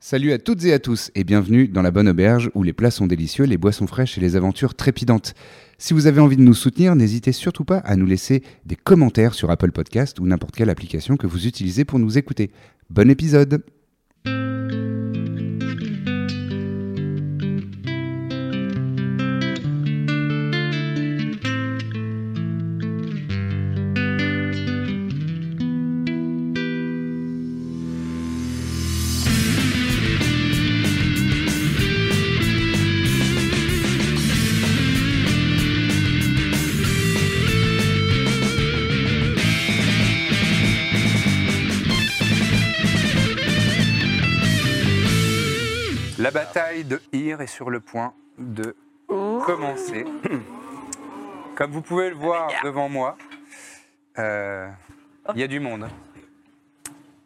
Salut à toutes et à tous et bienvenue dans la bonne auberge où les plats sont délicieux, les boissons fraîches et les aventures trépidantes. Si vous avez envie de nous soutenir, n'hésitez surtout pas à nous laisser des commentaires sur Apple Podcast ou n'importe quelle application que vous utilisez pour nous écouter. Bon épisode La bataille de Hyr est sur le point de commencer. Comme vous pouvez le voir devant moi, euh, il y a du monde.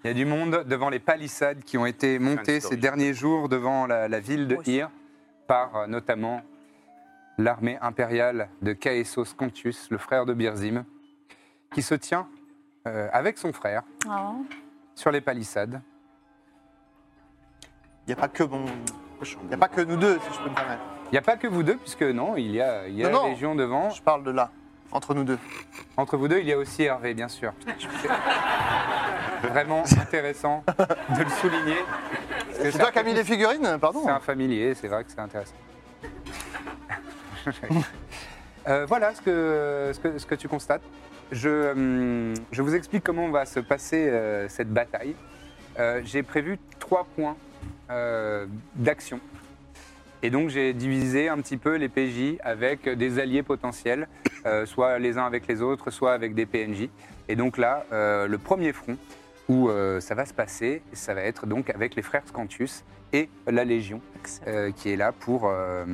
Il y a du monde devant les palissades qui ont été montées ces derniers jours devant la, la ville de Hyr par euh, notamment l'armée impériale de Caesos Cantus, le frère de Birzim, qui se tient euh, avec son frère sur les palissades. Il n'y a pas que mon. Il n'y a pas que nous deux, si je peux me permettre. Il n'y a pas que vous deux, puisque non, il y a, il y a Non, la non. Légion devant. Je parle de là, entre nous deux. Entre vous deux, il y a aussi Hervé, bien sûr. Vraiment intéressant de le souligner. Parce que C'est toi qui as mis les figurines, pardon hein. C'est un familier, c'est vrai que c'est intéressant. Euh, voilà ce que, ce, que, ce que tu constates. Je, hum, je vous explique comment va se passer euh, cette bataille. Euh, j'ai prévu trois points euh, d'action. Et donc j'ai divisé un petit peu les PJ avec des alliés potentiels, euh, soit les uns avec les autres, soit avec des PNJ. Et donc là, euh, le premier front où euh, ça va se passer, ça va être donc avec les frères Scantus et la Légion euh, qui est là pour, euh,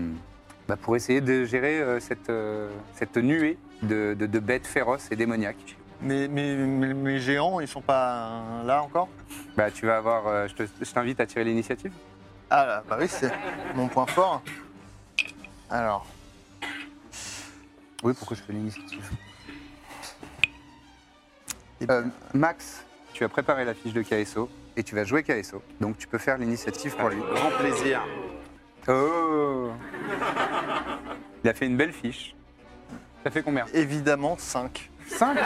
bah, pour essayer de gérer euh, cette, euh, cette nuée de, de- de bêtes féroces et démoniaques. Mais mes, mes- mes géants, ils sont pas euh, là encore Bah, tu vas avoir, euh, je te- je t'invite à tirer l'initiative. Ah là, bah oui, c'est mon point fort. Alors, Oui, pourquoi je fais l'initiative eh bien, Euh, Max, tu as préparé la fiche de KSO et tu vas jouer KSO. Donc tu peux faire l'initiative pour lui. Grand plaisir. Oh Il a fait une belle fiche. Ça fait combien évidemment 5. 5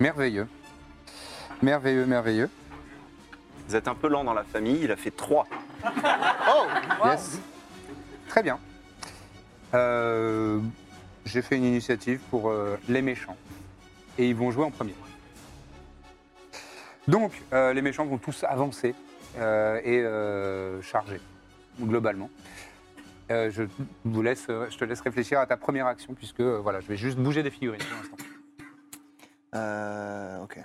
Merveilleux. Merveilleux, merveilleux. Vous êtes un peu lent dans la famille, il a fait 3. Oh Yes. Très bien. Euh, J'ai fait une initiative pour euh, les méchants. Et ils vont jouer en premier. Donc, euh, les méchants vont tous avancer euh, et euh, charger, globalement. Euh, je, vous laisse, euh, je te laisse réfléchir à ta première action, puisque euh, voilà, je vais juste bouger des figurines pour l'instant. Euh, ok.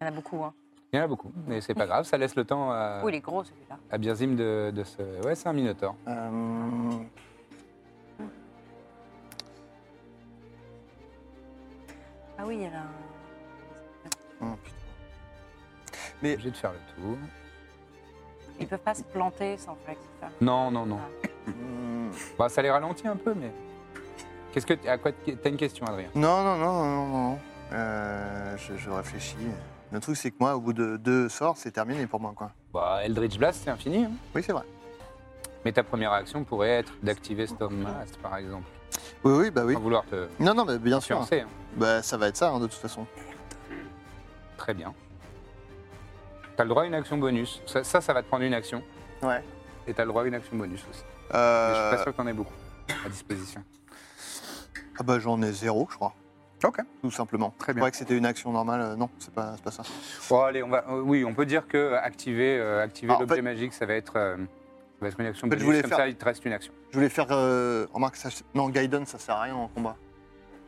Il y en a beaucoup, hein. Il y en a beaucoup, mais c'est pas grave, ça laisse le temps à, Oh, il est gros celui-là. à Birzim de, de se. Ouais, c'est un minotaure. Euh, Ah oui, il y en a un. oh, putain. J'ai obligé de faire le tour. Ils peuvent pas se planter sans faire exprès. Non, non, non. Hum, Bah, ça les ralentit un peu, mais. Qu'est-ce que à quoi t'as une question, Adrien Non, non, non, non, non. non. Euh, je, je réfléchis. Le truc, c'est que moi, au bout de deux sorts, c'est terminé pour moi, quoi. Bah, Eldritch Blast, c'est infini. hein. Oui, c'est vrai. Mais ta première action pourrait être d'activer Storm Mast, par exemple, Oui, oui, bah oui. sans vouloir te Non, non, mais bien sûr. influencer. hein. Bah, ça va être ça, hein, de toute façon. Très bien. T'as le droit à une action bonus. Ça, ça, ça va te prendre une action. Ouais. Et t'as le droit à une action bonus aussi. Euh, Mais je suis pas sûr que t'en aies beaucoup à disposition. Ah bah j'en ai zéro, je crois. Ok. Tout simplement. Très Je bien. croyais que c'était une action normale. euh, Non, c'est pas, c'est pas ça. Bon, allez, on va. euh, Oui, on peut dire que euh, activer, euh, activer Ah, en l'objet fait- magique, ça va être, euh, ça va être une action En fait, bonus. je voulais Comme faire- ça, il te reste une action. Je voulais faire. Euh... Remarque, ça... non, Gaiden, ça sert à rien en combat.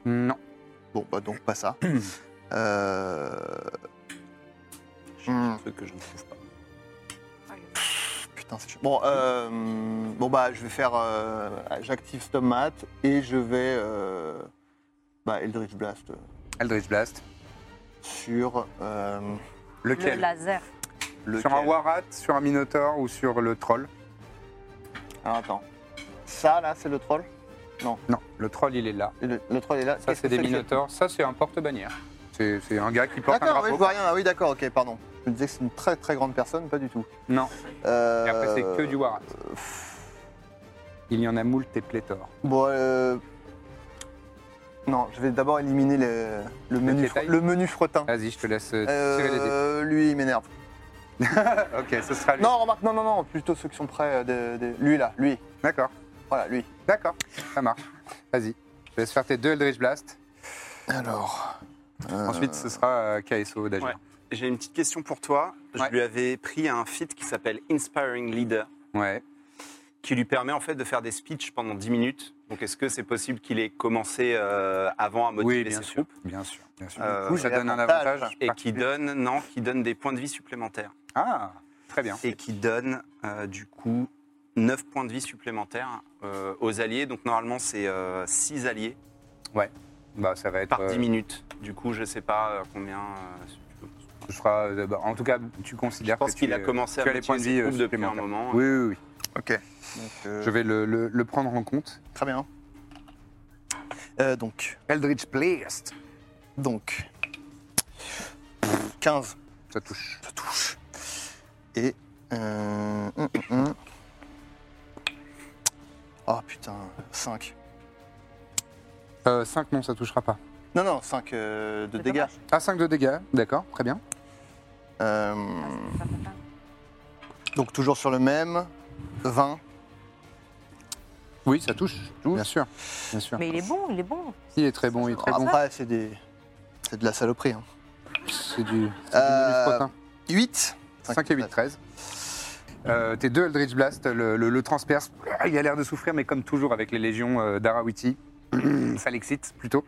Non. Bon, bah donc pas ça. Euh, J'ai Hmm. un truc que je ne trouve pas. Putain, c'est chaud. Bon, euh, bon bah je vais faire. euh, J'active Stomat et je vais. euh, bah Eldritch Blast euh, Eldritch Blast. sur. euh, Lequel Le laser. lequel Sur un Warat, sur un Minotaur ou sur le Troll Alors attends. Ça là, c'est le troll Non, le Troll il est là. Et Le, le troll est là. Ça Qu'est-ce c'est que des que Minotaurs. Ça c'est un porte-bannière. C'est c'est un gars qui porte un D'accord, oui, drapeau. je vois rien. Ah oui, d'accord, ok, pardon. Je me disais que c'est une très très grande personne, pas du tout. non, Euh, et après c'est que du Warat. Il y en a moult et pléthore. Bon, euh, non, je vais d'abord éliminer le, le menu, détail. fro- le menu fretin. Vas-y, je te laisse euh, tirer les dés. Euh, lui, il m'énerve. Ok, ce sera lui. Non, remarque, non, non, non, plutôt ceux qui sont près. euh, de- de- Lui là, lui. D'accord, Voilà, lui. d'accord, ça marche. Vas-y, je te laisse faire tes deux Eldritch Blast. Alors. Ensuite ce sera euh, KSO d'agir. Ouais. J'ai une petite question pour toi. Ouais. Je lui avais pris un feat qui s'appelle Inspiring Leader, ouais. qui lui permet en fait de faire des speeches pendant 10 minutes. Donc est-ce que c'est possible qu'il ait commencé euh, avant à motiver Oui, bien ses sûr. troupes Bien sûr, bien sûr. Euh, Du coup, ça j'ai donne un avantage. avantage. et qui donne non, qui donne des points de vie supplémentaires Ah, très bien. et qui donne euh, du coup 9 points de vie supplémentaires euh, aux alliés. Donc normalement c'est 6 alliés Bah, ça va être. par euh, 10 minutes. Du coup je sais pas euh, combien. euh, je ferai, euh, bah, en tout cas, tu je considères pense que qu'il tu, a commencé à tu as les points de motiver vie ses euh, troupes depuis un supplémentaires. moment. Euh. Oui, oui, oui. Je Je vais vais. le, le- le prendre en compte. euh, Très bien. Euh, donc, Eldritch Blast. donc. 15. Ça touche. Ça touche. Et. Euh, hum, hum, hum. Oh putain, 5. 5, Euh, non, ça touchera pas. Non, non, 5 de C'est dégâts. Ah, 5 de dégâts, d'accord, très bien. Euh, Ah, c'est pas fatal. donc toujours sur le même. 20. Oui, ça touche, tout, bien Bien sûr. Bien sûr. Ah. Mais il est bon, il est bon. Il est très bon, il est très bon. Après, Ah, c'est des... c'est de la saloperie. Hein. C'est du, c'est Euh, du crottin. 8. 5 et 8, 13. Euh, tes deux Eldritch Blast le, le- le transperce. Ah, Il a l'air de souffrir, mais comme toujours avec les légions euh, d'Arawiti, ça l'excite plutôt.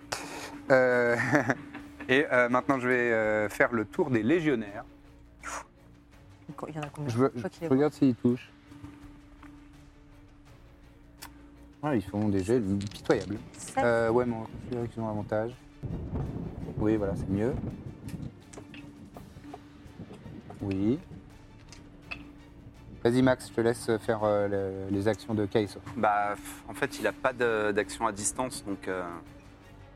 Euh, et euh, maintenant, je vais euh, faire le tour des légionnaires. Il y en a combien Je, veux- crois qu'il je est regarde s'ils touchent. Ah, ils font des jets pitoyables. Sept. Euh, ouais, mais on va considérer qu'ils ont avantage. Oui, voilà, c'est mieux. Oui. Vas-y, Max, je te laisse faire euh, le- les actions de Kaiso. Bah, pff, en fait, il n'a pas de- d'action à distance, donc euh,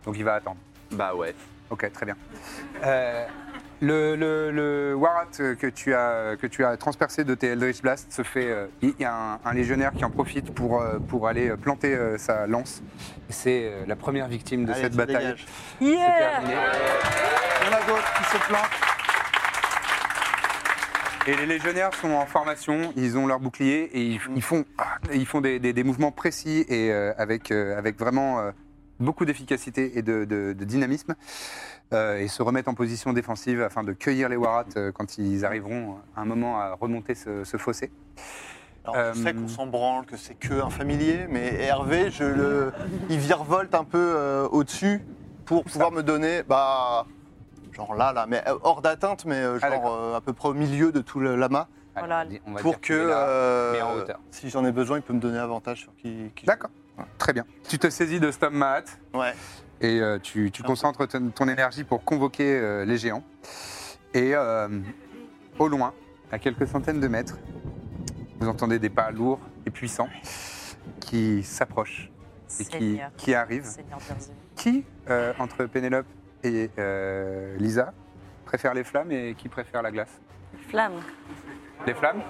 Donc, il va attendre. bah ouais. Ok, très bien. Euh, le, le- le Warat euh, que tu, as, que tu as transpercé de tes Eldritch Blast se fait. euh, Il y a un, un légionnaire qui en profite pour, euh, pour aller euh, planter euh, sa lance. C'est euh, la première victime de cette bataille. C'est Yeah terminé. Il y en a d'autres qui se plantent. Et les légionnaires sont en formation, ils ont leur bouclier et ils, ils font, ah, ils font des, des- des mouvements précis et euh, avec, euh, avec vraiment euh, beaucoup d'efficacité et de, de- de dynamisme. Euh, et se remettent en position défensive afin de cueillir les warats euh, quand ils arriveront à un moment à remonter ce, ce fossé. Alors, je Euh, sais qu'on s'en branle, que c'est que un familier, mais Hervé, je le... il virevolte un peu euh, au-dessus pour pouvoir me donner, bah, genre là, là, mais euh, hors d'atteinte, mais euh, Ah, genre d'accord. euh, à peu près au milieu de tout le lama, Voilà. on va dire- on va dire pour que, qu'il est là. euh, mais en hauteur. si j'en ai besoin, il peut me donner avantage sur qui. qui- D'accord, très bien. Tu te saisis de Stommat, Ouais. et euh, tu, tu Ah Merci. concentres ton, ton énergie pour convoquer euh, les géants. Et euh, au loin, à quelques centaines de mètres, vous entendez des pas lourds et puissants qui s'approchent et qui, Seigneur. qui arrivent. Seigneur Berzé. Qui, euh, entre Pénélope et euh, Lisa, préfère les flammes et qui préfère la glace Flamme. Les flammes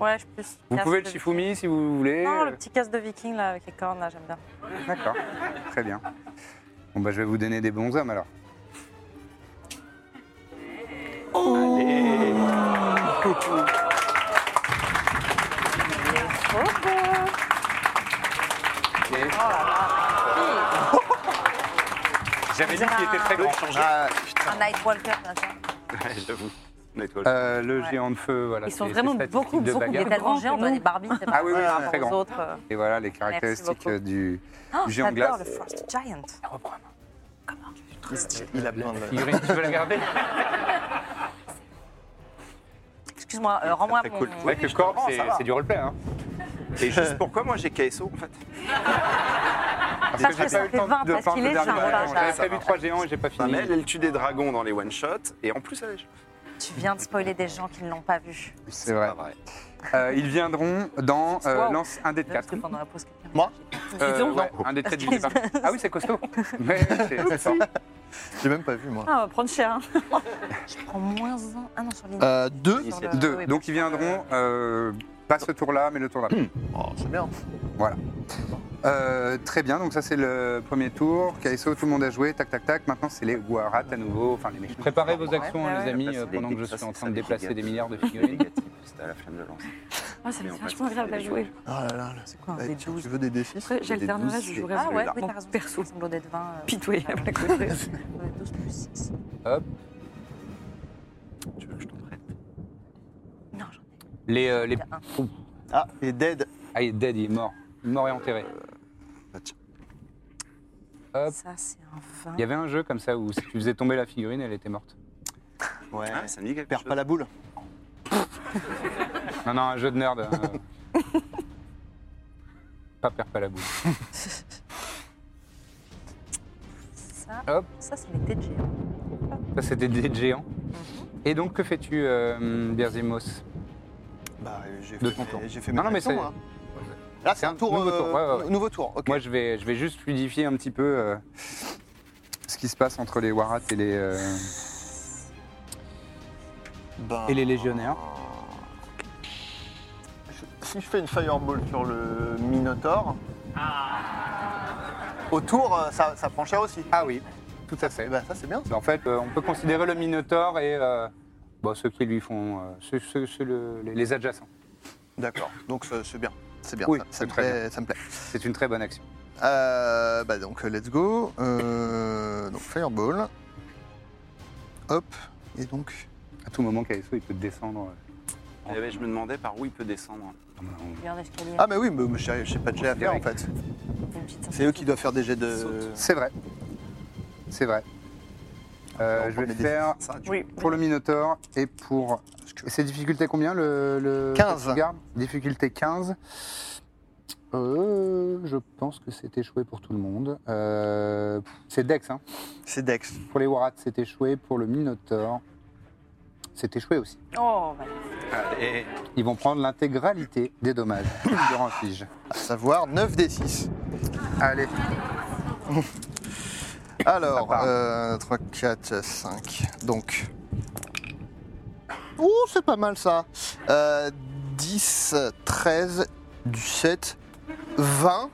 Ouais, je suis plus. Vous casse pouvez de- le Shifumi si vous voulez. Non, le petit casse de viking là avec les cornes là, j'aime bien. D'accord, très bien. Bon, bah, je vais vous donner des bons hommes alors. Oh, bon. J'avais dit qu'il était très grand. Un Nightwalker là, tiens. Ouais, J'avoue. Nettoyage. Euh, le géant de feu, voilà. Ils sont c'est- vraiment c'est statistique beaucoup, de beaucoup. Il bagarre. est tellement géant, on a des Barbie, c'est pas Ah oui, oui, par c'est rapport très aux grand. autres. euh. Et voilà les caractéristiques beaucoup. euh, du, Oh, du géant de j'adore glace. le Frost Giant. Reprends. Il a Euh, plein de. Figurine, tu veux la garder Excuse-moi, euh, rends-moi Très mon. cool. C'est vrai que le corps, c'est c'est du roleplay. Hein. Et juste pourquoi moi j'ai KSO en fait Parce Parce que ça fait 20, parce qu'il est dernier sympa, dragon. J'avais ça. prévu trois géants et j'ai pas Non, fini. mais elle, elle tue des dragons dans les one-shots et en plus elle est Ah, Tu viens de spoiler des gens qui ne l'ont pas vu. C'est vrai. pas vrai. Euh, ils viendront dans euh, Wow. lance un dé de Euh, Parce 4. que pendant la pause, quelqu'un- Moi donc. un dé de 4 divisé par. Ah oui, c'est costaud. Ouais, c'est c'est fort. J'ai même pas vu moi. Ah, on va prendre cher. hein. Je prends moins un. Ah non, sur l'île. Euh, deux Sur le- Deux. Ah oui, Donc ils viendront euh, pas ce tour-là, mais le tour d'après. Oh, c'est bien. Euh, très bien, donc ça c'est le premier tour. KSO, tout le monde a joué, tac tac tac. Maintenant c'est les Guarat à nouveau, enfin les méchants. Bah, Préparez vos actions, Ouais, hein, les ouais. amis, Ça, c'est euh, des- pendant que je ça, suis en c'est train de des déplacer frigates. des milliards de Les figurines. négatifs, c'était à la flamme de lance. Ah, ça Et me on fait passe vachement agréable à les jouer. joueurs. Oh là là. là. C'est quoi Bah, un tiens, tu D12 veux des défis Après, j'alternerai, je douze, jouerai c'est- à Ah ouais, celui-là. oui, Mon t'as raison. perso. Semblant d'être 20. euh, Pitoyable à pardon. côté. Semblant d'être 12 plus 6. Tu veux que je t'en prête Non, j'en ai Les, euh, les... un. Ah, et dead. Ah, il est dead, il est mort. Mort et enterré. Hop. Ça, c'est un 20. Il y avait un jeu comme ça où si tu faisais tomber la figurine, elle était morte. Ouais. Ah, ça me dit quelque Perds chose. pas la boule. Non, non, un jeu de nerd. euh. pas perdre pas la boule. Ça, Hop. ça c'est les TG. Ça, c'était des géants. Et donc, que fais-tu, euh, Berzimos Bah, euh, j'ai De fait, ton tour. mes- j'ai fait Non, mes non, mais actions, c'est- moi. Là, c'est un tour. hein. nouveau euh, tour, ouais, ouais, ouais. Nouveau tour, ok. Moi, je vais, je vais juste fluidifier un petit peu euh, ce qui se passe entre les Warats et les. euh, Ben, et les légionnaires. je- Si je fais une fireball sur le Minotaur, autour, euh, ça, ça prend cher aussi. Ah oui, tout à fait. Et ben ça, c'est bien. ça. En fait, euh, on peut considérer le Minotaure et euh, bon, ceux qui lui font. euh, ceux, ceux- ceux le- les, les adjacents. D'accord, donc c'est c'est bien. C'est bien, Oui, ça, ça c'est me très plaît, ça me plaît. C'est une très bonne action. Euh, bah donc, let's go. Euh, donc, fireball. Hop. Et donc, À tout moment, KSO, il peut descendre. euh, Eh ben, je me demandais par où il peut descendre. Il y a un escalier. Ah mais oui, mais je sais pas de jet à faire en fait. une petite sortie. C'est eux qui doivent faire des jets de... C'est vrai. C'est vrai. Euh, je vais faire Ça, tu- Oui. pour le Minotaure et pour. parce que- et C'est difficulté combien le. le 15. cette garde Difficulté 15. Euh, je pense que c'est échoué pour tout le monde. Euh, c'est Dex, hein. C'est Dex. Pour les Warats, c'est échoué. Pour le Minotaure, c'est échoué aussi. Oh, bah, Allez, Ils vont prendre l'intégralité des dommages durant le fige. À savoir 9 des 6. Allez, Ça Alors, part. euh, 3, 4, 5. Donc... Oh, c'est pas mal ça. Euh, 10, 13, 17, 20.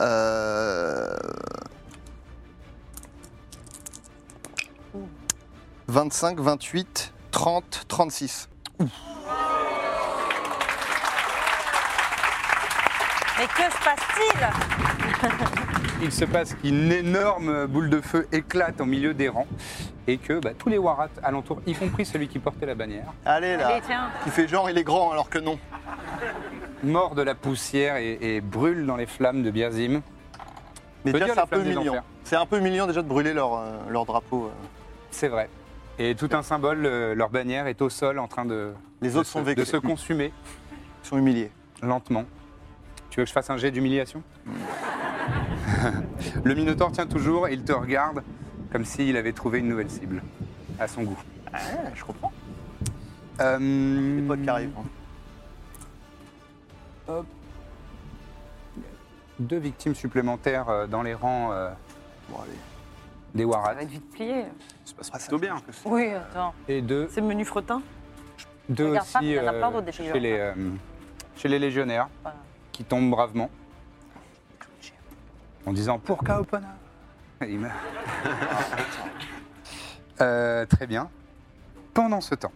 Euh... 25, 28, 30, 36. Mais que se Ah. passe-t-il il se passe qu'une énorme boule de feu éclate au milieu des rangs et que bah, tous les Warats alentour, y compris celui qui portait la bannière, Allez là, Allez, tiens. qui fait genre il est grand alors que non. mordent de la poussière et, et brûlent dans les flammes de Biazim. Mais Peut déjà, dire c'est les un peu flammes des mignon. enfers. C'est un peu mignon déjà de brûler leur, euh, leur drapeau. euh. C'est vrai. Et tout un symbole, euh, leur bannière est au sol en train de, Les de, autres se, sont de se vexés, consumer sont humiliés. lentement. Tu veux que je fasse un jet d'humiliation Le Minotaure tient toujours et il te regarde comme s'il avait trouvé une nouvelle cible à son goût. Ah, je comprends. Euh, Les potes qui arrivent. hein. Deux victimes supplémentaires euh, dans les rangs euh, Bon, allez. des Ça Warats. va être vite plié. ça se passe Ah, ça, plutôt bien. je pense que c'est- Oui, attends. Et deux, C'est le menu fretin. deux Regarde pas, aussi il y en a plein d'autres des chez, figurines. les, euh, chez les légionnaires Voilà. qui tombent bravement en disant Pourquoi Opona Et il meurt. Euh, Très bien. Pendant ce temps,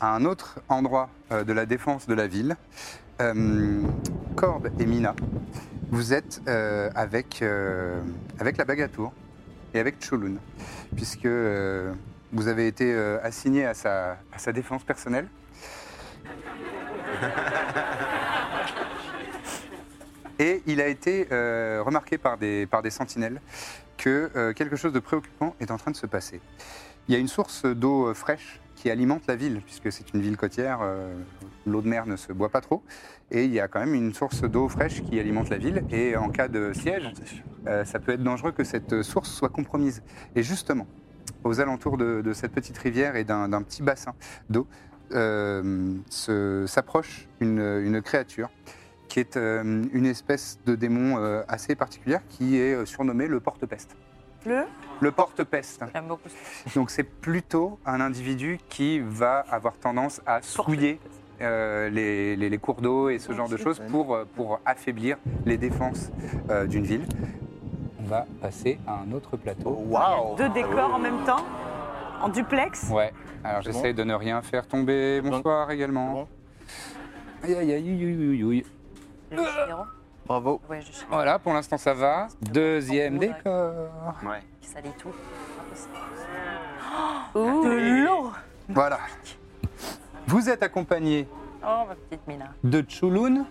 à un autre endroit euh, de la défense de la ville, euh, Corbe et Mina, vous êtes euh, avec, euh, avec la Bagatour et avec Choloun, puisque euh, vous avez été euh, assigné à sa, à sa défense personnelle. Et il a été euh, remarqué par des, par des sentinelles que que euh, quelque chose de préoccupant est en train de se passer. Il y a une source d'eau euh, fraîche qui alimente la ville, puisque c'est une ville côtière, euh, l'eau de mer ne se boit pas trop, et il y a quand même une source d'eau fraîche qui alimente la ville, et en cas de siège, euh, ça peut être dangereux que cette source soit compromise. Et justement, aux alentours de, de cette petite rivière et d'un d'un petit bassin d'eau, euh, se- s'approche une, une créature qui est euh, une espèce de démon euh, assez particulière qui est euh, surnommée le porte-peste. Le Le porte-peste. J'aime beaucoup ce Donc c'est plutôt un individu qui va avoir tendance à souiller euh, les, les- les cours d'eau et ce genre de choses pour, euh, pour affaiblir les défenses euh, d'une ville. On va passer à un autre plateau. Oh. Waouh Deux décors en même temps En duplex Ouais, alors C'est j'essaie de ne rien faire tomber. Bonsoir également. Aïe aïe aïe aïe aïe aïe, aïe. Le Chiro. Bravo. Ouais, je chiro Voilà, pour l'instant ça va. Deuxième Ouais. décor. Ouais. qui salit tout. Ouh, de l'eau Voilà. Vous êtes accompagné Oh, ma petite Mina. de Chouloun.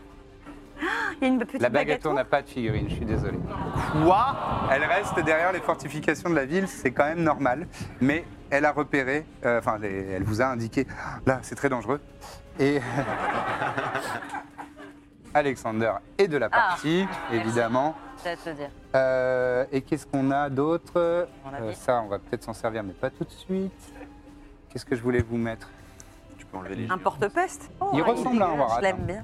Il y a une petite La baguette. baguette, on n'a pas de figurine, je suis désolé. Quoi Elle reste derrière les fortifications de la ville, c'est quand même normal. Mais elle a repéré, euh, enfin, les- elle vous a indiqué, là, c'est très dangereux. Et. Alexander est de la Ah, partie, évidemment. Je vais te dire. Euh, et qu'est-ce qu'on a d'autre On a Euh, dit. Ça, on va peut-être s'en servir, mais pas tout de suite. Qu'est-ce que je voulais vous mettre Tu peux enlever les Un porte-peste Oh, Il ah, ressemble est à un Oh. bien, warat, Je l'aime bien.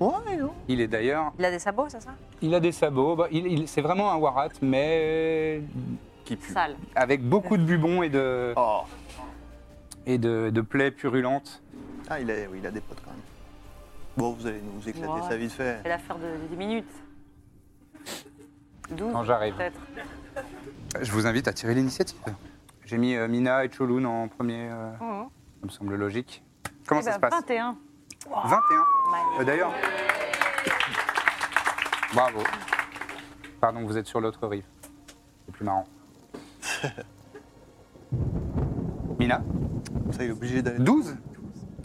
Il est d'ailleurs, Il a des sabots, c'est ça il a des sabots. Bah, il- il- c'est vraiment un warat, mais euh, qui pue. Sale. avec beaucoup de bubons et de, Oh. et de, de plaies purulentes. Ah, il a, oui, il a des potes quand même. Bon, vous allez nous éclater Ouais. ça vite fait. C'est l'affaire de 10 minutes. 12 Quand j'arrive. peut-être. Je vous invite à tirer l'initiative. J'ai mis euh, Mina et Choloun en premier, euh, Mhm. ça me semble logique. Comment Eh ça ben, se passe 21. 21. Magnifique. Euh, D'ailleurs. Bravo. Pardon, vous êtes sur l'autre rive. C'est plus marrant. Mina Ça, il est obligé d'aller. 12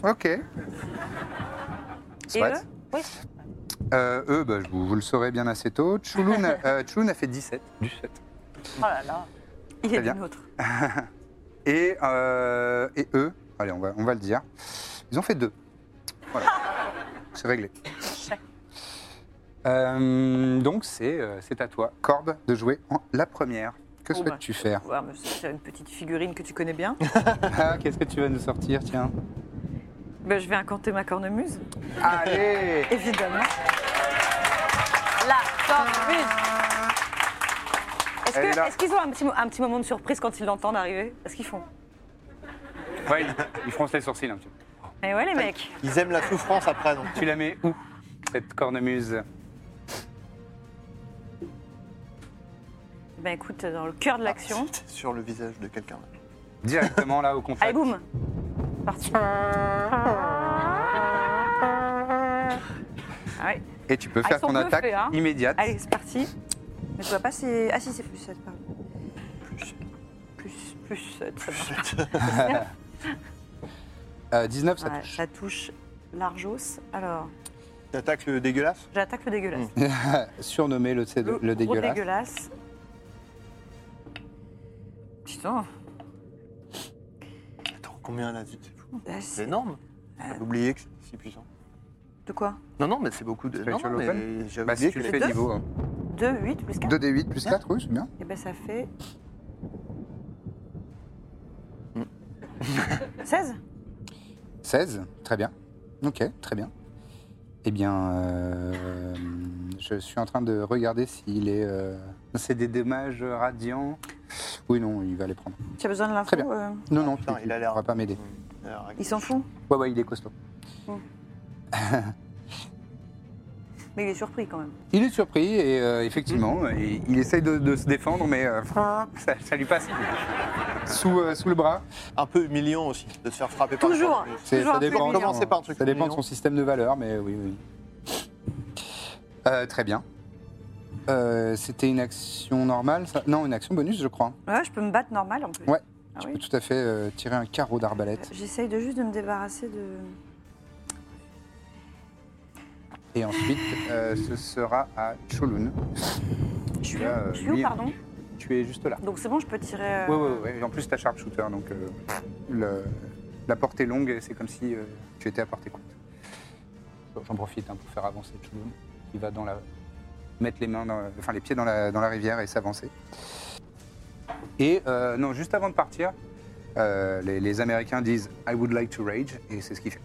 Ok. Et Soit. eux Oui. Euh, eux, bah, je vous, vous le saurez bien assez tôt. Chouloun, euh, Chouloun a fait 17. 17. Oh là là. Il y Très a bien. une autre. Et, euh, et eux, allez, on va, on va le dire, ils ont fait deux. Voilà. c'est réglé. Euh, donc, c'est euh, c'est à toi, Corbe, de jouer en la première. Que Oh bah. souhaites-tu faire Ouais, mais ça, c'est une petite figurine que tu connais bien. Ah, Qu'est-ce que tu vas nous sortir, tiens ben, je vais incanter ma cornemuse, Allez évidemment. La cornemuse Est-ce Elle est que- là. est-ce qu'ils ont un petit, mo- un petit moment de surprise quand ils l'entendent arriver Est-ce qu'ils font Ouais, ils, ils froncent les sourcils un petit peu. Eh ouais, les mecs Ils aiment la souffrance après, donc. Tu la mets où, cette cornemuse Ben écoute, dans le cœur de l'action. Ah, c'est Sur le visage de quelqu'un. Directement là, au contact. Allez, boum Parti Ah ouais. Et tu peux Ah, faire ils sont ton bluffés, attaque hein. immédiate. Allez, c'est parti. Mais je vois pas si. Ah si, c'est plus 7, pardon. Plus, plus, plus 7, ça marche. Euh, 19, ça Ouais, touche. ça touche l'argos. Alors, T'attaques le dégueulasse j'attaque le dégueulasse. Surnommé le, le, gros dégueulasse. dégueulasse. Putain. Attends, combien là C'est fou. ah, C'est c'est- énorme. J'avais oublié que c'est si puissant. De quoi Non, non, mais c'est beaucoup de. Tu fais Non, sur mais l'open j'avais Bah, si oublié tu que le c'est- fais deux. niveau 2, 8 plus 4 2d8 plus 4, oui, c'est bien. Et ben ça fait. Mm. 16 16, très bien. Ok, très bien. Eh bien, euh, je suis en train de regarder s'il est. euh, C'est des dommages radiants. Oui, non, il va les prendre. Tu as besoin de l'info Très bien. euh, Non, non, putain, tu, il a l'air- ne pas m'aider. Alors, Il s'en fout Ouais, ouais, il est costaud. Mais il est surpris quand même. Il est surpris et euh, effectivement, il, il essaye de, de se défendre, mais euh, ça, ça lui passe sous, euh, sous le bras. Un peu humiliant aussi de se faire frapper par Toujours C'est- Toujours ça un peu dépend. humiliant. Commencez par un truc Ça dépend de mignon. son système de valeur, mais oui, oui. Euh, très bien. Euh, C'était une action normale, ça Non, une action bonus, je crois. Ouais, je peux me battre normal en plus. Ouais. Ah tu oui. peux tout à fait euh, tirer un carreau d'arbalète. J'essaye de juste de me débarrasser de. Et ensuite, euh, ce sera à Cholun. Je suis, Là, où euh, Je suis où, lui, pardon Tu tu es juste là. Donc c'est bon, je peux tirer. euh, Oui, oui, oui. Et en plus, t'as sharpshooter, donc euh, le- la portée longue, et c'est comme si euh, tu étais à portée courte. Bon, J'en profite hein, pour faire avancer Chouboum, qui va dans la... mettre les, mains dans- enfin, les pieds dans la, dans la rivière et s'avancer. Et euh, non, juste avant de partir, euh, les, les Américains disent I would like to rage, et c'est ce qu'il fait.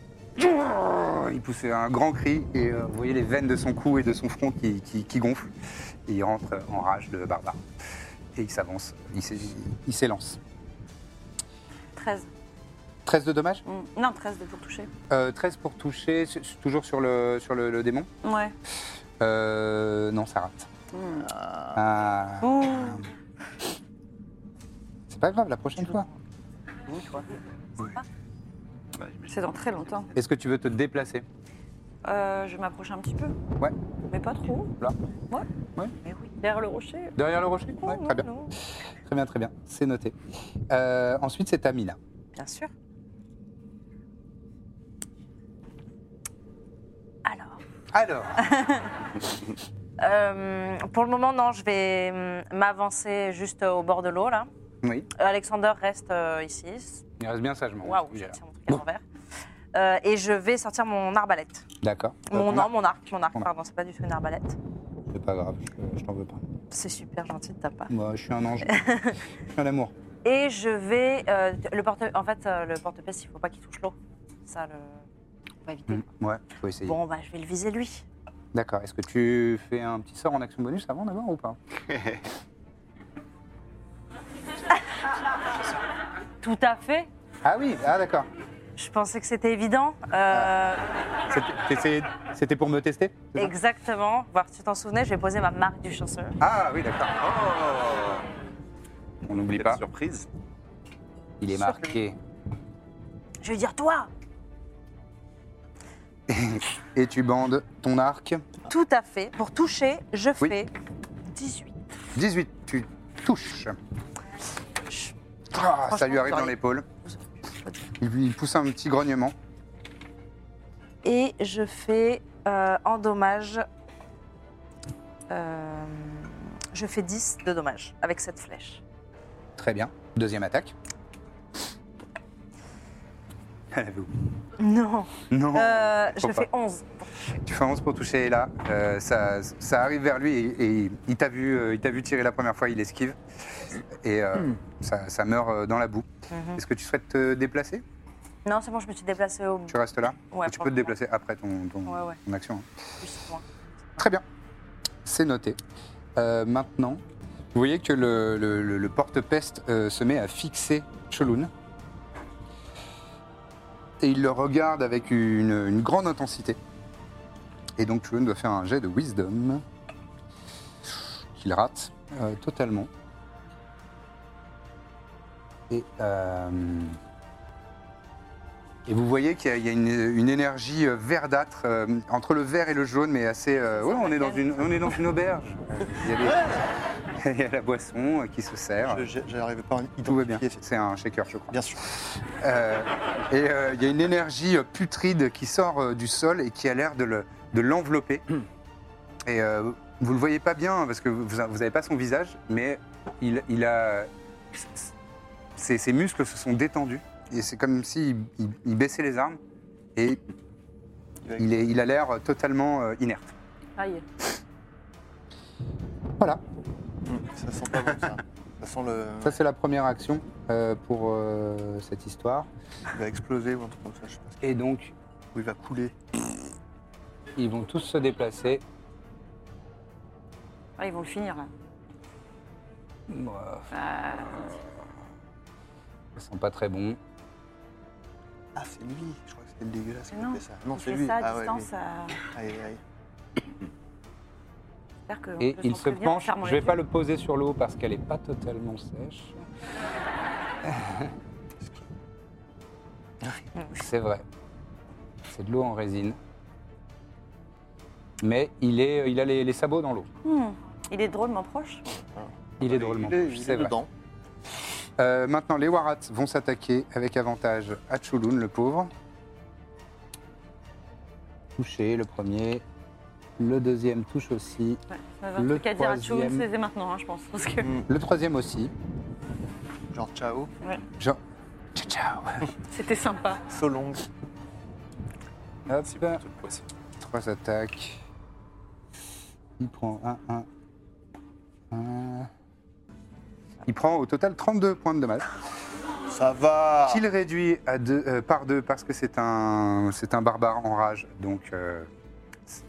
Il pousse un grand cri et euh, vous voyez les veines de son cou et de son front qui, qui- qui gonflent. Et il rentre en rage de barbare. Et il s'avance, il s'é- il s'élance. 13. 13 de dommages Mm. Non, 13 de pour toucher. Euh, 13 pour toucher, c'est- c'est toujours sur le, sur le, le démon Ouais. Euh, Non, ça rate. Mm. Ah, Ouh. c'est pas grave, la prochaine fois. C'est dans très longtemps. Est-ce que tu veux te déplacer Euh, je m'approche un petit peu. Ouais. Mais pas trop. Là Ouais. Ouais. Mais oui. Derrière le rocher. Derrière le rocher Ouais, Non, Très bien, non. très bien, très bien. C'est noté. Euh, ensuite, c'est Amina. Bien sûr. Alors. Alors, Euh, pour le moment, non, je vais hum, m'avancer juste au bord de l'eau, là. oui, Euh, Alexander reste euh, ici. il reste bien sagement. Waouh, Il est je là. tire mon truc à l'envers. Euh, et je vais sortir mon arbalète. D'accord. Mon, Euh, non, mon arc, mon arc, Ton arc. pardon, c'est pas du tout une arbalète. C'est pas grave, je, je t'en veux pas. C'est super gentil de ta part. Moi, je suis un ange. je suis un amour. Et je vais. euh, le porte en fait, euh, le porte-peste, il faut pas qu'il touche l'eau. Ça, le. On va éviter. Ouais, faut essayer. Bon, bah, je vais le viser lui. D'accord. Est-ce que tu fais un petit sort en action bonus avant d'abord ou pas Tout à fait. Ah oui, ah d'accord. Je pensais que c'était évident. Euh, Ah. C'était- t'essayais- C'était pour me tester c'est ça exactement. Voir si tu t'en souvenais, je vais poser ma marque du chanceur. Ah oui, d'accord. Oh. On n'oublie Quelle pas, surprise. il est marqué. Je vais dire toi. Et tu bandes ton arc. Tout à fait. Pour toucher, je Oui. fais 18. 18, tu touches. Ah, ça lui arrive dans l'épaule. Il, il pousse un petit grognement. Et je fais euh, en dommage. euh, je fais 10 de dommage avec cette flèche. Très bien. Deuxième attaque. Elle avait oublié. Non. Non. Euh, faut je pas. fais 11. Tu fais 11 pour toucher et là, euh, ça, ça arrive vers lui et, et il t'a vu, euh, il t'a vu tirer la première fois, il esquive et euh, Hmm. ça, ça meurt euh, dans la boue. Mhm. Est-ce que tu souhaites te déplacer Non, c'est bon, je me suis déplacée au. Tu restes là Ou Tu peux Ouais, te probablement. déplacer après ton, ton, Ouais, ouais. ton action. hein. Plus loin. Très bien, c'est noté. Euh, maintenant, vous voyez que le, le- le- le porte-peste euh, se met à fixer Choloun. Et il le regarde avec une, une grande intensité. Et donc Choloun doit faire un jet de wisdom qu'il rate euh, totalement. Et, euh, et vous voyez qu'il y a, il y a une, une énergie euh, verdâtre euh, entre le vert et le jaune, mais assez. euh, ouais, on est dans une, on est dans une auberge. Euh, Il y, a des- il y a la boisson euh, qui se sert. Je- je- J'arrivais pas à identifier. Tout va bien. C'est un shaker, je crois. Bien sûr. Euh, et euh, il y a une énergie euh, putride qui sort euh, du sol et qui a l'air de le- de l'envelopper. et euh, vous le voyez pas bien hein, parce que vous n'avez pas son visage, mais il, il a. Ses, ses muscles se sont détendus et c'est comme s'il il, il baissait les armes et il, est- il a l'air totalement euh, inerte. Aïe. Voilà, Ça sent pas bon ça. Ça sent le. ça c'est la première action euh, pour euh, cette histoire. Il va exploser ou un truc comme ça, je sais pas. Et donc, Ou il va couler. ils vont tous se déplacer Ah, ils vont le finir là. euh, Bah. Ça sent pas très bon. Ah, c'est lui Je crois que c'était le dégueulasse qui a Non, fait ça. Non, Il c'est fait lui. ça à ah, distance. lui. à- Aïe, aïe. J'espère que Et on peut il s'en se souvenir, penche. faire mon Je vais étude. pas le poser sur l'eau parce qu'elle est pas totalement sèche. C'est vrai. C'est de l'eau en résine. Mais il, est, euh, il a les, les sabots dans l'eau. Hmm. Il est drôlement proche. Il est drôlement Il est, proche, il est c'est vrai. dedans. Euh, maintenant, les Warats vont s'attaquer avec avantage à Chulun, le pauvre. Touché, le premier. Le deuxième touche aussi. Ouais, ça va un Le truc à dire à Chou, troisième. c'est c'est maintenant, hein, je pense. Parce que... Mm. Le troisième aussi. Genre ciao, Genre. Ciao, ciao. C'était sympa. so long. Hop, Truc poisson. trois attaques. Il prend 1, 1, 1. Il prend au total 32 points de dommage. Ça va. Qu'il réduit à deux, euh, par 2 parce que c'est un, c'est un barbare en rage, donc euh,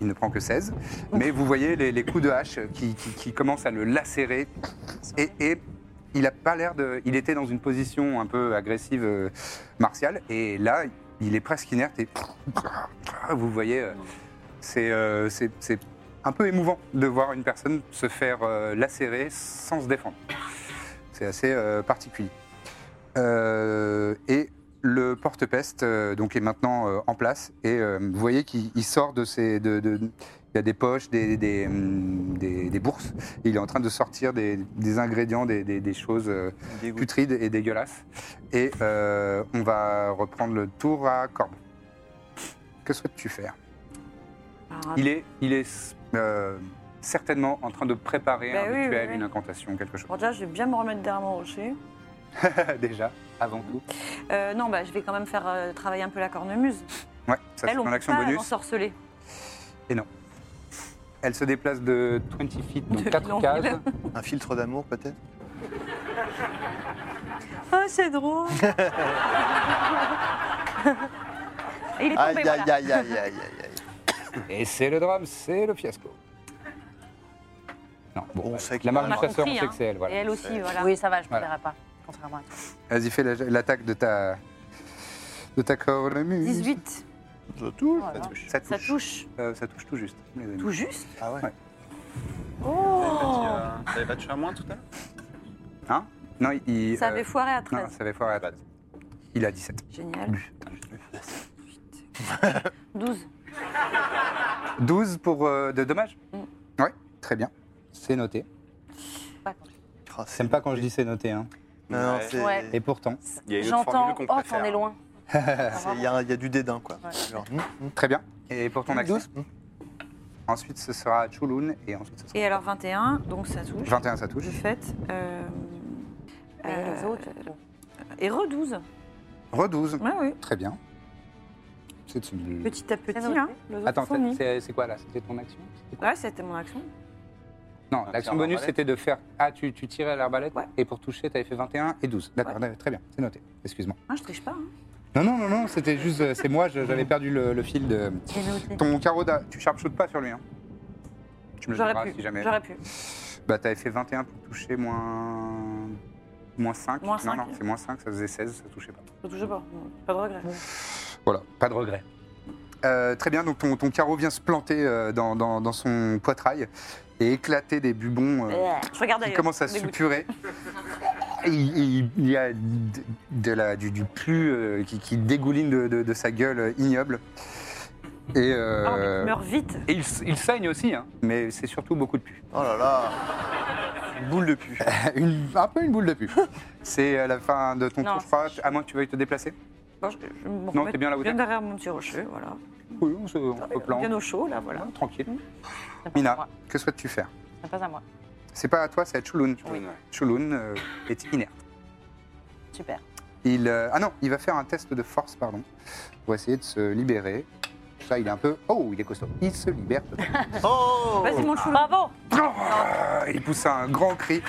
il ne prend que 16. Mais vous voyez les, les coups de hache qui, qui- qui commencent à le lacérer. Et, et il a pas l'air de. Il était dans une position un peu agressive euh, martiale, et là, il est presque inerte. Et vous voyez, euh, c'est, euh, c'est, c'est un peu émouvant de voir une personne se faire euh, lacérer sans se défendre. C'est assez euh, particulier. Euh, et le porte-peste euh, donc est maintenant euh, en place et euh, vous voyez qu'il il sort de ses de, de- il y a des poches, des, des, hum, des- des bourses. Et il est en train de sortir des, des ingrédients, des, des- des choses euh, Dégoût. putrides et dégueulasses. Et euh, on va reprendre le tour à Corbe. Que souhaites-tu faire Ah, Il est, il est euh, certainement en train de préparer Bah un oui, rituel, oui, oui. une incantation, quelque chose. Bon, déjà, je vais bien me remettre derrière mon rocher. Déjà, avant tout. Euh, non, bah, je vais quand même faire euh, travailler un peu la cornemuse. Ouais, ça c'est Elle, on ton peut action pas bonus. l'ensorceler. Elle se déplace de 20 feet, donc De 4 longue. cases. Un filtre d'amour peut-être Ah, c'est drôle Il est tombé, Aïe voilà. aïe aïe aïe aïe aïe aïe. Et c'est le drame, c'est le fiasco. Non, bon, On bah, sait que- la marque On a du chasseur, on compris, sait hein. que c'est elle. Et Voilà. elle aussi, voilà. Oui, ça va, je ne Voilà. me pas, contrairement à toi. Vas-y, fais la- l'attaque de ta. de ta cornemuse. 18, Je touche. Voilà. Ça touche. Ça touche. ça touche. Euh, ça touche tout juste. les amis. Tout juste Ah ouais. T'avais Oh pas dit, euh, t'avais pas touché à moins tout à l'heure Hein Non, il. il, Ça euh, avait foiré à non, 13. ça avait foiré à la Il a 17. Génial. 12. 12 pour euh, de dommages Mm. Ouais, très bien. C'est noté. Ah, J'aime pas quand je dis c'est noté, hein. Non, non, Ouais. c'est. Ouais. Et pourtant. Il y a une autre J'entends, formule qu'on oh, t'en préfère. hein. es loin. c'est- Il y, a il y a du dédain quoi. Genre, Hmm. hum, hum. Très bien. Et pour ton action. 12. Ensuite, ce sera Chouloun et ensuite ce sera. Et alors 21, donc ça touche. 21, ça touche. De fait. Euh, Mais les euh, autres, bon. Et re-12. Re-12. Ouais, oui. Très bien. C'est une... Petit à petit, noté. hein. Les autres Attends, sont mis. c'est c'est quoi là C'était ton action C'était quoi Ouais, c'était mon action. Non, l'action bonus c'était de faire. Ah, tu, tu tirais à l'arbalète Ouais. et pour toucher, t'avais fait 21 et 12. D'accord, d'accord, très bien, c'est noté. Excuse-moi. Hein, je triche pas. Hein. Non, non, non, non, c'était juste. euh, C'est moi, je- j'avais perdu le, le fil de. C'est noté. Ton carreau, d'a- tu sharpshootes pas sur lui. Hein. Tu me le diras J'aurais si pu. jamais. J'aurais pu. Bah, t'avais fait 21 pour toucher moins. Moins 5. Moins cinq. Non, non, c'est moins 5, ça faisait 16, ça touchait pas. Je touche pas. Pas de Mmh. regret. Voilà, pas de regret. Euh, très bien, donc ton, ton carreau vient se planter euh, dans, dans- dans son poitrail et éclater des bubons euh, Je regarde qui ailleurs. commencent à Dégoût. suppurer. Et Il, il y a de, de la, du, du pus euh, qui, qui dégouline de, de- de sa gueule euh, ignoble. Et, euh, Ah, mais il meurt vite. et il, s- il saigne aussi, hein, mais c'est surtout beaucoup de pus. Oh là là. Une boule de pu. Une- un peu une boule de pus. c'est à la fin de ton Non, tour, je crois, à moins que tu veuilles te déplacer. Bon, je, je me Non, remets t'es bien là où t'es. derrière mon petit rocher, voilà. Oui, on se, on se plante. Ah, Bien au chaud, là, voilà. Voilà, tranquille. C'est pas à Mina, moi. que souhaites-tu faire C'est pas à moi. C'est pas à toi, c'est à Chouloun. Oui. Chouloun euh, est inerte. Super. Il, euh, ah non, il va faire un test de force, pardon, pour essayer de se libérer. Ça, il est un peu. Oh, il est costaud. Il se libère. totalement. Oh Vas-y, mon chou. Bravo Ah, il pousse un grand cri.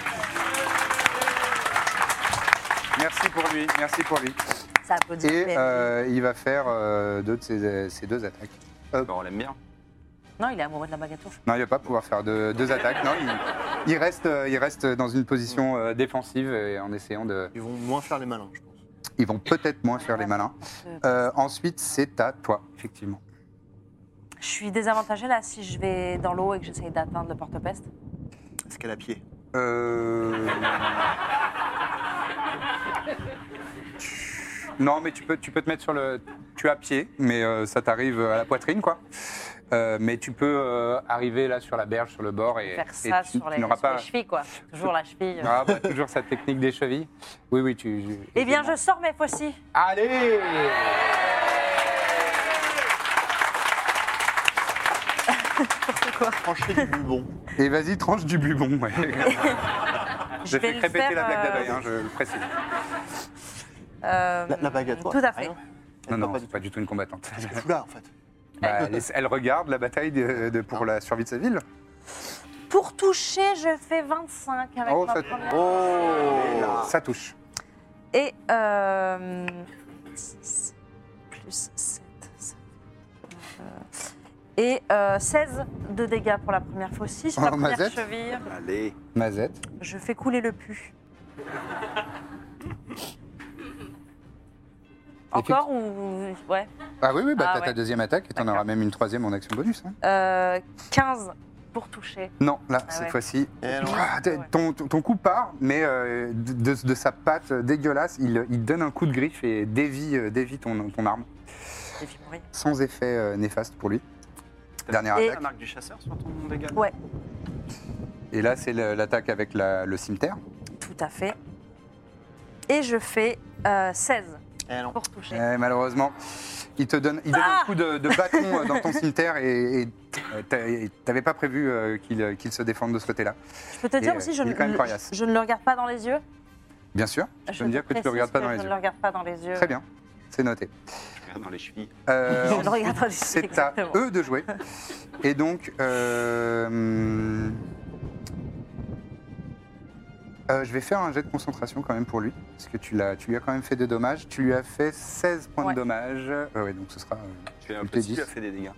Merci pour lui, merci pour lui. Ça applaudit. Et Mais- euh, il va faire euh, deux de ses, ses deux attaques. Euh, Bah, on l'aime bien. Non, il est amoureux de la baguette touche. Non, il va pas pouvoir faire deux, deux attaques. Non, il, il reste, euh, il reste dans une position euh, défensive et en essayant de. Ils vont moins faire les malins, je pense. Ils vont peut-être moins faire les malins. Euh, ensuite, c'est à toi, effectivement. Je suis désavantagée là si je vais dans l'eau et que j'essaye d'atteindre le porte-peste. Est-ce qu'elle a pied Euh... Non, mais tu peux, tu peux te mettre sur le. Tu es à pied, mais euh, ça t'arrive à la poitrine, quoi. Euh, mais tu peux euh, arriver là sur la berge, sur le bord et, Faire et ça tu, sur, tu les, n'auras sur pas. les chevilles, quoi. Toujours la cheville. Ah, bah, toujours cette technique des chevilles. Oui, oui, tu. Eh bien, je sors mes faucilles. Allez Pour ceux quoi. Trancher du bubon. Et vas-y, tranche du bubon. ouais. J'ai vais fait le crépéter faire, la blague euh, d'Adrien, hein, je le précise. Euh, La, la baguette. Tout ouais. à fait. Rien. Non, Elle non, part pas c'est du pas du tout une combattante. tout. Je suis là, en fait. Bah, elle, elle regarde la bataille de- de- pour la survie de sa ville. Pour toucher, je fais 25 avec Oh, ma ça- première. Oh Ça touche. Et euh, 6 plus 7. ça fait, euh, et euh, 16 de dégâts pour la première fois aussi sur la Oh, première mazette. cheville. Allez. Mazette. Je fais couler le pu. Encore ou. Ouais. Ah oui, oui, bah, Ah, t'as ta ouais. deuxième attaque et t'en D'accord. auras même une troisième en action bonus. hein. Euh, 15 pour toucher. Non, là, Ah cette ouais. fois-ci. Et non. Ah, t'es- Ouais. ton, ton- ton coup part, mais euh, de, de- de sa patte dégueulasse, il, il donne un coup de griffe et dévie, euh, dévie ton, ton arme. J'ai fait mourir. Sans effet euh, néfaste pour lui. Dernière Et- La marque du chasseur sur ton dégât Ouais, Et là, c'est le- l'attaque avec la- le cimetière. tout à fait. Et je fais euh, 16 Eh non. pour toucher. Eh, malheureusement, il te donne, il donne Ah un coup de, de bâton euh, dans ton cimetière et et, euh, t'a- et t'avais pas prévu euh, qu'il euh, qu'il se défende de ce côté-là. Je peux te Et, dire euh, aussi, je, il est ne- quand même coriace. je ne le regarde pas dans les yeux. Bien sûr, tu Je peux me dire te que tu le précise regardes pas que dans les Je ne yeux. le regarde pas dans les yeux. Très bien, c'est noté. Je regarde dans les chevilles. Euh, Je ne regarde pas les yeux. c'est à exactement. eux de jouer. Et donc, euh, hum, euh, je vais faire un jet de concentration quand même pour lui, parce que tu, l'as, tu lui as quand même fait des dommages. Tu lui as fait 16 points Ouais. de dommages. Euh, ouais, donc ce sera... euh, Tu fais un Il peu te dit. tu as fait des dégâts.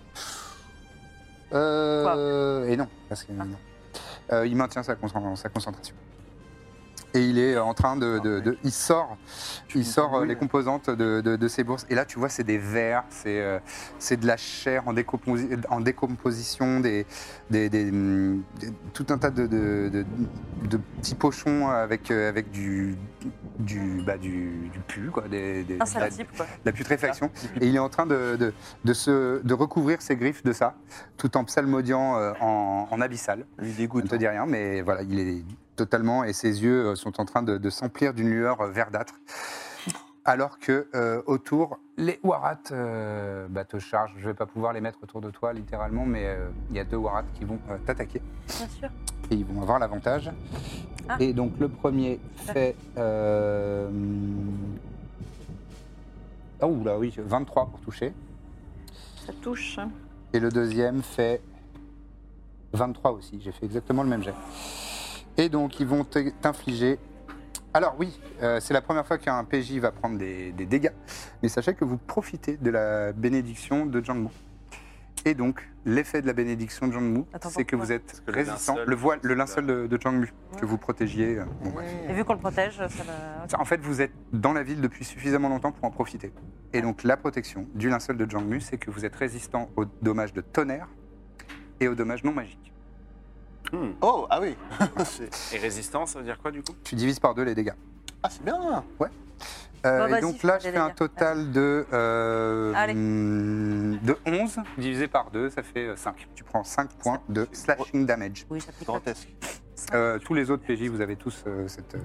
Euh, et non, parce que- non. Euh, il maintient sa, concent- sa concentration. Et il est en train de, de- de- il sort, il sort euh, les composantes de, de- de ses bourses. Et là, tu vois, c'est des verres, c'est euh, c'est de la chair en, décomposi- en décomposition, des, des- des- hum, des- tout un tas de, de- de- de petits pochons avec euh, avec du du bah, du, du pu quoi, des, des- Ah, Un de la- seul type, quoi. la putréfaction. Et il est en train de, de, de se, de recouvrir ses griffes de ça, tout en psalmodiant euh, en, en abyssal. Lui Je ne dégoûte. te dis rien, mais voilà, il est totalement, et ses yeux euh, sont en train de, de s'emplir d'une lueur euh, verdâtre. Alors que euh, autour, les warats euh, bah, te chargent. Je ne vais pas pouvoir les mettre autour de toi littéralement, mais euh, il y a deux warats qui vont euh, t'attaquer Bien sûr. et ils vont avoir l'avantage. Ah. Et donc le premier fait. Euh... Ah oula, oui, 23 pour toucher. Ça touche. Et le deuxième fait 23 aussi. J'ai fait exactement le même jet. Et donc ils vont te- t'infliger. Alors oui, euh, c'est la première fois qu'un PJ va prendre des, des dégâts. Mais sachez que vous profitez de la bénédiction de Django. Et donc, l'effet de la bénédiction de Django, Attends, c'est que pourquoi vous êtes que le résistant. linceul- Le, voile, le linceul de, de Django, que vous protégiez. euh, bon, bref. Et vu qu'on le protège, ça le... En fait, vous êtes dans la ville depuis suffisamment longtemps pour en profiter. Et donc, la protection du linceul de Jangmu, c'est que vous êtes résistant aux dommages de tonnerre et aux dommages non magiques. Hmm. Oh, ah oui. C'est- Et résistant, ça veut dire quoi du coup Tu divises par deux les dégâts. ah, c'est bien. Euh, Bah, et vas-y, donc fais là, des je fais un dégâts. total de, euh, Allez. hmm, de 11 divisé par 2, ça fait 5. Tu prends 5 points de slashing damage. Oui, ça pique. Grotesque. Euh, tous les autres PJ, vous avez tous euh, cette, euh,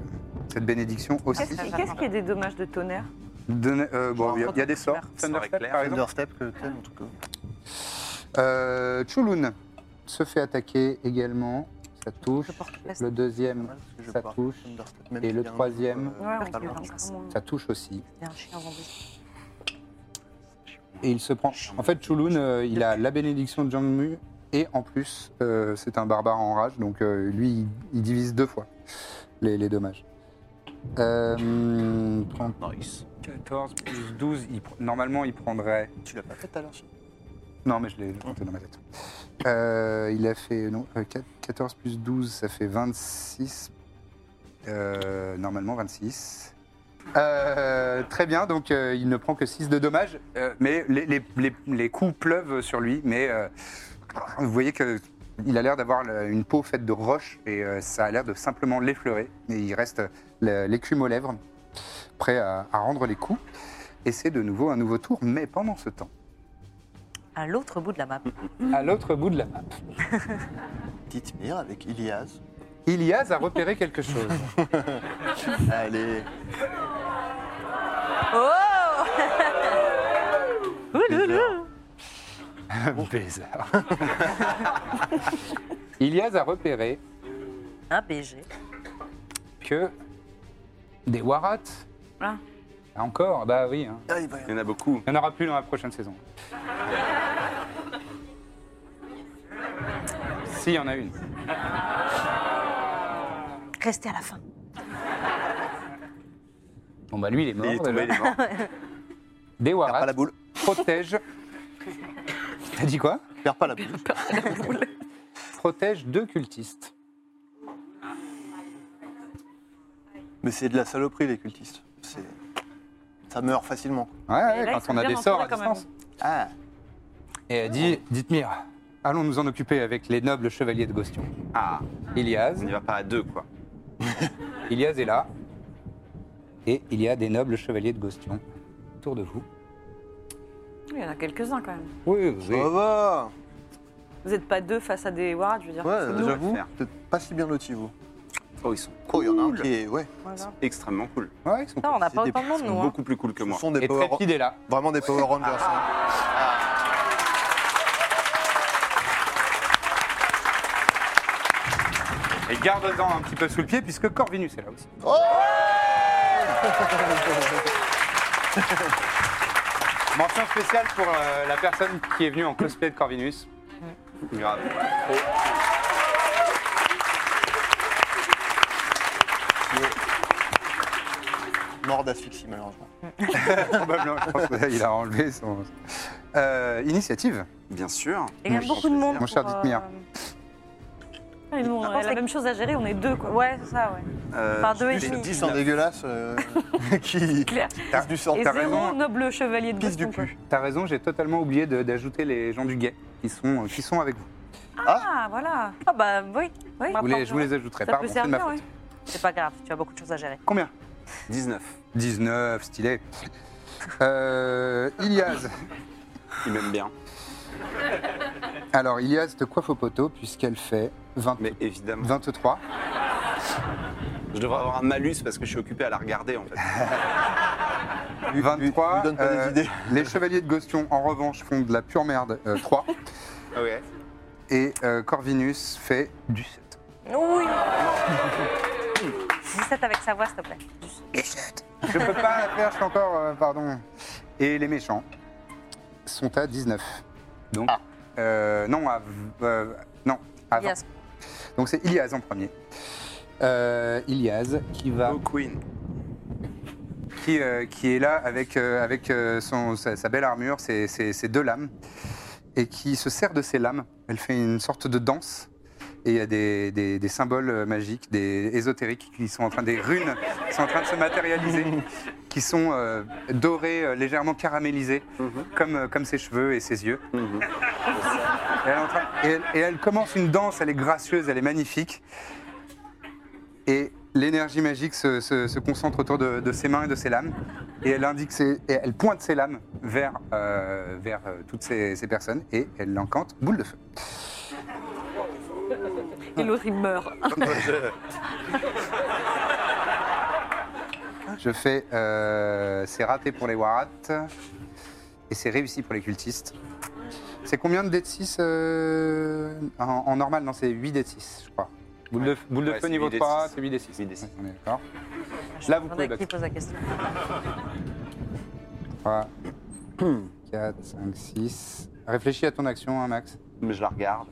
cette bénédiction aussi. Qu'est-ce Qu'est-ce qu'il y a des dommages de tonnerre De- euh, bon, il y, a- il y a des sorts. Thunderstep, éclair. par exemple. Understep, que tel, en tout cas. Euh, Chulun se fait attaquer également. Ça touche. Je porte peste. Le deuxième, Parce que je ça pars. touche. Understep, même Et s'il le y a un troisième. niveau, Ouais, euh, ouais, pas il y a loin. un- Ça touche aussi. il y a un chien zombie. Et il se prend. En fait, Chulun, euh, il a la bénédiction de Jangmu. Et en plus, euh, c'est un barbare en rage. Donc euh, lui, il, il divise deux fois les, les dommages. Euh, prend Nice. 14 plus 12. il pr- Normalement, il prendrait. Tu l'as pas fait tout à l'heure. ça Non, mais je l'ai compté dans ma tête. Euh, il a fait non, euh, quat- 14 plus 12, ça fait 26. Euh, normalement 26. Euh, très bien, donc euh, il ne prend que 6 de dommages, euh, mais les, les- les- les coups pleuvent sur lui, mais euh, vous voyez que il a l'air d'avoir le- une peau faite de roche et euh, ça a l'air de simplement l'effleurer, mais il reste le- l'écume aux lèvres, prêt à, à rendre les coups. Et c'est de nouveau un nouveau tour, mais pendant ce temps À l'autre bout de la map. à l'autre bout de la map. Petite mire avec Ilias. Ilias a repéré quelque chose. Allez. Oh plaisir. Bizarre. Ilias a repéré Un BG. que des warats. Ah. Encore, bah oui. hein. Ah, il va y Il y en a beaucoup. Il n'y en aura plus dans la prochaine saison. si, il y en a une. Restez à la fin. Bon, bah lui, il est mort. Il est Oh tombé, déjà. il est mort. Des avoir pas la warats boule. protègent. T'as dit quoi Perds pas la boule. Protègent deux cultistes. Mais c'est de la saloperie, les cultistes. C'est- Ça meurt facilement. Ouais, Et ouais, là, ils quand sont on a bien des sorts à entourés, quand même. distance. Ah. Et elle dit Dites-moi, allons nous en occuper avec les nobles chevaliers de Gostion. Ah, Ilias, on n'y va pas à deux, quoi. Ilias est là. Et il y a des nobles chevaliers de Gostion autour de vous. Il y en a quelques-uns quand même. Oui, oui. Ça va Vous n'êtes pas deux face à des warats, je veux dire. Ouais, nous. j'avoue, On va le peut-être pas si bien loti, vous. Oh, ils sont Oh, il y en a un qui est. Ouais. extrêmement cool. Ouais, ils sont Non, on n'a C'est pas des- autant de monde, Ils nous. sont hein. beaucoup plus cool que Ce moi. sont des Et Power Trépide est là. Vraiment des Power Rangers. Ah. hein. Et garde-en un petit peu sous le pied, puisque Corvinus est là aussi. Mention spéciale pour euh, la personne qui est venue en cosplay de Corvinus. Grave. Mort d'asphyxie, malheureusement. Probablement, je pense qu'il a enlevé son. Euh, initiative. Bien sûr. Et il y a beaucoup de monde. Mon cher pour, Dithmir. Ah, mais bon, Je elle pense a la que- même chose à gérer, on est deux quoi. Ouais, c'est ça, ouais. Euh, Enfin, deux et j'ai demi. Ils 19. sont dégueulasses euh, qui Clair. pissent du sang. Et t'as zéro raison. noble chevalier de Pisse du Boston, quoi. cul. T'as raison, j'ai totalement oublié de- d'ajouter les gens du guet qui sont, euh, qui sont avec vous. Ah voilà. Ah bah oui, oui. Je vous les, je vous les ajouterai, Ça pardon, peut c'est de ma servir, faute. ouais. C'est pas grave, tu as beaucoup de choses à gérer. Combien 19. 19, stylé. Euh, Ilias. Il m'aime bien. Alors, Ilias te coiffe au poteau puisqu'elle fait 20 Mais évidemment, 23. je devrais avoir un malus parce que je suis occupé à la regarder, en fait. 23. lui donne pas des euh, idées. Les chevaliers de Gostion, en revanche, font de la pure merde euh, 3. Ok. Et euh, Corvinus fait du 7. Oui 17 avec sa voix, s'il te plaît. Je peux pas la faire, je suis encore. euh, pardon. Et les méchants sont à 19. Donc. Ah. euh, non, à. v- euh, non, à 20. Yes. Donc c'est Ilias en premier. Euh, Ilias qui va. Ah. Oh, Queen. qui, euh, qui est là avec, euh, avec euh, son, sa, sa belle armure, ses, ses- ses deux lames, et qui se sert de ses lames. Elle fait une sorte de danse, et il y a des, des- des symboles euh, magiques, des ésotériques qui sont en train, des runes qui sont en train de se matérialiser, qui sont euh, dorées, euh, légèrement caramélisées, comme, euh, comme ses cheveux et ses yeux. Et elle, est en train- et elle- et elle commence une danse, elle est gracieuse, elle est magnifique. Et l'énergie magique se, se- se concentre autour de, de ses mains et de ses lames. Et elle, indique ses- et elle pointe ses lames vers, euh, vers euh, toutes ces, ces personnes et elle l'encante boule de feu. Et l'autre il meurt. Je fais. euh, c'est raté pour les warats et c'est réussi pour les cultistes. C'est combien de dés de 6 en, en normal Non, c'est 8 dés de 6, je crois. Boule de, boule de Ouais, feu c'est niveau 8 dés de 3, six. c'est 8 dés 6. 8 dés six. On est d'accord. Je Là, vous me demandais pouvez qui pose la question. 3, 4, 5, 6. Réfléchis à ton action, hein, Max. Mais je la regarde.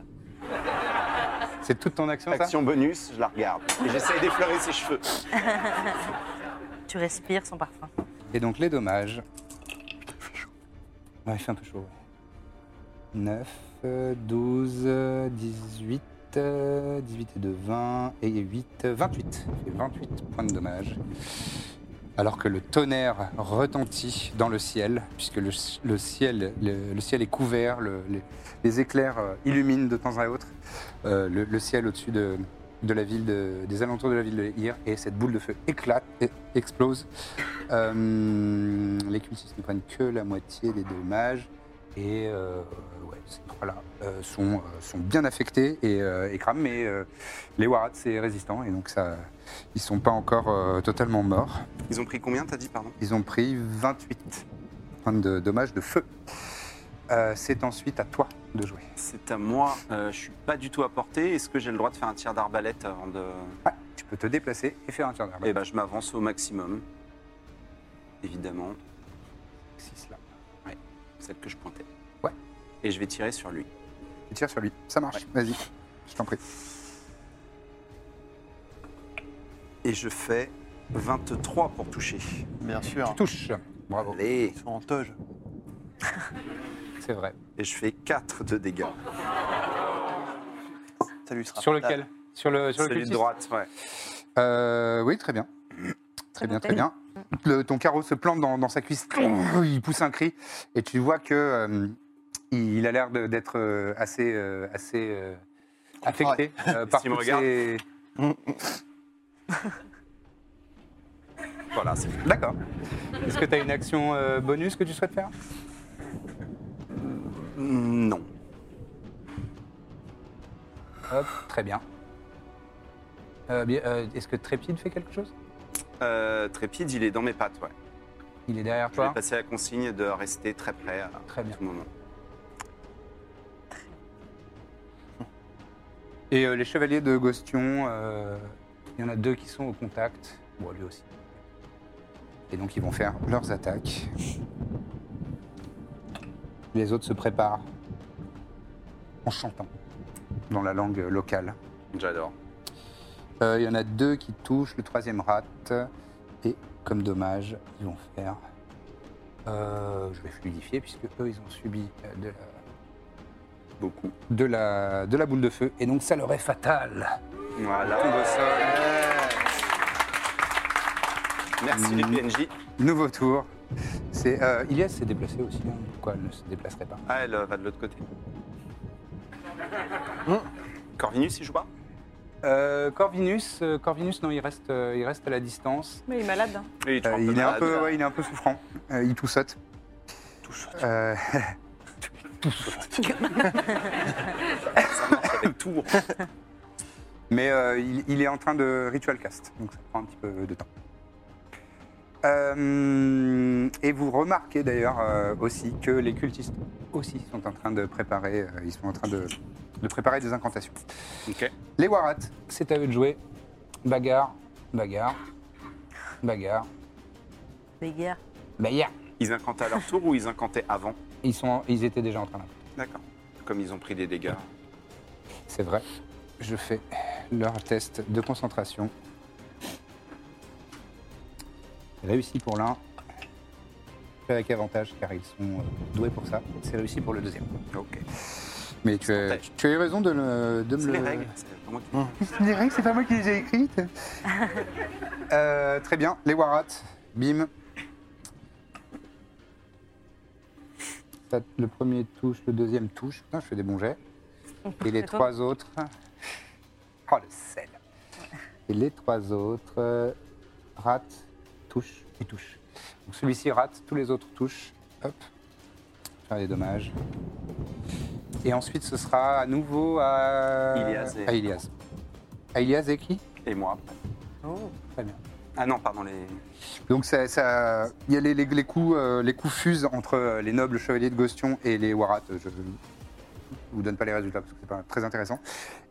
C'est toute ton action, ça Action bonus, je la regarde. Et j'essaye d'effleurer ses cheveux. Tu respires son parfum. Et donc les dommages. Ouais, il fait un peu chaud. ouais. 9, euh, 12, euh, 18, euh, 18 et 2, 20 et 8, euh, 28. Il fait 28 points de dommages. Alors que le tonnerre retentit dans le ciel, puisque le, le ciel, le, le ciel est couvert, le- les, les éclairs euh, illuminent de temps à autre euh, le, le ciel au-dessus de, de la ville de- des alentours de la ville de Hir, et cette boule de feu éclate, et explose euh, les cultistes ne prennent que la moitié des dommages. Et euh, ouais, ces trois-là euh, sont, euh, sont bien affectés et, euh, et crament, mais euh, les Warats, c'est résistant, et donc ça, ils sont pas encore euh, totalement morts. Ils ont pris combien, t'as dit, pardon Ils ont pris 28 points de dommages de feu. Euh, c'est ensuite à toi de jouer. C'est à moi. Euh, je suis pas du tout à portée. Est-ce que j'ai le droit de faire un tir d'arbalète avant de. Ouais, tu peux te déplacer et faire un tir Eh d'arbalète. ben, je m'avance au maximum. Évidemment, Six, là. celle que je pointais. Ouais. Et je vais tirer sur lui. Tu tires sur lui. Ça marche. Vas-y. Je t'en prie. Et je fais 23 pour toucher. Bien sûr. Touche. Oh. Bravo. Allez. Ils sont en toge. C'est vrai. Et je fais 4 de dégâts. Ça lui sera Sur fatal. lequel Sur le, sur le Celui de cultiste droite, ouais. Euh, oui, très bien. Très bien, très bien. Le- ton carreau se plante dans, dans sa cuisse. Il pousse un cri et tu vois que euh, il a l'air de- d'être euh, assez, euh, assez euh, affecté euh, par S'il me toutes regarde. ces- Voilà, c'est fait. D'accord. Est-ce que tu as une action euh, bonus que tu souhaites faire Mm, Non. Hop, Très bien. Euh, bien, euh, Est-ce que Trépide fait quelque chose Euh, Trépide, il est dans mes pattes, ouais. Il est derrière Je vais toi. passer la consigne de rester très près à Très bien. tout moment. Et euh, les chevaliers de Gostion, euh, il y en a deux qui sont au contact. Bon, lui aussi. Et donc ils vont faire leurs attaques. Les autres se préparent en chantant dans la langue locale. J'adore. Euh, Il y en a deux qui touchent, le troisième rate. Et comme dommage, ils vont faire. euh, je vais fluidifier puisque eux, ils ont subi euh, de la Beaucoup. de la, de la boule de feu. Et donc ça leur est fatal. Voilà. Merci les PNJ. Nouveau tour. C'est, euh, Ilias s'est déplacé aussi. hein. Pourquoi elle ne se déplacerait pas Ah, elle euh, va de l'autre côté. Corvinus, il joue pas Euh, Corvinus, euh, Corvinus, non, il reste, euh, il reste à la distance. Mais il est malade. hein. Et Euh, trempe il, est dans un la- peu, ouais, il est un peu souffrant. Euh, il tout saute. Euh, Ça marche avec tout. mais euh, il, il est en train de ritual cast, donc ça prend un petit peu de temps. Euh, et vous remarquez d'ailleurs euh, aussi que les cultistes aussi sont en train de préparer, euh, ils sont en train de- de préparer des incantations. Ok. Les Warats, c'est à eux de jouer. Bagarre, bagarre, bagarre, Les guerres. bagarre. Ils incantaient à leur tour ou ils incantaient avant Ils, sont, ils étaient déjà en train de- D'accord. Comme ils ont pris des dégâts. C'est vrai. Je fais leur test de concentration. Réussi pour l'un. Avec avantage car ils sont euh, doués pour ça. C'est réussi pour le deuxième. Ok. Mais tu as, Pourcentage. tu as eu raison de, le- de me C'est le. les règles. c'est pas moi qui- Les règles, c'est pas moi qui les ai écrites. Euh, très bien, les warats, bim. Ça, Le premier touche, le deuxième touche. Putain, je fais des bons jets. Et les trois autres. Oh le sel. Et les trois autres euh, ratent, touchent et touchent. Donc celui-ci rate, tous les autres touchent. Hop. Faire des dommages. Et ensuite, ce sera à nouveau à Ilias et- À Ilias. À Ilias et qui Et moi. Très bien. Ah non, pardon, les. Donc ça, ça- il y a les, les- les coups, euh, les coups fusent entre euh, les nobles chevaliers de Gostion et les Warats. Je ne vous donne pas les résultats parce que c'est pas très intéressant.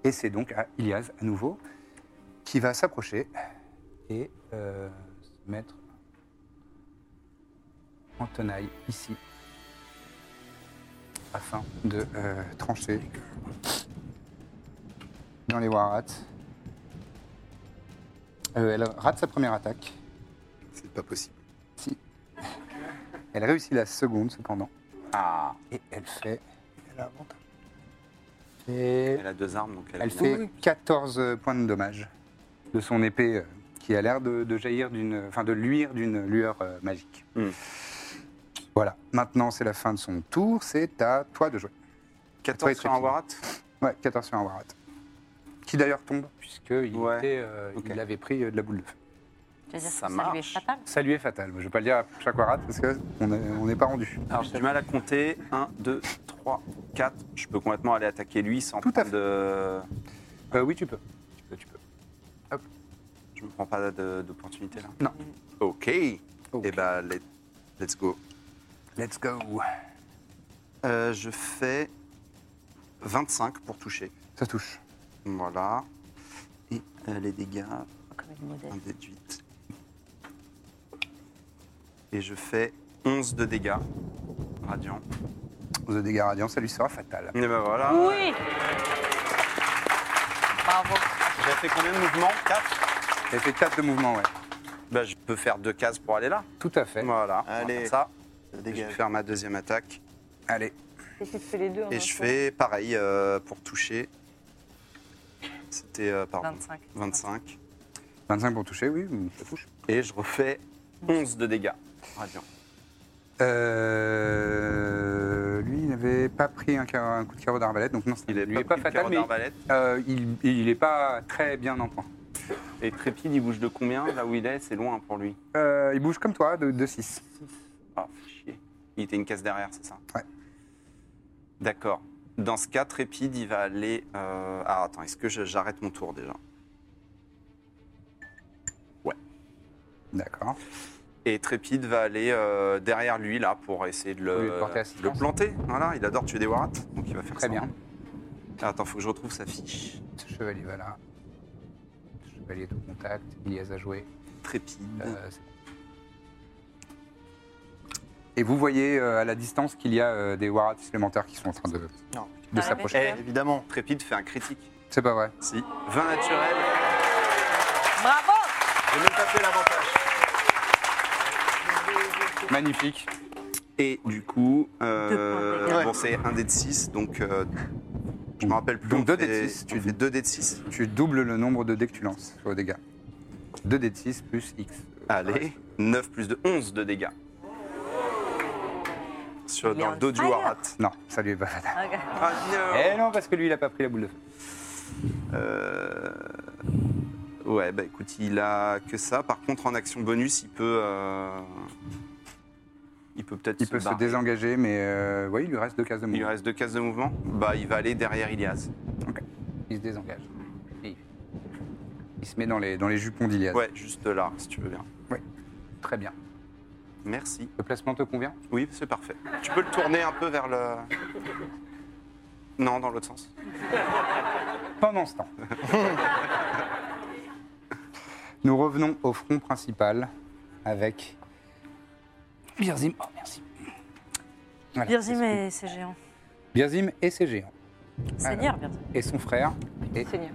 Et c'est donc à Ilias à nouveau qui va s'approcher et euh, se mettre en tenaille ici afin de euh, trancher dans les Warats. Euh, elle rate sa première attaque. C'est pas possible. Elle réussit la seconde cependant. Ah. Et elle fait. Elle a avantage. Et Elle a deux armes, donc elle. elle fait 14 points de dommage de son épée euh, qui a l'air de, de jaillir d'une. Enfin de luire d'une lueur euh, magique. Hmm. Voilà. Maintenant c'est la fin de son tour. C'est à toi de jouer. 14 sur un Warat Ouais, 14 sur un Warat. Qui d'ailleurs tombe puisqu'il Ouais. était, euh, Ok. il avait pris euh, de la boule de feu. Je veux dire, Ça ça, lui est marche. fatal. Ça lui est fatal. Je vais pas le dire à chaque Warat parce qu'on n'est pas rendu. Alors j'ai du mal à compter. 1, 2, 3, 4. Je peux complètement aller attaquer lui sans Tout à prendre fait. de. Euh, oui, tu peux. Tu peux, tu peux. Je me prends pas de- d'opportunité là. Non. Ok. Eh ben, Et Ok. bah, let- let's go. Let's go. Euh, je fais 25 pour toucher. Ça touche. Voilà. Et euh, les dégâts, Comme une modèle. un dé de 8. Et je fais 11 de dégâts radiant. The dégâts radiants, ça lui sera fatal. Et ben voilà. Oui Bravo. J'ai fait combien de mouvements 4 Elle fait 4 de mouvement, ouais. Bah, Je peux faire deux cases pour aller là. Tout à fait. Voilà. on va Allez. faire ça. Et Je vais Dégage. faire ma deuxième attaque. Allez, Et tu fais les deux en Et un je tour. fais pareil euh, pour toucher. C'était, euh, pardon, 25. 25. 25 pour toucher, oui, mm, ça touche. Et je refais 11 de dégâts radiant. Euh, lui, il n'avait pas pris un, car- un coup de carreau d'arbalète, donc non, Il lui est pas pris de fatal, carreau mais d'arbalète. euh, il, il est pas très bien en point. Et Trépide, il bouge de combien Là où il est, c'est loin pour lui. Euh, il bouge comme toi, de, de 6. Ah, faut chier. Il était une case derrière, c'est ça Ouais. D'accord. Dans ce cas, Trépide, il va aller. euh, Ah, attends, est-ce que je- j'arrête mon tour déjà D'accord. Et Trépide va aller euh, derrière lui, là, pour essayer de Au lieu le, de porter assistance. le planter. Voilà, il adore tuer des warats, donc il va faire Très ça. bien. Ah, attends, faut que je retrouve sa fiche. Ce chevalier va là. Ce Chevalier est au contact. Ilias a joué. Trépide. Euh, c'est- Et vous voyez euh, à la distance qu'il y a euh, des warats supplémentaires qui sont en train de, Non. de s'approcher. Eh, Évidemment. Trépide fait un critique. C'est pas vrai. Si. 20 naturel. Bravo J'ai même pas fait l'avantage. Magnifique. Et du coup, Deux points de euh, dégâts. bon, c'est un dé de 6, donc euh, je me rappelle plus. Donc on deux dés de fait- six, Tu fais 2 dés de 6. Tu doubles le nombre de dés que tu lances sur le dégâts. 2 dés de 6 plus X. Euh, Allez, 9 plus 2, 11 de dégâts. Sur, Il est dans le on dos du fire. Warat. Non, ça lui est pas fatal. Ah non Eh non, parce que lui, il a pas pris la boule de feu. Euh, Ouais, bah écoute, il a que ça. Par contre, en action bonus, il peut. euh, Il peut peut-être Il peut se barrer. désengager, mais euh, ouais, il lui reste deux cases de Il lui mouvement. reste deux cases de mouvement. Bah, il va aller derrière Ilias. Il se désengage. Et Il se met dans les, dans les jupons d'Ilias. Ouais, juste là, si tu veux bien. Très bien. Merci. Le placement te convient Oui, c'est parfait. Tu peux le tourner un peu vers le. Non, dans l'autre sens. pendant ce temps. Nous revenons au front principal avec Birzim. Oh, merci. Voilà, Birzim c'est ce et ses géants. que- Ah Birzim et ses géants. Seigneur Birzim. Et son frère. Et Seigneur.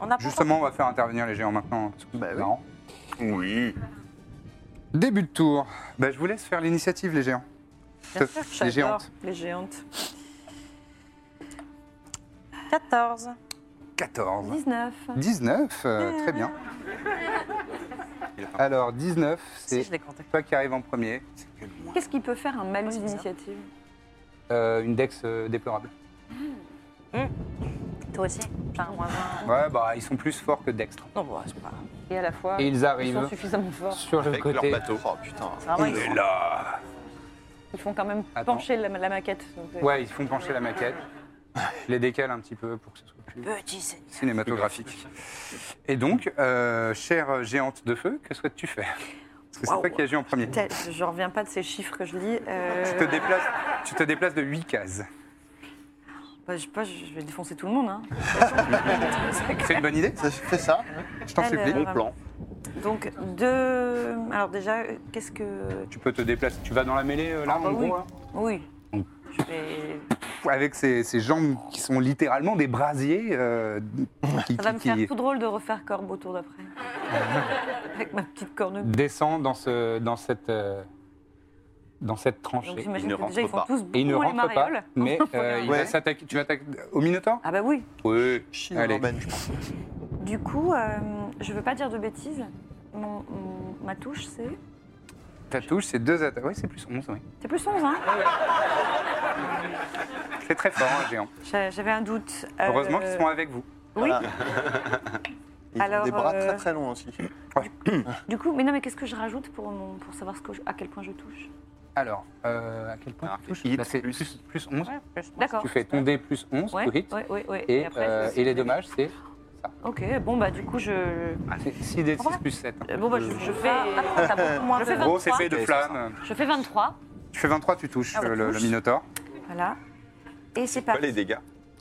On a pas justement, on va faire intervenir les géants maintenant. parce que c'est Bah oui. marrant. Oui. Début de tour. Bah, je vous laisse faire l'initiative, les géants. Bien sûr, les j'adore. géantes. Les géantes. 14. 14. 19. 19, euh, très bien. Alors, 19, Si, c'est je l'ai compté. toi qui arrive en premier. Qu'est-ce qui peut faire un malus Ouais, c'est ça. d'initiative Euh, une dex euh, déplorable. Toi aussi J'ai un moins un. Ouais, bah, ils sont plus forts que dextre. Non, bah, bon, c'est pas grave. Et à la Ah. fois, Et ils ils arrivent sont suffisamment forts. sur le Avec côté. leur bateau. Oh putain. C'est vraiment une- Et là Ils font quand même Attends. pencher la, la maquette. donc, euh, Ouais, ils font pencher la maquette, les décalent un petit peu pour que ce soit plus Petit Seigneur. cinématographique. Et donc, euh, chère géante de feu, que souhaites-tu faire Parce que c'est Waouh. toi qui agis en premier. Tel- Je reviens pas de ces chiffres que je lis. euh, Tu te déplaces, tu te déplaces de 8 cases. bah, je sais pas, je vais défoncer tout le monde. hein. C'est une bonne idée Ça fait ça. Je t'en Alors, supplie. Plan. Donc, deux. Alors, déjà, euh, qu'est-ce que. Tu peux te déplacer. Tu vas dans la mêlée euh, là, Ah, bah en oui. gros là Oui. Oh. Je vais. Avec ses, ses jambes qui sont littéralement des brasiers. euh, qui, Ça va qui- me faire qui tout drôle de refaire corbe au tour d'après. Avec ma petite corne. descend dans, ce, dans cette, euh, dans cette Donc, tranchée. j'imagine ne que déjà, ils rentre font pas. tous Et il ne beaucoup les rentre pas, marioles. mais euh, il va Ouais. s'attaquer. Tu vas t'attaquer au Minotaure Ah, bah oui. Oui. Chine Allez. urbaine, je pense. Du coup, euh, je veux pas dire de bêtises. Mon- mon- ma touche, c'est. Ta touche, c'est deux attaques. Oui, c'est plus 11, oui. C'est plus 11, hein C'est très fort, un géant. J'a- J'avais un doute. Euh, Heureusement qu'ils sont avec vous. Oui, Ils Alors, ont des bras euh, très très longs aussi. du coup, mais non, mais qu'est-ce que je rajoute pour, mon, pour savoir ce que je- à quel point je touche Alors, euh, à quel point Alors, tu touches hit Là, c'est plus- plus, plus 11. D'accord. Tu fais ton dé plus 11 Ouais, pour hit. ouais, ouais, ouais. Et, après, euh, je- et les dommages, c'est Ok, bon, bah, du coup, je. 6 d 6 Ouais. plus 7. Bon, bah, je, je fais. Ah, t'as beaucoup moins Je fais de- Gros, c'est 23. fait de Ok, flammes. Je fais 23. Tu fais 23, tu touches Ah ouais, euh, le, touche. le Minotaure. Voilà. Et c'est Pas parti. les dégâts.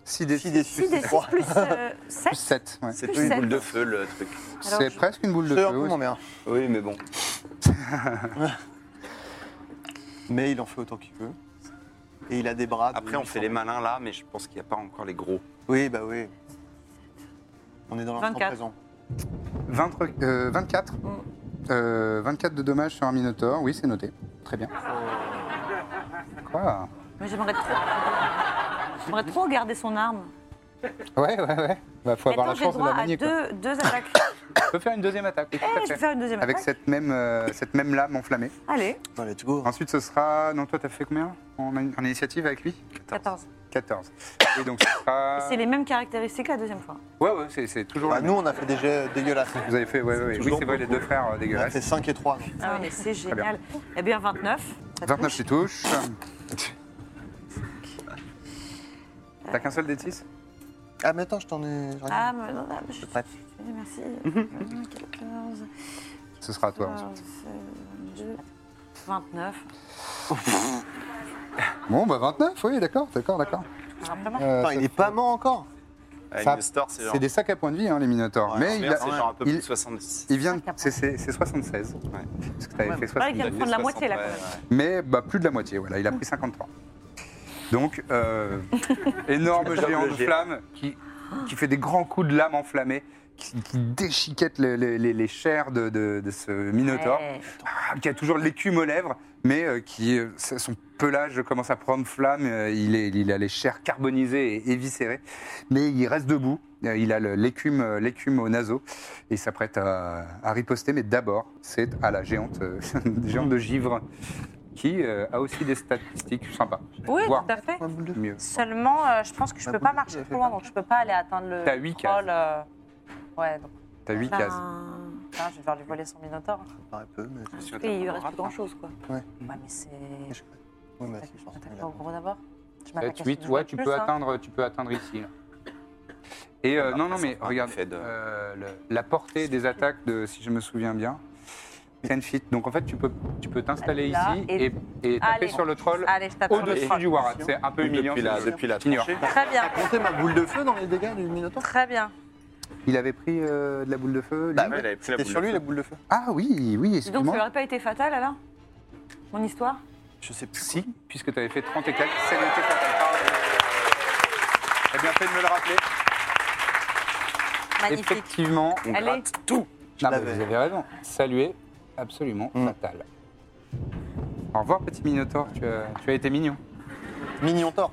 6 des 6 des 6 des 6 plus 7. 7, ouais. C'est Plus une sept. boule de feu le truc. Alors, C'est je- presque une boule de C'est un feu. peu ouais. moins bien. Oui, mais bon. Mais il en fait autant qu'il veut. Et il a des bras. de Après, on fait les 800. malins là, mais je pense qu'il n'y a pas encore les gros. Oui, bah oui. On est dans l'instant 24. présent. 20, euh, 24. Mm. Euh, 24 de dommages sur un Minotaure, oui, c'est noté. Très bien. Quoi Mais j'aimerais trop... j'aimerais trop garder son arme. Ouais, ouais, ouais. Bah, faut avoir Maintenant, la j'ai chance de droit la à manier. quoi. deux, deux attaques. Tu peux faire une deuxième attaque. oui, tout à Eh, je fait. vais faire une deuxième Avec attaque. cette même, euh, cette même lame enflammée. Allez, Bah, let's go. Ensuite, ce sera. Non, toi, t'as fait combien en, en initiative avec lui 14. 14. Et donc, ce sera. C'est les mêmes caractéristiques que la deuxième fois. Ouais, ouais, c'est- c'est toujours Bah, la même. nous, on a fait des jets dégueulasses. Vous avez fait. Ouais, ouais, ouais. Oui, toujours c'est vrai, les beaucoup. deux frères euh, On a dégueulasses. fait 5 et 3. Ah, mais c'est génial. Eh bien, 29. ça 29, touche. tu touches. T'as qu'un seul des 6 Ah, mais attends, je t'en ai. j'en ai- Ah, mais non, non, je suis Bref. Merci. 14, Ce sera à toi. ensuite. 22, 29. Euh. Bon, bah 29, oui, d'accord, d'accord, d'accord. Alors, vraiment, Euh, Attends, ça- il est pas mort encore Avec Ça- le store, c'est genre. c'est des sacs à points de vie, hein, les Minotaurs. Ouais, Mais il, Merde, a- c'est genre un peu il- plus de 70. il vient. Sacs à points. C'est c'est- c'est 76. Ouais. Parce que t'avais fait Ouais, il 70. vient de prendre la moitié là quand même. Mais bah, plus de la moitié, voilà, il a pris 53. Donc, euh, énorme géant de Double jet. flamme qui, qui fait des grands coups de lame enflammée, qui, qui déchiquette les, les- les- les chairs de, de- de ce Minotaure, Ouais. Ah, qui a toujours l'écume aux lèvres, mais euh, qui, euh, son pelage commence à prendre flamme, euh, il, est- il a les chairs carbonisées et éviscérées, mais il reste debout, euh, il a le- l'écume euh, l'écume au naseau, et il s'apprête à, à riposter, mais d'abord, c'est à la géante, euh, géante de givre qui euh, a aussi des statistiques sympas. Oui, Voire tout à fait. Un boule de- mieux. Seulement, euh, je pense que je peux pas marcher trop loin, donc je peux pas aller atteindre le T'as huit troll, euh, Ouais, donc T'as 8 ben, cases. ben, je vais devoir lui voler son minotaure. Ça paraît peu, mais. Et il reste plus grand chose, quoi. Ouais. Ouais, mais c'est. Oui, mais Attends, c'est Je fort, m'attaque il pas a- au gros d'abord. Je Euh, m'attaque à tu- celui tu vois, qui tu voit peux le plus, hein. atteindre, tu peux atteindre ici. là. Et euh, Après, non, non, Ah, ça mais fera un regarde, effet de- euh, le- la portée des attaques de, si je me souviens bien, 10 feet. Donc en fait, tu peux, tu peux t'installer Là, ici et, et- et taper Allez. sur le troll Allez, je tape sur le au-dessus troll. du Warat. C'est un peu humiliant. depuis la, c'est- depuis la J'ignore. tranchée. Très bien, Comptez ma boule de feu dans les dégâts du Minotaur très bien. Il avait pris euh, de la boule de feu. lui Bah, Ah Ouais, il avait pris la T'es boule sur de lui, feu. la boule de feu Ah oui, oui, Dis donc, ça excuse-moi. aurait pas été fatal, alors Mon histoire Je sais plus. Si, puisque tu avais fait 30 et 4, ça avait été fatale. T'as Eh bien fait de me le rappeler. Magnifique. Effectivement, on Allez. gratte tout. Non, mais l'avais. Ah, vous avez raison. Saluer, absolument fatal. Au revoir, petit Minotaure. Tu as, tu as été mignon. Mignon tort.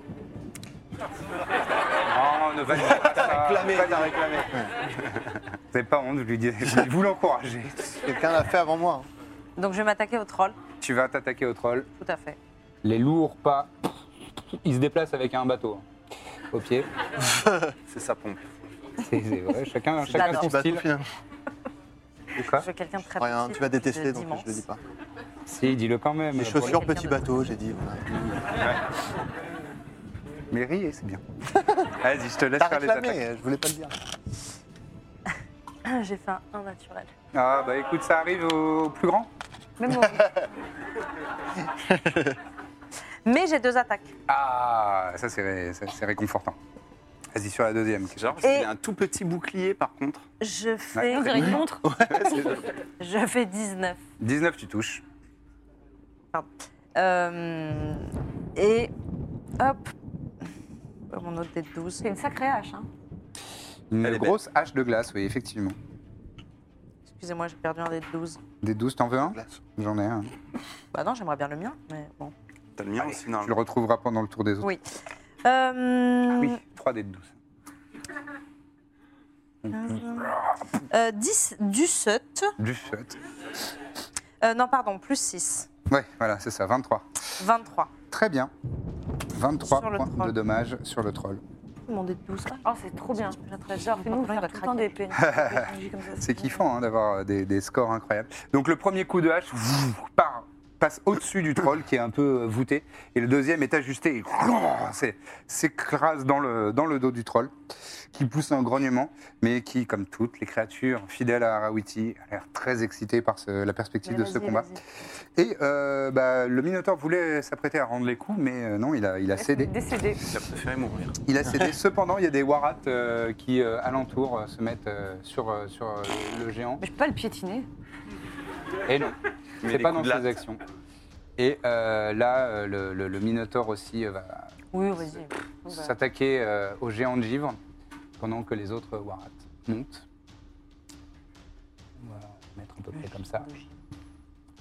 Oh, ne valide pas ça. Clamé, t'as réclamé. Vous n'avez pas honte, je lui dis. Je vous l'encourager. Quelqu'un l'a fait avant moi. hein. Donc, je vais m'attaquer au troll, Tu vas t'attaquer au troll. tout à fait. Les lourds pas. Il se déplace avec un bateau. Au pied. C'est sa pompe. C'est c'est vrai. Chacun, chacun l'adore. son style. Quoi Je veux quelqu'un de très Rien, hein, petit, tu vas détester, de donc dimanche. je le dis pas. Si, dis-le quand même. Les Pour chaussures, petit bateau, j'ai dit. voilà. les- Mais riez, c'est bien. Vas-y, je te laisse T'as faire les attaques. réclamé, je voulais pas le dire. J'ai fait un 1 naturel. Ah, bah écoute, ça arrive au plus grand. Même au- Mais j'ai deux attaques. Ah, ça c'est ré- ça, c'est réconfortant. Vas-y sur la deuxième. Genre, Et- il a un tout petit bouclier par contre. Je fais. On dirait une montre. je fais 19. 19, tu touches. Euh, et hop. Oh, Mon autre dé de 12. C'est une sacrée hache. Hein. Une Elle est grosse hache de glace, oui, effectivement. Excusez-moi, j'ai perdu un dé de 12. Des 12, t'en veux un J'en ai un. Bah non, j'aimerais bien le mien, mais bon. T'as le mien aussi, Tu le normalement. retrouveras pendant le tour des autres. Oui. Ah Euh, Oui, 3 des 12. euh, 10 du sept. Du fait. Euh, non, pardon, plus 6. Ouais, voilà, c'est ça, 23. 23. Très bien. 23 Sur le points troll. de dommages sur le troll. Mon dé de 12, là. Oh, c'est trop bien. J'adore, Fais-nous faire tout le temps des euh, C'est kiffant hein, d'avoir des, des scores incroyables. Donc le premier coup de hache pff, part passe au-dessus du troll qui est un peu euh, voûté. Et le deuxième est ajusté et c'est- s'écrase dans le, dans le dos du troll, qui pousse un grognement, mais qui, comme toutes les créatures fidèles à Arawiti, a l'air très excité par ce- la perspective de ce combat. Et euh, bah, le Minotaur voulait s'apprêter à rendre les coups, mais euh, non, il a, il a cédé. Décédé. Il a préféré mourir. Il a cédé. Cependant, il y a des warats euh, qui, euh, alentour, euh, se mettent euh, sur, euh, sur euh, le géant. Mais je peux pas le piétiner. Et non, Mais c'est les pas dans coups de ses latte. actions. Et euh, là, euh, le, le- le Minotaur aussi euh, va Oui, vas-y. bah, s'attaquer euh, au géant de givre pendant que les autres warats montent. On va mettre un peu près comme ça.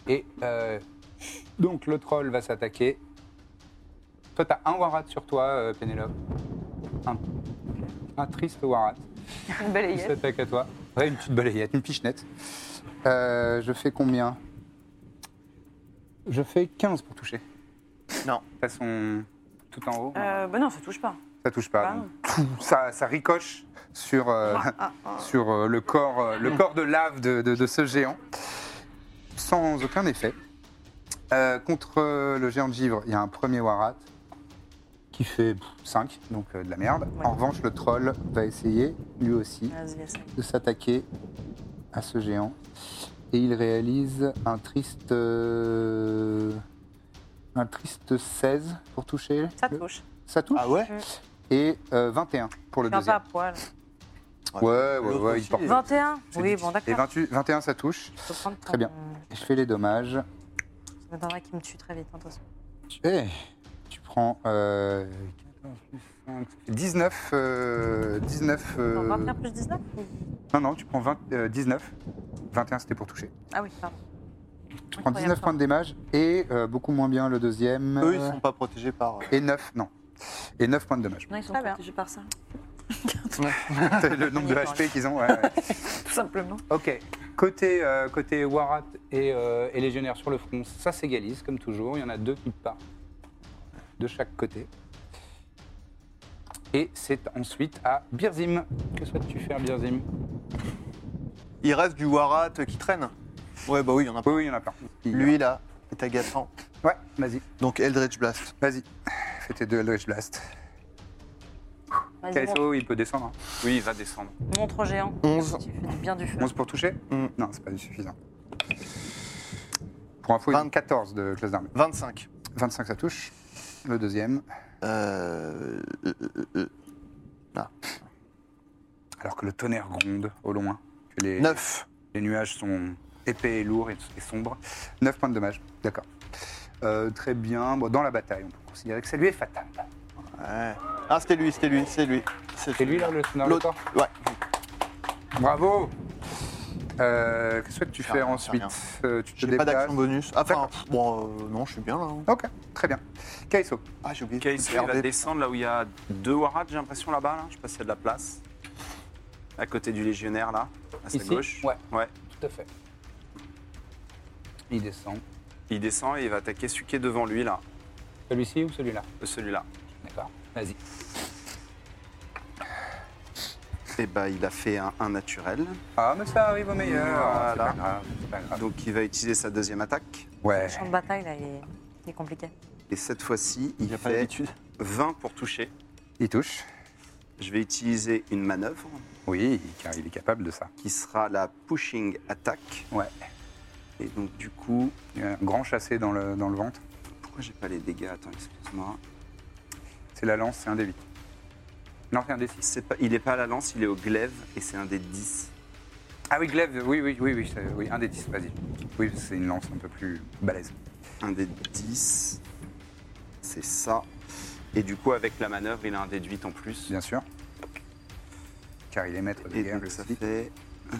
Et euh, donc le troll va s'attaquer. Toi, t'as un warat sur toi, euh, Pénélope. Un, un triste warat. Une Il balayette. s'attaque à toi. Ouais, une petite balayette, une pichenette. Euh, je fais combien Je fais 15 pour toucher. Non. T'as son. tout en haut. Euh, bah non, ça touche pas. Ça touche pas. Ah. donc, tout- ça, ça ricoche sur, euh, sur euh, le, corps, euh, le corps de lave de, de- de ce géant, sans aucun effet. Euh, contre euh, le géant de givre, il y a un premier Warat qui fait 5, donc euh, de la merde. En revanche, le troll va essayer, lui aussi, Vas-y, essaye. de s'attaquer à ce géant. Et il réalise un triste. euh, un triste 16 pour toucher. Ça le- touche. ça touche Ah ouais et euh, 21 pour le Je viens pas à deuxième. poil. Ouais, ouais, L'autre ouais, il aussi, porte. euh, 21 C'est Oui, dit. bon, Et d'accord. 28 21, ça touche. Je peux prendre ton... Très bien. Et je fais les dommages. Ça m'étonnerait qu'il me tue très vite, hein, attention. Eh, tu prends euh, 14 plus 5, ça fait 19. euh, 19 euh, Attends, 21 plus 19 ou- Non, non, tu prends 20, euh, 19. 21, c'était pour toucher. Ah oui, pardon. Tu prends 19 points de démage et euh, beaucoup moins bien le deuxième. Eux, ils euh, sont pas protégés par. euh, Et 9, non. Et 9 points de dommage. Non, ils sont Très bien. protégés par ça, le nombre de HP qu'ils ont. ouais, ouais. tout simplement. Ok. Côté, euh, côté Warat et, euh, et Légionnaire sur le front, ça s'égalise comme toujours. Il y en a deux qui partent de chaque côté. Et c'est ensuite à Birzim. Que souhaites-tu faire, Birzim Il reste du Warat qui traîne. Ouais, bah oui, il y en a pas. Oui, oui, il y en a plein. Lui, là, est agaçant. Ouais, vas-y. Donc Eldritch Blast. Vas-y. Fais tes deux Eldritch Blast. Vas-y, mon- KSO, il peut descendre. hein. Oui, il va descendre. montre au géant. 11. Tu fais du bien du feu. 11 pour toucher Mm. Non, c'est pas suffisant. Pour info, il a 20. 14 de classe d'armure. 25. 25, ça touche. Le deuxième. Euh, euh, euh, euh, Alors que le tonnerre gronde au loin. Que les, 9. Les nuages sont épais et lourds et, et sombres. 9 points de dommage, d'accord. Euh, très bien, Bon, dans la bataille, on peut considérer que c'est lui est fatal. Ouais. Ah, c'était lui, c'était lui, c'est lui. C'est lui là le dans le L'autre. corps Ouais. Bravo euh, Que souhaites-tu Faire faire rien, ensuite faire Euh, Tu te J'ai pas déplaces d'action bonus. Ah, Enfin, bon, euh, non, je suis bien là. hein. Ok, très bien. Kaiso, Ah, j'ai oublié. Ok, il va descendre là où il y a deux Warats, j'ai l'impression là-bas. Là. Je sais pas s'il y a de la place. À côté du légionnaire, là, à sa Ici gauche. Ouais. ouais. tout à fait. Il descend. Il descend et il va attaquer celui qui est devant lui, là. Celui-ci ou celui-là Euh, Celui-là. D'accord, vas-y. Et bah, il a fait un 1 naturel. Ah, mais ça arrive au meilleur. Voilà. C'est pas grave, c'est pas grave. Ah, Donc, il va utiliser sa deuxième attaque. Ouais. Le champ de bataille, là, il est, il est compliqué. Et cette fois-ci, Il il, n'y a pas fait d'habitude. 20 pour toucher. Il touche. Je vais utiliser une manœuvre Oui, car il est capable de ça. qui sera la pushing attack. Ouais. Et donc, du coup, Il y a un grand chassé dans le, dans le ventre. pourquoi j'ai pas les dégâts Attends, excuse-moi. C'est la lance, c'est un D8. Non, c'est un D6. C'est pas- Il est pas à la lance, il est au glaive et c'est un des 10. Ah oui, glaive, oui, oui, oui, oui, c'est- oui un D10, vas-y. Oui, c'est une lance un peu plus balèze. Un des 10, c'est ça. Et du coup, avec la manœuvre, il a un des 8 en plus. Bien sûr. Car il est maître de Et guerre, donc, le ça dit. fait euh,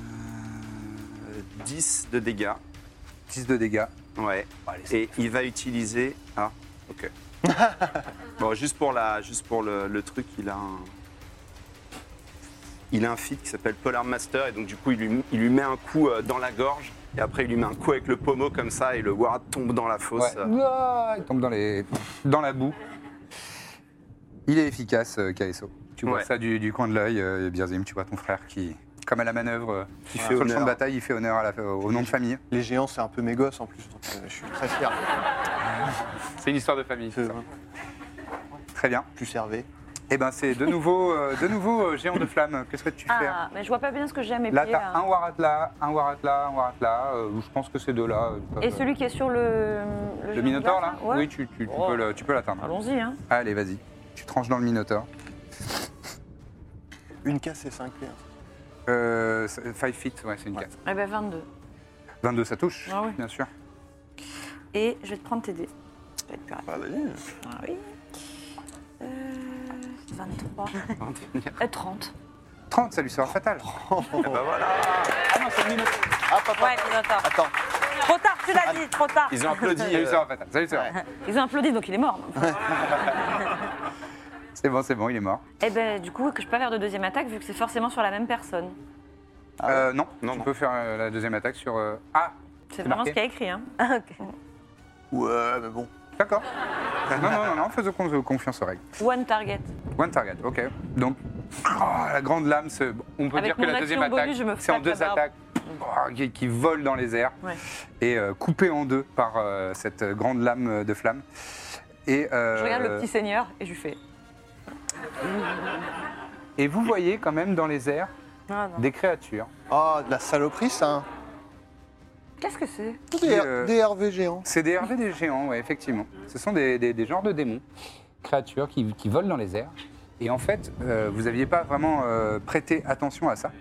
10 de dégâts. 10 de dégâts. Ouais. Et il va utiliser. Ah, ok. bon, juste pour, la, juste pour le, le truc, il a un. Il a un feat qui s'appelle Polar Master, et donc du coup, il lui, il lui met un coup euh, dans la gorge, et après, il lui met un coup avec le pommeau comme ça, et le Warad tombe dans la fosse. Ouais. Ouah, il tombe dans, les... dans la boue. Il est efficace, euh, KSO. Tu vois Ouais. ça du, du coin de l'œil, euh, Birzim, tu vois ton frère qui, comme à la manœuvre. euh, Il sur fait le champ de honneur. bataille, il fait honneur à la- au nom de famille. Les géants, c'est un peu mes gosses en plus, donc euh, je suis très fier. C'est une histoire de famille. Je Très bien. plus Hervé. Eh ben, c'est de nouveau, euh, de nouveau euh, géant de flamme. Que souhaites-tu faire Ah, euh, mais je vois pas bien ce que j'ai à mes Là, pieds, t'as là. un Waratla, un Waratla, un Waratla. euh, je pense que ces deux-là. euh, peuvent- Et celui qui est sur le. Le géant Minotaure, de là glace, ouais. Oui, tu, tu- tu Oh. peux le- tu peux l'atteindre. Allons-y, hein. Allez, vas-y. Tu tranches dans le Minotaure. Une case et 5 pieds. Euh, 5 feet, ouais, c'est une case. Eh ben 22. 22, ça touche, Ah ouais. bien sûr. Et je vais te prendre tes dés. Ça va être plus rapide. Bah, vas-y. Ah oui. Euh, 23. Euh, 30. 30, ça lui sera fatal. ben Ah non, c'est le Minotaure. Ah, papa. Ouais, Minotaure. Attends, Trop tard, tu l'as dit, trop tard. Ils ont applaudi. Ça lui euh, sera fatal. Ça lui sera fatal. Ils ont applaudi, donc il est mort. C'est bon, c'est bon, il est mort. Eh ben, du coup, que je peux pas faire de deuxième attaque vu que c'est forcément sur la même personne. Euh, non, Ah Non, tu non. peux faire euh, la deuxième attaque sur... euh, Ah, C'est C'est vraiment marqué. ce qu'il y a écrit. Hein. Ouais, mais bon. d'accord. non, non, non, non, faisons con- confiance aux règles. One target. One target, ok. Donc, oh, la grande lame, se- on peut Avec dire que mon la deuxième action attaque, bonus, je me c'est en flatte la deux barbe. attaques oh, qui, qui volent dans les airs Ouais. et euh, coupées en deux par euh, cette grande lame de flamme. Et, euh, Je regarde le petit seigneur et je lui fais. et vous voyez quand même dans les airs Ah, non. des créatures. Ah, de la saloperie, ça. Qu'est-ce que c'est Des, euh, des Hervé géants. C'est des RV des géants, ouais, effectivement. Ce sont des, des- des genres de démons, créatures qui, qui volent dans les airs. Et en fait, euh, vous n'aviez pas vraiment euh, prêté attention à ça,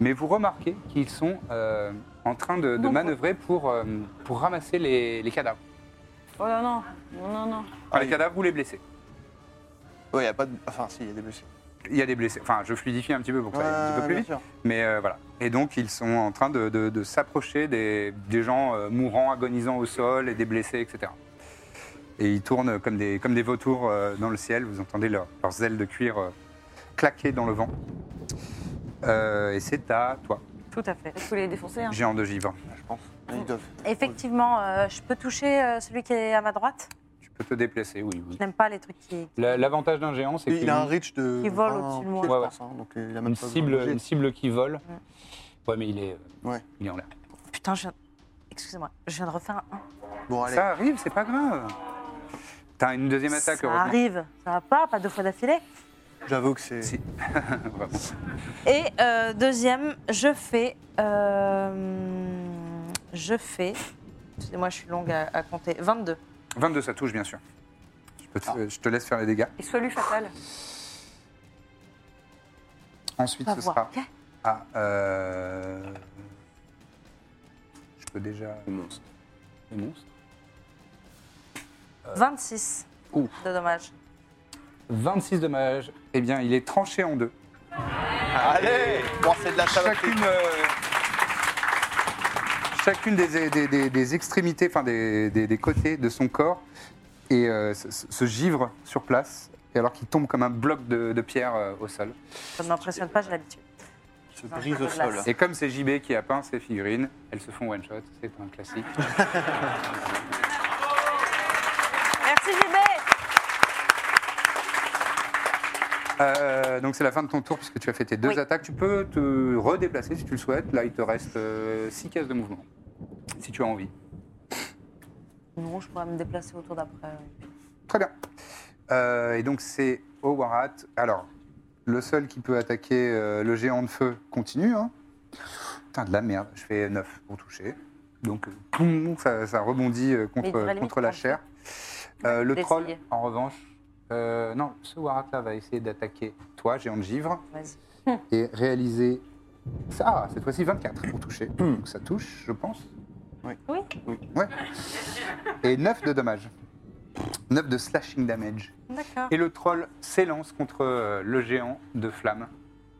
mais vous remarquez qu'ils sont euh, en train de, de Non, manœuvrer pour, euh, pour ramasser les, les cadavres. Oh non, non, non, non, non. Enfin, les cadavres ou les blessés. Ouais, y a pas de. Enfin, si, il y a des blessés. Il y a des blessés. Enfin, je fluidifie un petit peu pour que ça aille un petit peu Ouais, plus bien vite. sûr. Mais euh, voilà. Et donc, ils sont en train de, de- de s'approcher des, des gens euh, mourants, agonisant au sol, et des blessés, etc. Et ils tournent comme des, comme des vautours euh, dans le ciel. Vous entendez leur- leurs ailes de cuir euh, claquer dans le vent. Euh, et c'est à toi, Tout à fait. Je voulais les défoncer. Hein. géant de givre. Je pense. Ils doivent. Effectivement, euh, je peux toucher euh, celui qui est à ma droite. Tu peux te déplacer, oui. oui. Je n'aime pas les trucs qui. La- L'avantage d'un géant, c'est qu'il Il a un reach de. Ils volent 20 au-dessus de moi. pieds, je Ouais, ouais. pense, hein, donc il a même une pas besoin de cible, bouger. une cible qui vole. Ouais, mais il est, euh, Ouais. il est en l'air. Putain, je viens. Excusez-moi, je viens de refaire un. Bon, allez. Ça arrive, c'est pas grave. T'as une deuxième attaque, ça heureusement. arrive, ça va pas, pas deux fois d'affilée. J'avoue que c'est. Si. Vraiment. Et euh, deuxième, je fais. euh, je fais. Excusez-moi, je suis longue à, à compter. 22. 22, ça touche, bien sûr. Je, peux te- Ah. je te laisse faire les dégâts. Et soit lui fatal. Ensuite, On va ce voir. sera Ok. à. euh, Je peux déjà. le monstre. Les monstres. 26 Ouh. de dommages. 26 dommages. Eh bien, il est tranché en deux. Allez Bon, c'est de la saloperie. Chacune. euh, Chacune des, des- des- des extrémités, enfin des, des- des côtés de son corps, et euh, se, se givre sur place, et alors qu'il tombe comme un bloc de, de pierre euh, au sol. Ça ne m'impressionne pas, j'ai l'habitude. Se brise au sol. Et comme c'est JB qui a peint ses figurines, elles se font one shot, c'est un classique. Merci JB Euh, donc c'est la fin de ton tour puisque tu as fait tes deux Oui. attaques. Tu peux te redéplacer si tu le souhaites. Là, il te reste 6 cases de mouvement, si tu as envie. Non, je pourrais me déplacer autour d'après. Très bien. Euh, et donc c'est au Warat. Alors, le seul qui peut attaquer euh, le géant de feu continue. Hein. Putain de la merde, je fais 9 pour toucher. Donc euh, poum, ça, ça rebondit euh, Mais il contre, devrait limite contre la prendre chair. Euh, le d'essayer. troll, en revanche, euh, non, ce Warat là va essayer d'attaquer toi, géant de givre. Vas-y. et réaliser. Ah, cette fois-ci 24 pour toucher. Donc ça touche, je pense. Oui. Ouais. Et 9 de dommages. 9 de slashing damage. D'accord. Et le troll s'élance contre euh, le géant de flamme.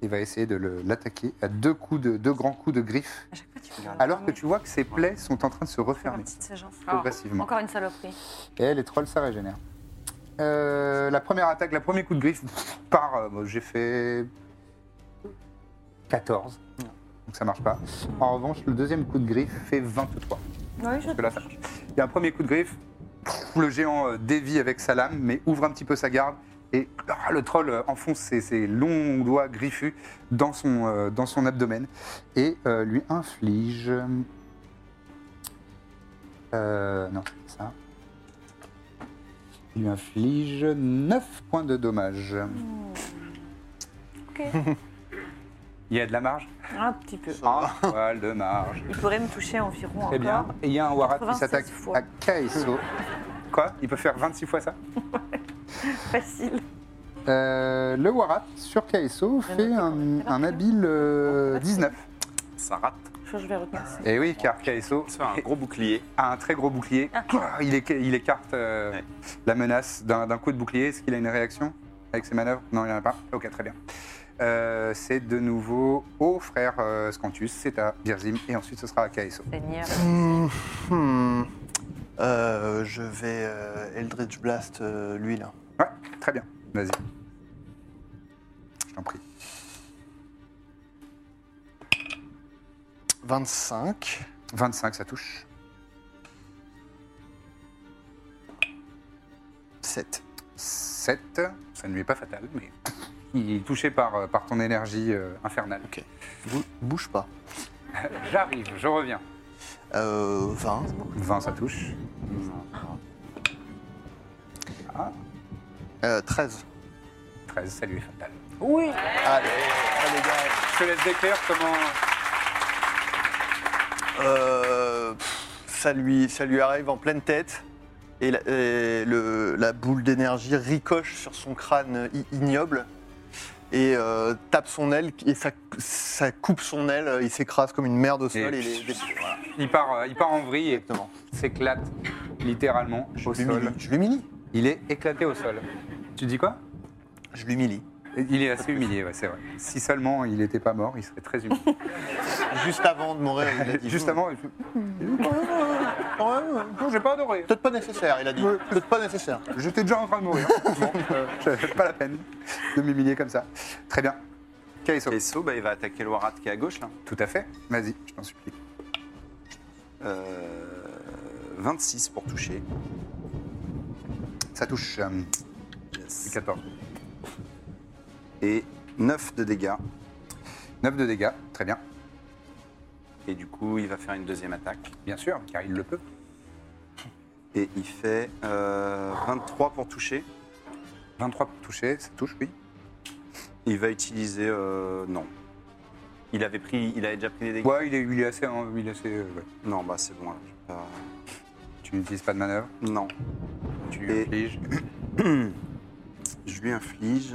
Il va essayer de le- l'attaquer à deux coups de deux grands coups de griffes. À chaque fois, tu fais un Alors que premier. tu vois que ses plaies sont en train de se Faire une refermer petite séchance. progressivement. Encore une saloperie. Et les trolls, ça régénère. Euh, la première attaque, la premier coup de griffe pff, part. euh, bon, J'ai fait 14. Donc ça marche pas. En revanche, le deuxième coup de griffe fait 23. Oui, je Parce que là, ça marche. Il y a un premier coup de griffe. pff, Le géant euh, dévie avec sa lame, mais ouvre un petit peu sa garde Et ah, le troll euh, enfonce ses, ses longs doigts griffus dans son, euh, dans son abdomen et euh, lui inflige. Euh, non, ça. Il lui inflige 9 points de dommage. Il y a de la marge Un petit peu. Un poil de marge. Il pourrait me toucher environ Très encore. bien. Et il y a un Warat qui 96 s'attaque fois. à Kaeso. Quoi Il peut faire 26 fois ça Facile. Euh, Le Warat sur Kaeso fait un, un habile euh, 19. Ça rate. Je crois que je vais retenir ça. Et Eh oui, car Kaeso Ça fait un gros bouclier. a un très gros bouclier. Ah. Il, éca- il écarte euh, Ouais. la menace d'un d'un coup de bouclier. Est-ce qu'il a une réaction avec ses manœuvres Non, il n'en a pas. Ok, très bien. Euh, c'est de nouveau au frère euh, Scantus, c'est à Birzim, et ensuite ce sera à Kaeso. Seigneur. Hmm, hmm. Euh, je vais euh, Eldritch Blast euh, lui là. Ouais, très bien. Vas-y. Je t'en prie. 25. 25, ça touche. 7. 7, ça ne lui est pas fatal, mais il est touché par, euh, par ton énergie euh, infernale. Ok. Bou- bouge pas. J'arrive, je reviens. Euh, 20. 20, ça touche. Euh, 13. 13, ça lui est fatal. Oui. Allez, allez, gars. Je te laisse décrire comment... Euh, pff, ça, lui, ça lui arrive en pleine tête. Et la, et le- la boule d'énergie ricoche sur son crâne i- ignoble. Et euh, tape son aile. Et ça, ça coupe son aile. Il s'écrase comme une merde au sol. Et- il est- voilà, Il part, euh, il part en vrille et exactement. s'éclate littéralement au Je l'humilie. sol. Je l'humilie. Il est éclaté au sol. Tu dis quoi Je l'humilie. Il est assez humilié, ouais, c'est vrai. Si seulement il n'était pas mort, il serait très humilié. Juste avant de mourir, il a dit. Juste avant, il- Ouais, ouais, ouais. non, j'ai pas adoré. Peut-être pas nécessaire, il a dit. Ouais. Peut-être pas nécessaire. J'étais déjà en train de mourir. Bon, euh, c'est pas la peine de m'humilier comme ça. Très bien. Kaiso. Kaiso, bah, il va attaquer le Warat qui est à gauche là. Tout à fait. Vas-y, je t'en supplie. Euh, 26 pour toucher. Ça touche euh, Yes. 14. Et 9 de dégâts. 9 de dégâts. Très bien. Et du coup, il va faire une deuxième attaque. Bien sûr, car il le peut. Et il fait euh, 23 pour toucher. 23 pour toucher, ça touche, oui. Il va utiliser. euh, non. Il avait pris. Il avait déjà pris des dégâts. Ouais, il est, il est assez. hein, il est assez euh, ouais. Non, bah c'est bon. là, j'ai pas- Tu n'utilises pas de manœuvre. Non. Tu Et- infliges. Je lui inflige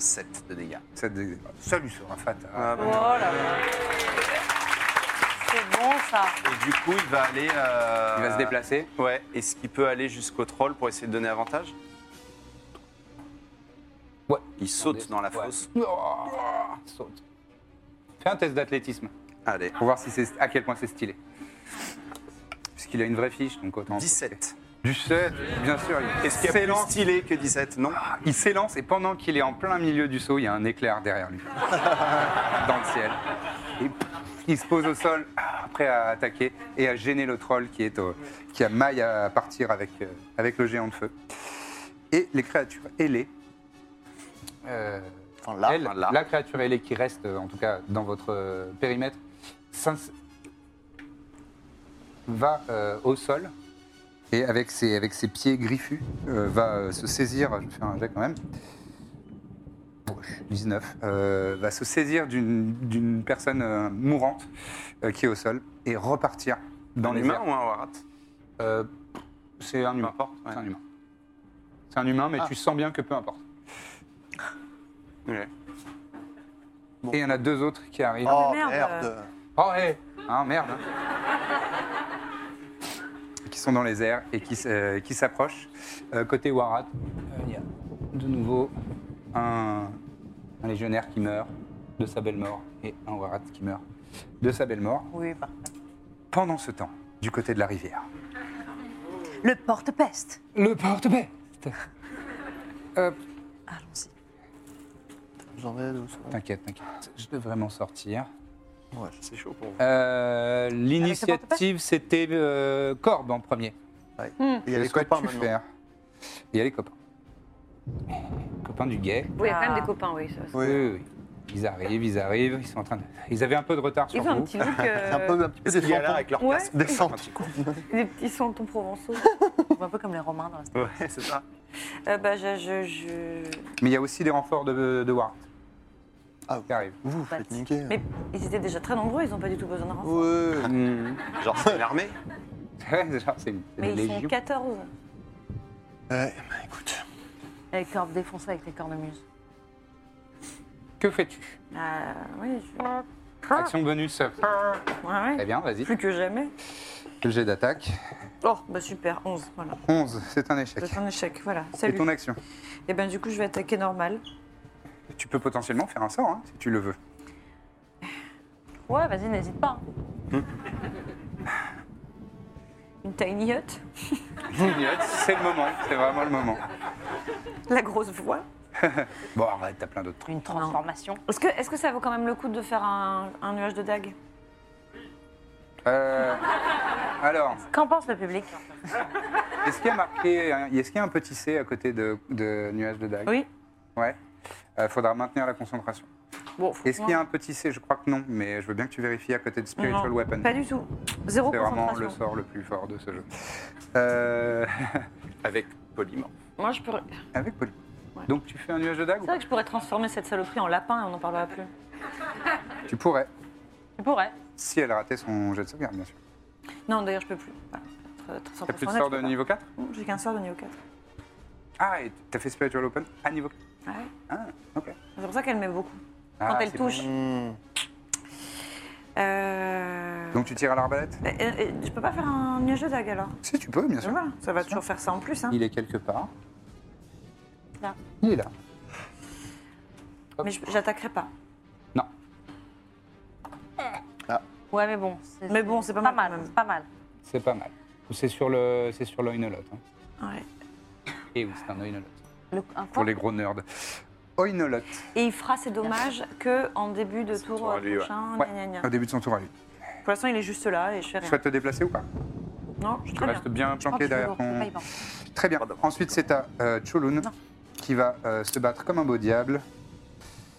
7 de dégâts. Ça, dé- ça lui sera fatal. Ah, bah, Voilà. C'est bon ça. Et du coup, il va aller. euh, il va se déplacer. Ouais. Est-ce qu'il peut aller jusqu'au troll pour essayer de donner avantage Ouais. Il saute dans la fosse. Ah. Saute. Fais un test d'athlétisme Allez. pour voir si c'est à quel point c'est stylé. Puisqu'il a une vraie fiche, donc autant. 17. Du set, bien sûr. Il Est-ce qu'il y a plus s'élance. Ah, stylé que 17 Non. Il s'élance et pendant qu'il est en plein milieu du saut, il y a un éclair derrière lui, dans le ciel. Et il se pose au sol, ah, prêt à attaquer et à gêner le troll qui est au- qui a maille à partir avec euh, avec le géant de feu. Et les créatures ailées. euh, Enfin là, elle, enfin, là. la créature ailée qui reste, euh, en tout cas dans votre euh, périmètre, s'ins- va euh, au sol et avec ses, avec ses pieds griffus euh, va euh, se saisir, je vais faire un jet quand même, Ouch, 19, euh, va se saisir d'une d'une personne euh, mourante euh, qui est au sol et repartir dans Un les humain airs. ou un warat Euh, C'est un Peu humain. importe. ouais. Ah. C'est un humain. C'est un humain, mais tu sens bien que peu importe. Ouais. Et il y en a deux autres qui arrivent. Oh merde. merde. Oh, hé Ah, merde Qui sont dans les airs et qui, s- euh, qui s'approchent. Euh, côté Warat, euh, il y a de nouveau un, un légionnaire qui meurt de sa belle mort et un Warat qui meurt de sa belle mort. Oui, bah. Pendant ce temps, du côté de la rivière, Le porte-peste. le porte-peste Hop, Allons-y. Vous en êtes où, ça T'inquiète, t'inquiète. Je devrais m'en sortir. Ouais. C'est chaud pour vous. Euh, L'initiative, porte-pêche c'était euh, Corbe en premier. Ouais. Et Il y a Que les copains souhaites-tu maintenant. faire Et Il y a les copains. Copains du guet. Oui, il y a quand même Ah. des copains, oui. Ça, Oui, Oui. oui, oui. Ils arrivent, ils arrivent, ils sont en train de... Ils avaient un peu de Ah, retard sur Ils ont un vous. petit look. C'est euh, un peu, un petit peu des tampons. avec leur Ouais. casque. Descente. Des petits sentons provençaux. un peu comme les Romains dans la Ouais, c'est ça. Euh, bah, je, je, je- Mais il y a aussi des renforts de, de Ward Ah, qui arrivent. Vous vous faites niquer. hein. Mais ils étaient déjà très nombreux, ils n'ont pas du tout besoin de renfort. Ouais. Mhm. Genre, c'est une armée Ouais, genre, c'est une Mais ils légion. sont 14 Ouais, bah écoute. avec corps défoncés avec les cornemuses. Que fais-tu Ah oui, je... Ah. Action bonus. ouais, ouais. Très bien, vas-y. plus que jamais. Le jet d'attaque. Oh, bah super, 11, voilà. 11, c'est un échec. C'est un échec, voilà. C'est Salut. ton action. Et ben du coup, je vais attaquer normal. Tu peux potentiellement faire un sort, hein, si tu le veux. Ouais, vas-y, n'hésite pas. Hmm. Une tiny hut, Vignotte, c'est le moment, c'est vraiment le moment. la grosse voix. Bon, arrête, t'as plein d'autres trucs. Une transformation. Est-ce que, est que ça vaut quand même le coup de faire un, un nuage de dague Euh, alors, Qu'en pense le public est-ce qu'il y a marqué, un- est-ce qu'il y a un petit C à côté de, de nuage de dague Oui. Ouais. Euh, faudra maintenir la concentration. Bon, Est-ce qu'il y a un petit C Je crois que non, mais je veux bien que tu vérifies à côté de Spiritual Non, Weapon. Pas du tout. Zéro C'est vraiment concentration. le sort le plus fort de ce jeu. Euh, Avec poliment. Moi, je pourrais. Avec Paul. Ouais. Donc tu fais un nuage de dague ou C'est vrai que je pourrais transformer cette saloperie en lapin et on n'en parlera plus. pas Tu pourrais, Je pourrais. si elle ratait son jet de sauvegarde, bien sûr. Non, d'ailleurs, je peux plus. Voilà. Être- être T'as plus de 100% honnête, sort je de peux niveau 4 pas. J'ai qu'un sort de niveau 4. Ah, et t'as fait Spiritual Open à niveau 4 Ouais. Ah, ok. C'est pour ça qu'elle m'aime beaucoup. Quand Ah, elle c'est touche. Hmm. Euh... bon. Donc tu tires à l'arbalète Euh, euh, je peux pas faire un nuage de dague alors Si, tu peux, bien sûr. Voilà, Ça va toujours faire ça en plus. Hein. Il est quelque part. Là. Il est là. Hop. Mais je- j'attaquerai pas. Non. Ouais, mais bon. c'est- Mais bon, c'est pas, mal. quand c'est pas mal. C'est pas mal. C'est sur le, c'est sur l'oinolot. Hein. même. Ouais. Et oui, c'est un oinolot. Le- un Pour quoi les gros nerds. Oinolot. Et il fera ses dommages que en début de tour tour à euh, lui, ouais. prochain. Ouais. gna gna gna. Au début de son tour à lui. Pour l'instant, il est juste là et je fais Tu rien. souhaites te déplacer ou pas Non, je Tu très bien. restes bien Oh, planqué c'est derrière lourd, c'est pas ton. évident. Très bien. Ensuite, c'est à euh, Cholun qui va euh, se battre comme un beau diable.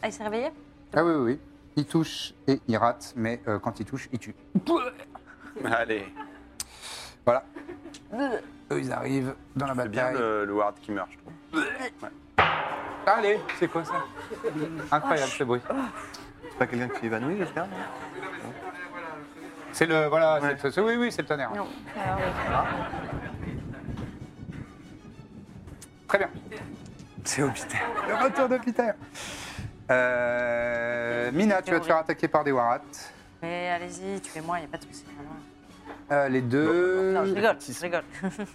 Ah, il s'est réveillé Ah oui, oui, oui. Il touche et il rate, mais euh, quand il touche, il tue. Allez, Voilà. Eux, ils arrivent dans la c'est bien bataille. le, le ward qui meurt, je trouve. Allez, c'est quoi ça Incroyable ce bruit. C'est pas quelqu'un qui s'est évanoui, j'espère non C'est le. Voilà, c'est c'est- oui, oui, c'est le tonnerre. Non. Ah, ouais. Très bien. C'est au Peter. Le retour de Peter. Euh, Mina, tu vas te faire attaquer par des Warats. Mais Eh, allez-y, tu fais moi, il n'y a pas de souci. vraiment. Euh, les deux. Non, je rigole, je rigole. Non, je vais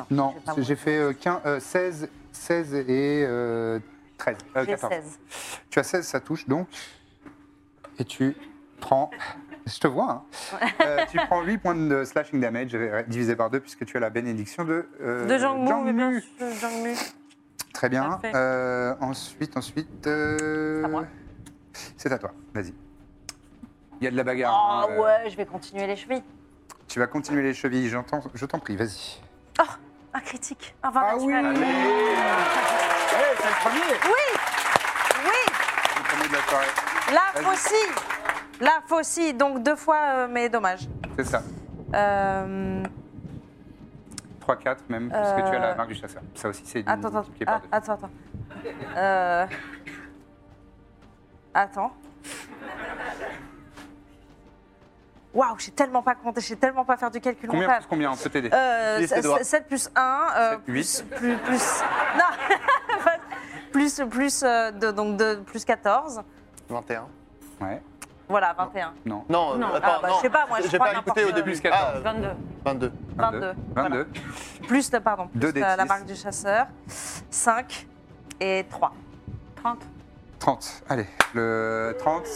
pas parce que j'ai fait euh, 15, euh, 16, 16 et euh, 13. euh, J'ai 14. 16. Tu as 16, ça touche donc. Et tu prends. Je te vois, hein. Euh, tu prends 8 points de slashing damage euh, divisé par 2 puisque tu as la bénédiction de. euh, De Jean Mou, mais bien Mu. sûr, Jean Mou. Très bien. Parfait. Euh, ensuite, ensuite. euh, À moi. C'est à toi. Vas-y. Il y a de la bagarre. Ah hein, euh, ouais, je vais continuer les chevilles. Tu vas continuer les chevilles. J'entends. Je t'en prie. Vas-y. Ah, critique. Ah, 20 naturel. Allez Ouais, Eh, c'est le premier. Oui, C'est le premier de la soirée. la Vas-y. faucille. La faucille, donc deux fois, euh, mais dommage. C'est ça. Euh, 3-4 même, puisque tu as la Euh, marque du chasseur. Ça aussi, c'est attends, attends, multiplié ah, par deux. attends, attends. Euh, Attends. Waouh, j'ai tellement pas compté, j'ai tellement pas faire du calcul Combien mental. plus combien On peut t'aider. Euh, Laissez droit. 7 plus 1, euh, Sept, huit. plus, plus, plus- non, plus, plus, euh, de, donc de, plus 14, 21. Ouais. voilà, 21. Non. Non, Non, euh, attends, ah, bah, non. je sais pas, moi, je J'ai crois pas écouté au n'importe- début. Plus 14. Ah, 22. 22. 22, 22. Plus, de- pardon, plus Deux de des la six. marque du chasseur, 5 et 3. 30. 30. Allez. Le 30.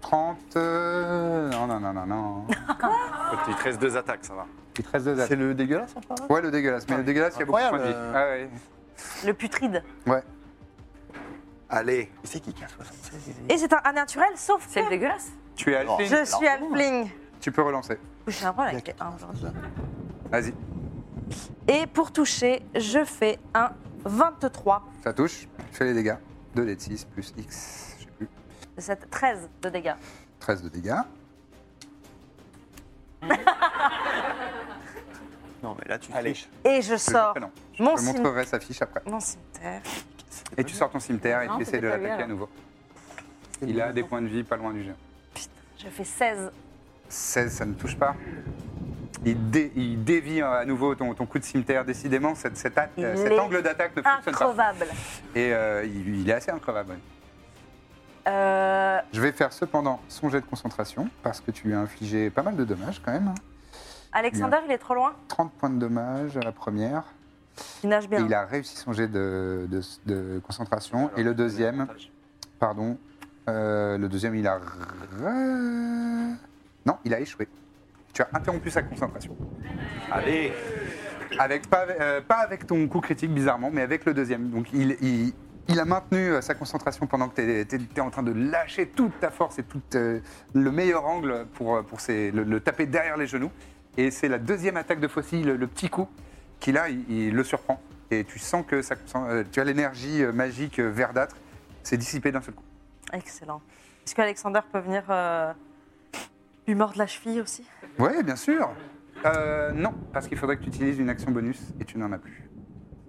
30. euh, Non, non, non, non, non. Il te reste deux attaques, ça va. Il te reste deux C'est attaques. le dégueulasse, enfin Ouais, le dégueulasse. hein. Mais le dégueulasse, il y a beaucoup de points de vie. Ah Incroyable. ouais. Le putride. Ouais. Allez. C'est qui qui a 76 Et c'est un naturel, sauf que C'est dégueulasse. Tu es Alors, Alphine. je suis halfling. Tu peux relancer. J'ai un problème Il y a avec les 1 14. Vas-y. Et pour toucher, je fais un 23. Ça touche, fais les dégâts. 2 d 6 plus X, je sais plus, C'est 13 de dégâts. 13 de dégâts. Non, mais là, tu Allez. triches. Et je Je- sors ah non, Je Mon te cime- montrerai sa fiche après. mon cimetière. Et tu sors ton cimetière et Non, tu essaies c'était de pas lui, l'attaquer à alors. nouveau. Il a des points de vie pas loin du géant. Je fais 16. 16, ça ne touche pas. Il, dé- il dévie euh, à nouveau ton, ton coup de cimetière, décidément. Cette, cette atta- Il euh, cet est angle d'attaque ne fonctionne pas. Increvable. Et euh, il, il est assez incroyable. Euh, Je vais faire cependant son jet de concentration, parce que tu lui as infligé pas mal de dommages quand même. Alexander, il est trop loin 30 points de dommages à la première. Il nage Et bien. il a réussi son jet de, de- de concentration. et le deuxième, pardon, euh, le deuxième, il a... ra- Non, il a échoué. Tu as interrompu sa concentration. Allez Avec, pas, avec- euh, pas avec ton coup critique, bizarrement, mais avec le deuxième. Donc, il, il, il a maintenu euh, sa concentration pendant que tu étais en train de lâcher toute ta force et tout euh, le meilleur angle pour, euh, pour ses- le, le taper derrière les genoux. Et c'est la deuxième attaque de Fossi, le, le petit coup, qui là, il, il le surprend. Et tu sens que ça, euh, tu as l'énergie euh, magique euh, verdâtre, c'est dissipé d'un seul coup. Excellent. Est-ce qu'Alexander peut venir euh, lui mordre la cheville aussi Oui, bien sûr. Euh, non, parce qu'il faudrait que tu utilises une action bonus et tu n'en as plus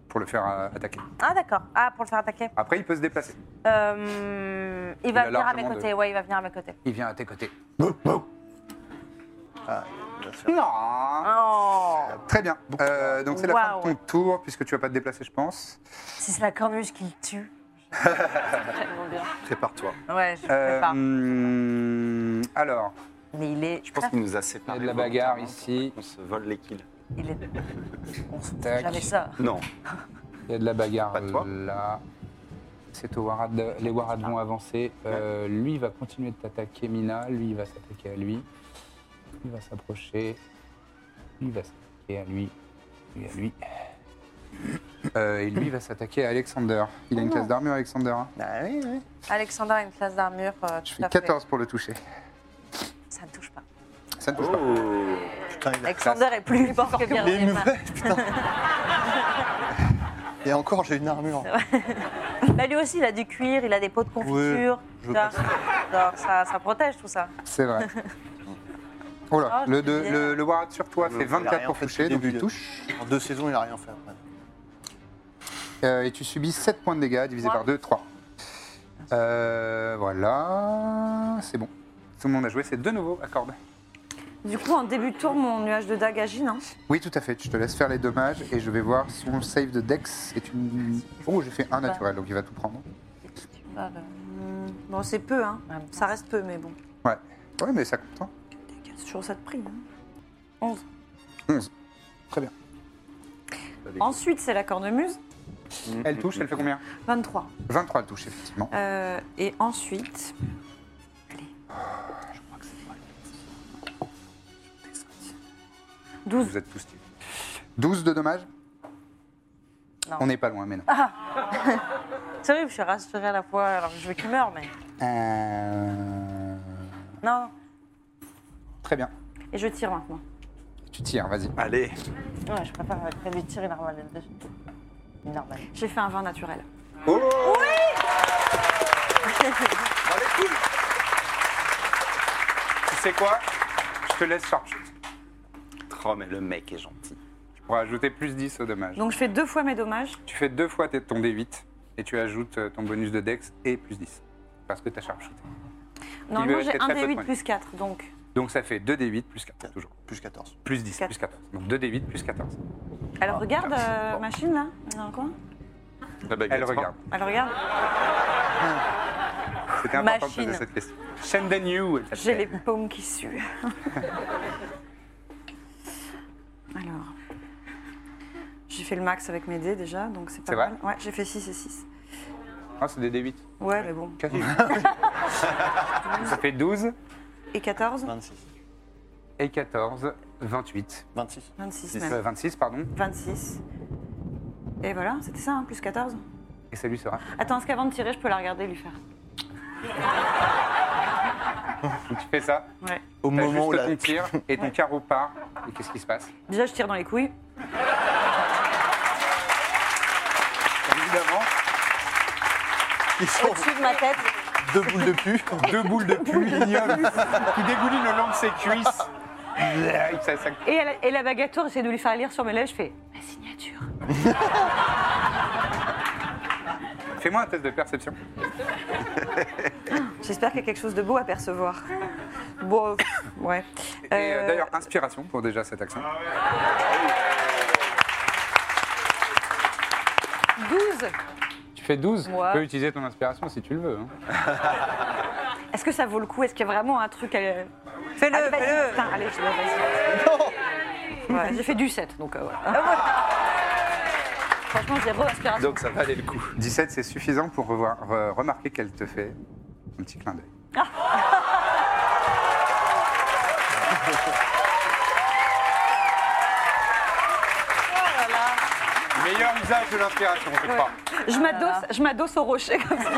pour le faire euh, attaquer. Ah d'accord. Ah, pour le faire attaquer. Après, il peut se déplacer. Euh, il va a venir à mes largement côtés. de- Ouais, il va venir à mes côtés. Il vient à tes côtés. Ah, bien sûr. Non Oh Très bien. Euh, donc c'est la fin de ton Waouh. tour, puisque tu vas pas te déplacer, je pense. Si c'est la cornuse qui le tue. Prépare-toi. Ouais, je Euh, sais pas. hum, alors, Mais il est. Je pense qu'il nous a séparés. Il y a de la bagarre volontairement ici. pour qu'on se vole les kills. Il est. On se Tac. jamais ça. Non. il y a de la bagarre Pas toi. euh, là. C'est au Warad. Les Warad vont avancer. Euh, Lui va continuer de t'attaquer, Mina. Lui il va s'attaquer à lui. Il va s'approcher. Lui va s'attaquer à lui. Lui à lui. Euh, et lui va s'attaquer à Alexander. Il Ah. a une classe d'armure, Alexander. hein. Ah oui, oui. Alexander a une classe d'armure. euh, Je tout fais à fait. 14 pour le toucher. Ça ne touche pas. Ça ne touche pas. Oh Putain, il a... Alexander est plus fort que bien. Les nouvelles, putain. Et encore, j'ai une armure. Là, Bah, lui aussi, il a du cuir, il a des pots de confiture. je ça. comprends. Alors, ça, ça protège tout ça. C'est vrai. Oh là, Ah, je le, sais deux- bien. le, le Warrad sur toi fait Il a rien 24 pour fait toucher, depuis donc le tu début. touches. En deux saisons, il a rien fait. ouais. Euh, et tu subis 7 points de dégâts divisé Ouais. par 2, 3. voilà, c'est bon. Tout le monde a joué, c'est de nouveau à corde. Du coup, en début de tour, mon nuage de dague agit, non Oui, tout à fait, je te laisse faire les dommages et je vais voir son save de Dex. Et tu... Oh, j'ai fait un naturel, donc il va tout prendre. Bon, c'est peu, hein. Ah, Ça reste peu, mais bon. Ouais, ouais mais ça compte. hein. C'est toujours ça de prix. hein. Très bien. Ensuite, c'est la cornemuse, Elle touche, elle fait combien 23. 23, elle touche, effectivement. Euh, et ensuite. Vous êtes tous tués. 12 de dommages Non. On n'est pas loin, mais non. C'est horrible, je suis rassurée à la fois. Alors, je veux qu'il meure, mais. Euh, Non, Très bien. Et je tire maintenant. Tu tires, vas-y. Allez ouais, je préfère euh, lui tirer une arme à la dessus. Une arme à la- J'ai fait un vin naturel. Oh Tu sais quoi Je te laisse charger. Oh, mais le mec est gentil. Pour ajouter plus 10 au dommage. Donc, je fais deux fois mes dommages. Tu fais deux fois tes- ton D8 et tu ajoutes euh, ton bonus de Dex et plus 10. Parce que t'as charcuté. Non, lui moi, restait j'ai un très peu de points D8 de plus 4, donc. Donc ça fait 2 D8 plus 4, toujours. Plus 14. Plus 10, Quatre. plus 14. Donc 2 D8 plus 14. Ah, Elle regarde, euh, machine, là dans le coin La baguette. Elle regarde. Elle regarde C'était important de Machine. poser cette question. Shenden Yu, elle J'ai les s'appelle. paumes qui suent. Alors, j'ai fait le max avec mes dés déjà, donc c'est pas C'est vrai mal. Ouais, j'ai fait 6 et 6. Ah, c'est des D8. Ouais, mais bon. Quasi. ça fait 12 Et 14 26. et 14, 28. 26. 26 Euh, même. 26, pardon. 26. Et voilà, c'était ça, hein, plus 14. Et ça lui sera. Attends, est-ce qu'avant de tirer, je peux la regarder et lui faire Donc tu fais ça. Ouais. Au T'as moment où juste hein. la... ton tir et ton carreau part. Et qu'est-ce qui se passe Déjà, je tire dans les couilles. Ils font au-dessus de ma tête. deux boules de pu. Deux boules de pu ignobles qui dégoulinent le long de ses cuisses. Ça- ça- Et, elle- et la bagatoire essaie de lui faire lire sur mes lèvres. Je fais ma signature. Fais-moi un test de perception. J'espère qu'il y a quelque chose de beau à percevoir. Bon, euh, ouais. Et euh, Euh, d'ailleurs, inspiration pour déjà cette action. 12 Tu fais 12. Moi. Tu peux utiliser ton inspiration si tu le veux. hein. Est-ce que ça vaut le coup Est-ce qu'il y a vraiment un truc à... Fais-le, Allez, vas-y, fais-le. putain, allez, je vais Non J'ai fait du 7, donc euh, voilà. Franchement, zéro inspiration. Donc ça valait le coup. 17, c'est suffisant pour revoir- re- remarquer qu'elle te fait un petit clin d'œil. Meilleur usage de l'inspiration, je crois. Je m'adosse, je m'adosse au rocher comme ça.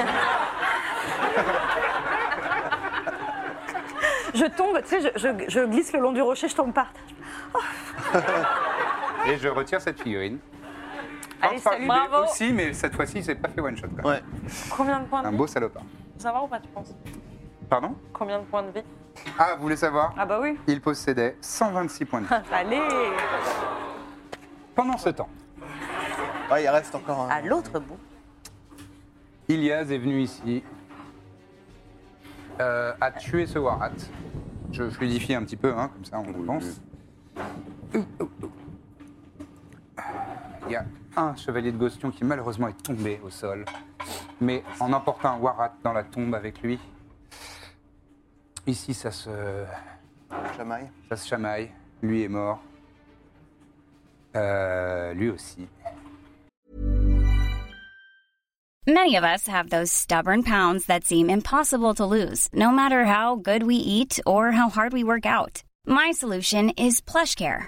Je tombe, tu sais, je, je- je glisse le long du rocher, je tombe par terre. Et je retire cette figurine. Allez, Porte par salut, l'idée bravo. aussi, mais cette fois-ci, c'est pas fait one shot. Quand même. Ouais. Combien de points de Un vie beau salopard. Ça va ou pas, tu penses Pardon Combien de points de vie Ah, vous voulez savoir Ah bah oui. Il possédait 126 points de vie. Allez. Pendant ce temps, Ah, il reste encore un. À l'autre bout. Ilias est venu ici, euh, a tué ce Warat. je fluidifie un petit peu, hein, comme ça on avance. Il y a un chevalier de Gostion qui malheureusement est tombé au sol, mais en emportant un Warat dans la tombe avec lui. Ici, ça se Chamaille. Ça se chamaille. Lui est mort. Euh, lui aussi. Many of us have those stubborn pounds that seem impossible to lose, no matter how good we eat or how hard we work out. My solution is PlushCare.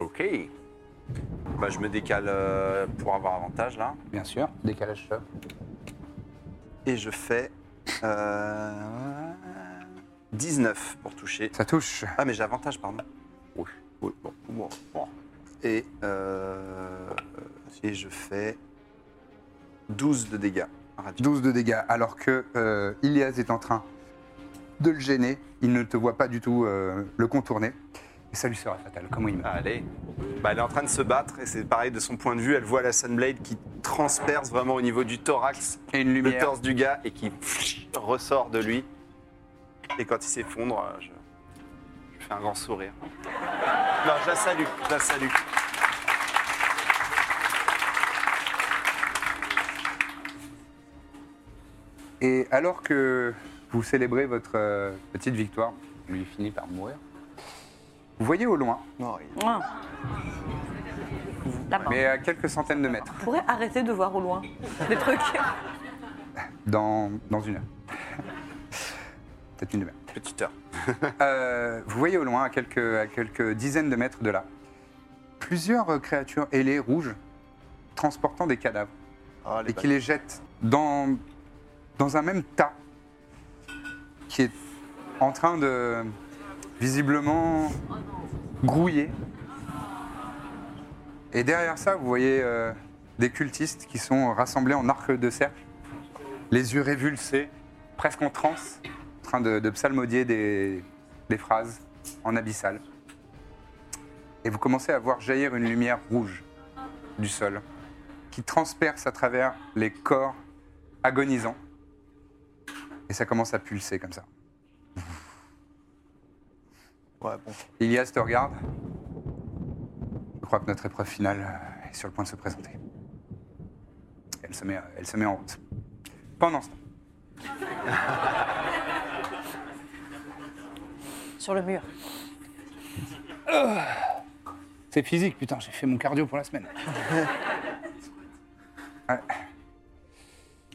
Ok. Bah, je me décale euh, pour avoir avantage là. Bien sûr. Décalage euh, shop. Et je fais euh, 19 pour toucher. Ça touche. Ah mais j'ai avantage, pardon. Oui. Oui, bon. bon, bon. Et, euh, et je fais 12 de dégâts. radiaux. 12 de dégâts. Alors que euh, Ilias est en train de le gêner. Il ne te voit pas du tout euh, le contourner. Et ça lui sera fatal. Comment il meurt Ah, Allez. Bah, elle est en train de se battre et c'est pareil de son point de vue. Elle voit la Sunblade qui transperce vraiment au niveau du thorax Et une le lumière. torse du gars et qui pff, ressort de lui. Et quand il s'effondre, euh, je, je fais un grand sourire. Non, je la salue, je la salue. Et alors que vous célébrez votre euh, petite victoire, lui finit par mourir. Vous voyez au loin, Non, il- Ah. Là-bas. mais à quelques centaines de mètres, On pourrait arrêter de voir au loin des trucs. dans, dans une heure. Peut-être une demi-heure. Petite heure. Euh, vous voyez au loin, à quelques, à quelques dizaines de mètres de là, plusieurs euh, créatures ailées rouges transportant des cadavres Ah, les et qui les jettent dans, dans un même tas qui est en train de visiblement grouiller. Et derrière ça, vous voyez euh, des cultistes qui sont rassemblés en arc de cercle, les yeux révulsés, presque en transe, en train de, de psalmodier des, des phrases en abyssal. Et vous commencez à voir jaillir une lumière rouge du sol qui transperce à travers les corps agonisants. Et ça commence à pulser comme ça. Ouais, bon. Ilias te regarde. Je crois que notre épreuve finale est sur le point de se présenter. Elle se met, elle se met en route. Pendant ce temps, Sur le mur. c'est physique, putain, j'ai fait mon cardio pour la semaine. Ouais.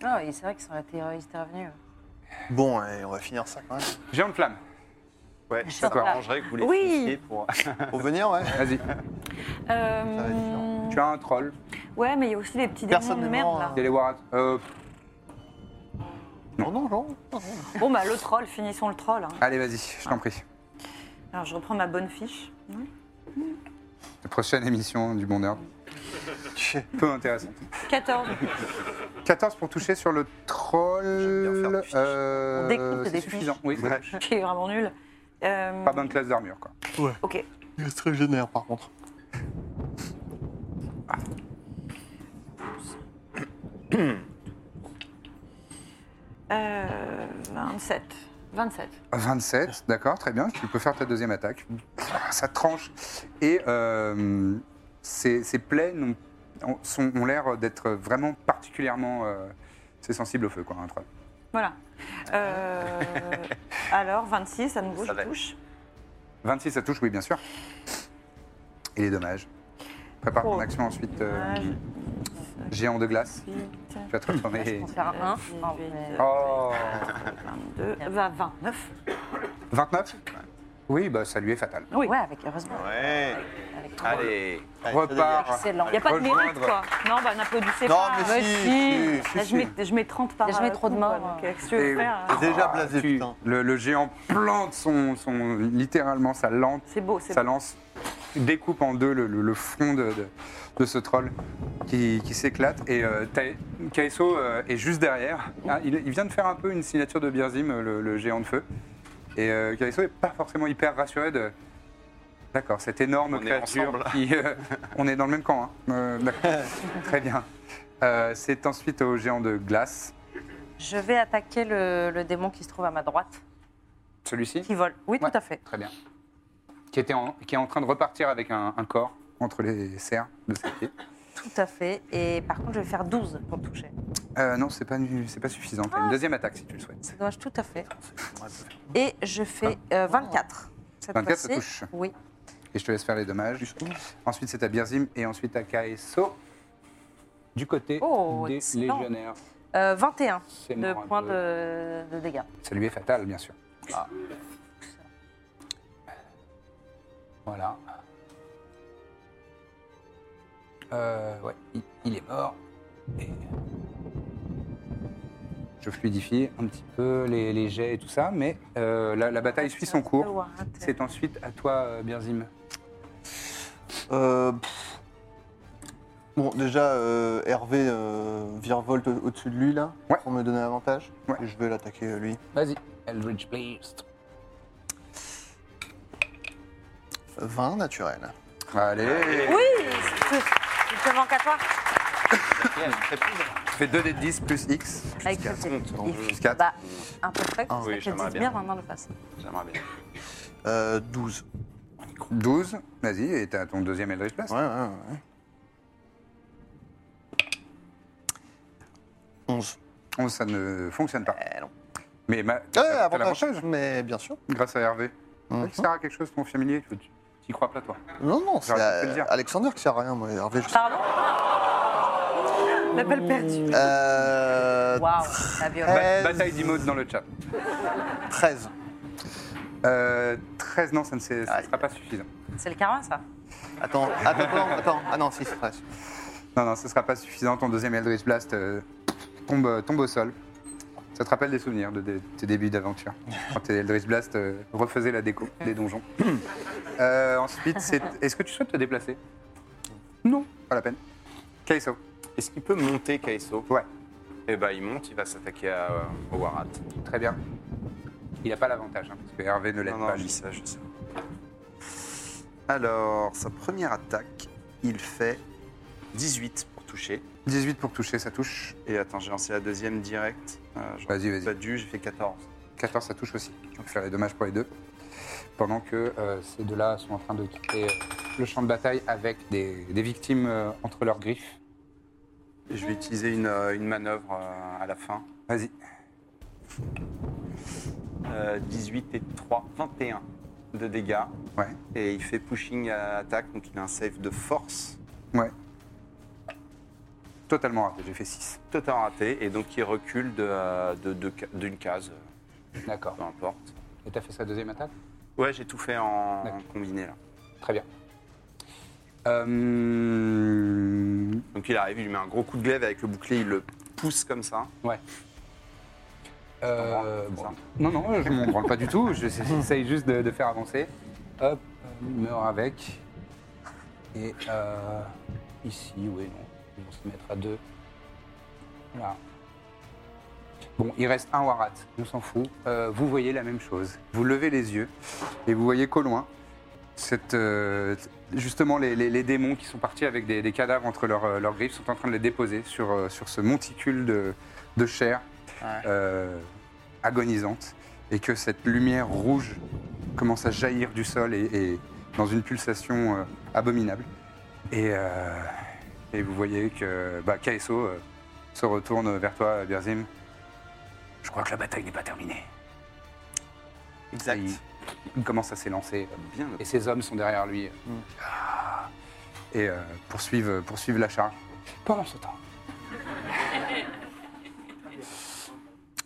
Ah, et c'est vrai qu'ils sont la terroriste revenus. Bon, et on va finir ça quand même. J'ai une flamme. Ouais, ça d'accord. J'arrangerai que vous les Oui. fissiez pour. Pour venir, ouais. Vas-y. va être différent. Tu as un troll. Ouais, mais il y a aussi les petits démons Personne de n'est merde mort, là. Il y a les Warrats. Euh, Non, non, non. Bon, bah le troll, finissons le troll. hein. allez, vas-y, je t'en prie. Alors je reprends ma bonne fiche. La prochaine émission du Bon Herbe. Peu intéressante. 14. 14 pour toucher sur le troll. J'aime bien faire des fiches. euh, On découpe c'est des suffisant. Oui, ça touche. qui est vraiment nul. Euh, Pas bonne classe d'armure, quoi. ok. Il est très génère par contre. Euh, 27. 27. 27, d'accord, très bien. Tu peux faire ta deuxième attaque. Ça tranche. Et euh, ces, ces plaies n'ont- ont, sont- ont l'air d'être vraiment particulièrement. euh, c'est sensible au feu, quoi, un troll. Voilà. Euh, alors 26, à nouveau, Ça va. je touche. 26, ça touche, oui, bien sûr. Et les dommages. Prépare ton Oh. action ensuite. euh, Dommage. géant de glace. Tu vas te retourner. Faire un 1. 18, Oh 22, bah, 29. 29 Oui, bah ça lui est fatal. Oui. Ouais, avec heureusement. Ouais. Avec trois. Allez. Repart. Excellent. Il n'y a pas de mérite, Rejoindre. quoi. Non, bah n'applaudissez Non, pas. mais si, si, Là, si, si. je, mets, je mets 30 par Il y a jamais euh, trop de coup, quoi, morts. donc, euh, Qu'est-ce que tu veux Et- faire T'es déjà Ah, blasé, tu- putain. Le, le géant plante son, son- littéralement sa lente, C'est beau, c'est sa beau. lance, découpe en deux le, le- le front de, de- de ce troll qui, qui s'éclate. Et euh, Ta- Kaeso euh, est juste derrière. Ah, il, il vient de faire un peu une signature de Birzim, euh, le, le géant de feu. Et euh, Kaeso n'est pas forcément hyper rassuré de. D'accord, cette énorme On est créature ensemble. qui. euh, on est dans le même camp. hein. Euh, d'accord. Très bien. Euh, C'est ensuite au géant de glace. Je vais attaquer le, le démon qui se trouve à ma droite, Celui-ci qui vole. Oui, Ouais. tout à fait. Très bien. Qui, était en- qui est en train de repartir avec un, un corps entre les serres de ses pieds. Tout à fait. Et par contre, je vais faire 12 pour toucher. Euh, non, c'est pas, nu- c'est pas suffisant. T'as une deuxième attaque si tu le souhaites. C'est dommage, tout à fait. Et je fais euh, 24. Cette 24, ça fois-ci. touche. Oui. Et je te laisse faire les dommages. Ensuite, c'est à Birzim et ensuite à Kaeso. Du côté Oh, des excellent. légionnaires. Euh, 21 C'est de mort un points peu. de, de dégâts. Ça lui est fatal, bien sûr. Ah. Voilà. Euh, ouais, il, il est mort. Et- Je fluidifie un petit peu les, les jets et tout ça, mais euh, la, la bataille suit son cours. C'est ensuite à toi, euh, Birzim. Euh, pff. Bon, déjà, euh, Hervé euh, virevolte au- au-dessus de lui, là, Ouais. pour me donner avantage. Ouais. Et je vais l'attaquer, euh, lui. Vas-y. Eldridge, please. 20 naturel. Allez Oui Il te manque à toi Tu fais 2 d 10 plus X. Avec le Plus 4. Bah, un peu près, Ah que oui, ça j'aimerais te dise bien. bien maintenant le face. J'aimerais bien. Euh, 12. 12. Vas-y, et t'as ton deuxième Eldritch Blast. Ouais, ouais, ouais. 11. Ah, 11, Oh, ça ne fonctionne pas. Eh non. Mais ma... Ouais, t'as- t'as l'avantage. Euh, avantage. Mais bien sûr. Grâce à Hervé. Mhm. Ça sert à quelque chose ton familier Tu n'y crois pas toi Non, non, c'est J'aurais pu te euh, le dire. Alexander qui sert à rien, moi, Hervé. je sais. Pardon L'appel perdu. Euh, Waouh, la violence. Ba- 13. Bataille d'Imode dans le chat. 13. Euh, 13, non, ça ne s'est- ça ne sera pas suffisant. C'est le karma, ça Attends, attends, attends, attends. Ah non, 6, 13. Non, non, ce ne sera pas suffisant. Ton deuxième Eldritch Blast euh, tombe, tombe au sol. Ça te rappelle des souvenirs de, de- tes débuts d'aventure. Quand tes Eldritch Blast euh, refaisaient la déco des donjons. Euh, ensuite, c'est... est-ce que tu souhaites te déplacer Non, pas la peine. Kaiso. Est-ce qu'il peut monter Kaiso Ouais. Eh ben, il monte, il va s'attaquer à, euh, au Warat. Très bien. Il n'a pas l'avantage, hein, parce que Hervé ne l'aide Non, non, pas. je lui. sais, je sais. Alors, sa première attaque, il fait 18 pour toucher. 18 pour toucher, ça touche. Et attends, j'ai lancé la deuxième direct. Euh, j'aurais Vas-y, vas-y. pas dû, j'ai fait 14. 14, ça touche aussi. Donc faire les dommages pour les deux. Pendant que euh, ces deux-là sont en train de quitter euh, le champ de bataille avec des, des victimes euh, entre leurs griffes. Et je vais utiliser une, euh, une manœuvre euh, à la fin. Vas-y. Euh, 18 et 3, 21 de dégâts. Ouais. Et il fait euh, pushing à attaque, donc il a un save de force. Ouais. Totalement raté, j'ai fait 6. Totalement raté, et donc il recule de, euh, de- de ca- d'une case, euh, D'accord. peu importe. Et t'as fait sa deuxième attaque Ouais, j'ai tout fait en D'accord. combiné là. Très bien. Euh, Donc il arrive, il lui met un gros coup de glaive avec le bouclier, il le pousse comme ça. euh, C'est bon. ça. Non, non, je m'en branle pas du tout. Je- J'essaye juste de, de faire avancer. Hop, il meurt avec. Et euh, ici, oui, non. Ils vont se mettre à deux. Voilà. Bon, il reste un Warat, on s'en fout. Euh, vous voyez la même chose. Vous levez les yeux et vous voyez qu'au loin, cette, euh, justement les, les- les démons qui sont partis avec des, des cadavres entre leurs, euh, leurs griffes sont en train de les déposer sur, euh, sur ce monticule de, de chair euh, agonisante et que cette lumière rouge commence à jaillir du sol et, et dans une pulsation euh, abominable. Et, euh, et vous voyez que bah, Kaeso euh, se retourne vers toi, Birzim. Je crois que la bataille n'est pas terminée. Exact. Et il- il commence à s'élancer. euh, Bien. Mm. et ses hommes sont derrière lui. Ah. Et euh, poursuivent, poursuivent la charge. Pendant ce temps.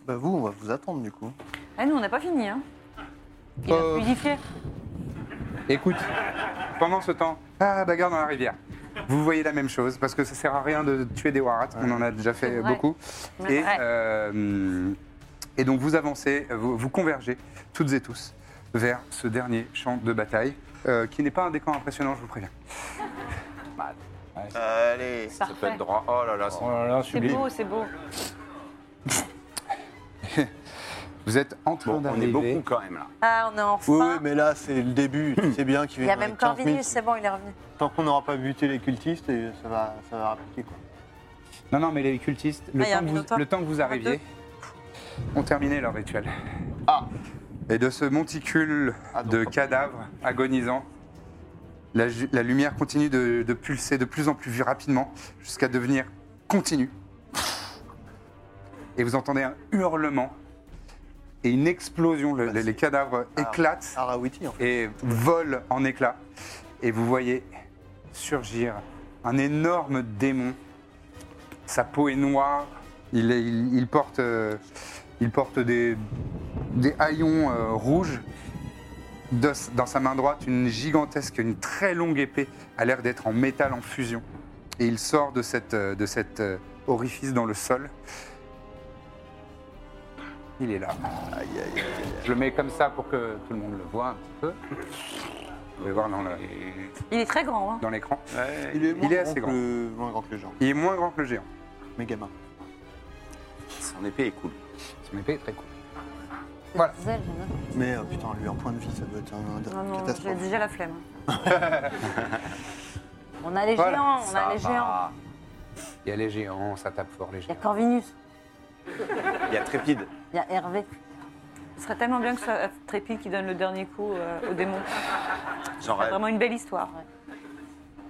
Bah vous, on va vous attendre du coup. Eh, Ah, nous, on n'a pas fini, hein. Il a Euh, fluidifié. écoute, pendant ce temps, ah, bagarre dans la rivière. Vous voyez la même chose, parce que ça sert à rien de tuer des warats, on en a déjà fait euh, C'est vrai. beaucoup. C'est Et, vrai. euh, et donc vous avancez, euh, vous, vous convergez, toutes et tous, vers ce dernier champ de bataille, euh, qui n'est pas un décor impressionnant, je vous préviens. Allez. Ça peut être droit. Oh là là, c'est- là là, C'est beau, Oh, c'est beau. Vous êtes en train bon, on est d'arriver. beaucoup quand même là. Ah, on est Oui, enfin. hmm. oui, mais là, c'est le début. Tu sais bien qu'il Il va y a avoir même 15 000. Corvinus, c'est bon, il est revenu. Tant qu'on n'aura pas buté les cultistes, et ça va, ça va rappliquer quoi. Non, non, mais les cultistes, le, Ah, il y a temps, un que vous, minotaure. le temps que vous arriviez, ont terminé leur rituel. Ah, Et de ce monticule Ah, donc, de pas- cadavres agonisants, la, ju- la lumière continue de, de pulser de plus en plus rapidement jusqu'à devenir continue. Et vous entendez un hurlement et une explosion. Le- les, les cadavres Bah, Ah. éclatent Arawiti, en fait. et vole en éclats. Et vous voyez surgir un énorme démon. Sa peau est noire. Il, est- il- il porte, euh, il porte des, des haillons euh, rouges. De- dans sa main droite, une gigantesque, une très longue épée a l'air d'être en métal en fusion. Et il sort de cet de cette, euh, orifice dans le sol. Il est là. Je le mets comme ça pour que tout le monde le voit un petit peu. Vous pouvez voir dans le- Il est très grand, hein. dans l'écran. Il est, moins est assez grand. Que, le- moins grand que le genre. Il est moins grand que le géant. Mais gamin. Son épée est cool. Son épée est très cool. Zèle, j'en ai. Mais euh, putain, lui, en point de vie, ça doit être un, Non, une non, j'ai catastrophe. déjà la flemme. On a les Voilà, géants, on Ça a les va. géants. Il y a les géants, ça tape fort les Il y a géants. Corvinus, Il y a Trépide. il y a Hervé. Ce serait tellement bien que ce soit Trépide qui donne le dernier coup euh, au démon. J'en rêve. Vraiment une belle histoire.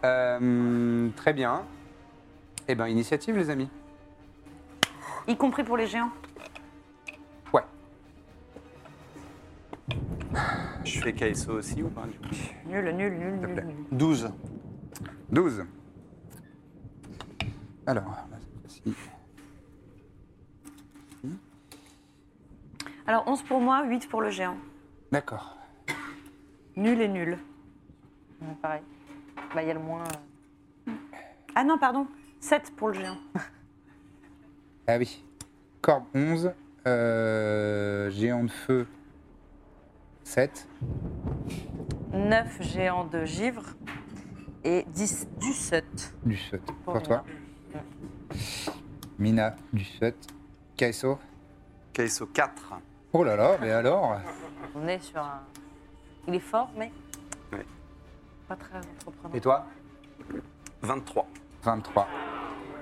Euh, très bien. Eh ben, initiative les amis. Y compris pour les géants. Ouais. Je fais KSO aussi ou pas du coup Nul, nul, nul, te nul. plaît. nul. 12. 12. Alors, là, cette fois-ci. Alors 11 pour moi, 8 pour le géant. D'accord. Nul et nul. Ouais, Pareil. Bah, il y a le moins. euh, Ah non, pardon. 7 pour le géant. Ah oui. Corbe 11. euh, géant de feu 7. 9 géants de givre et 10 du sut. Du shot. Pour toi. Mina, du shot. Kaiso. KSO 4. Oh là là, mais alors On est sur un. Il est fort, mais. Ouais. Pas très entreprenant. Et toi 23. 23.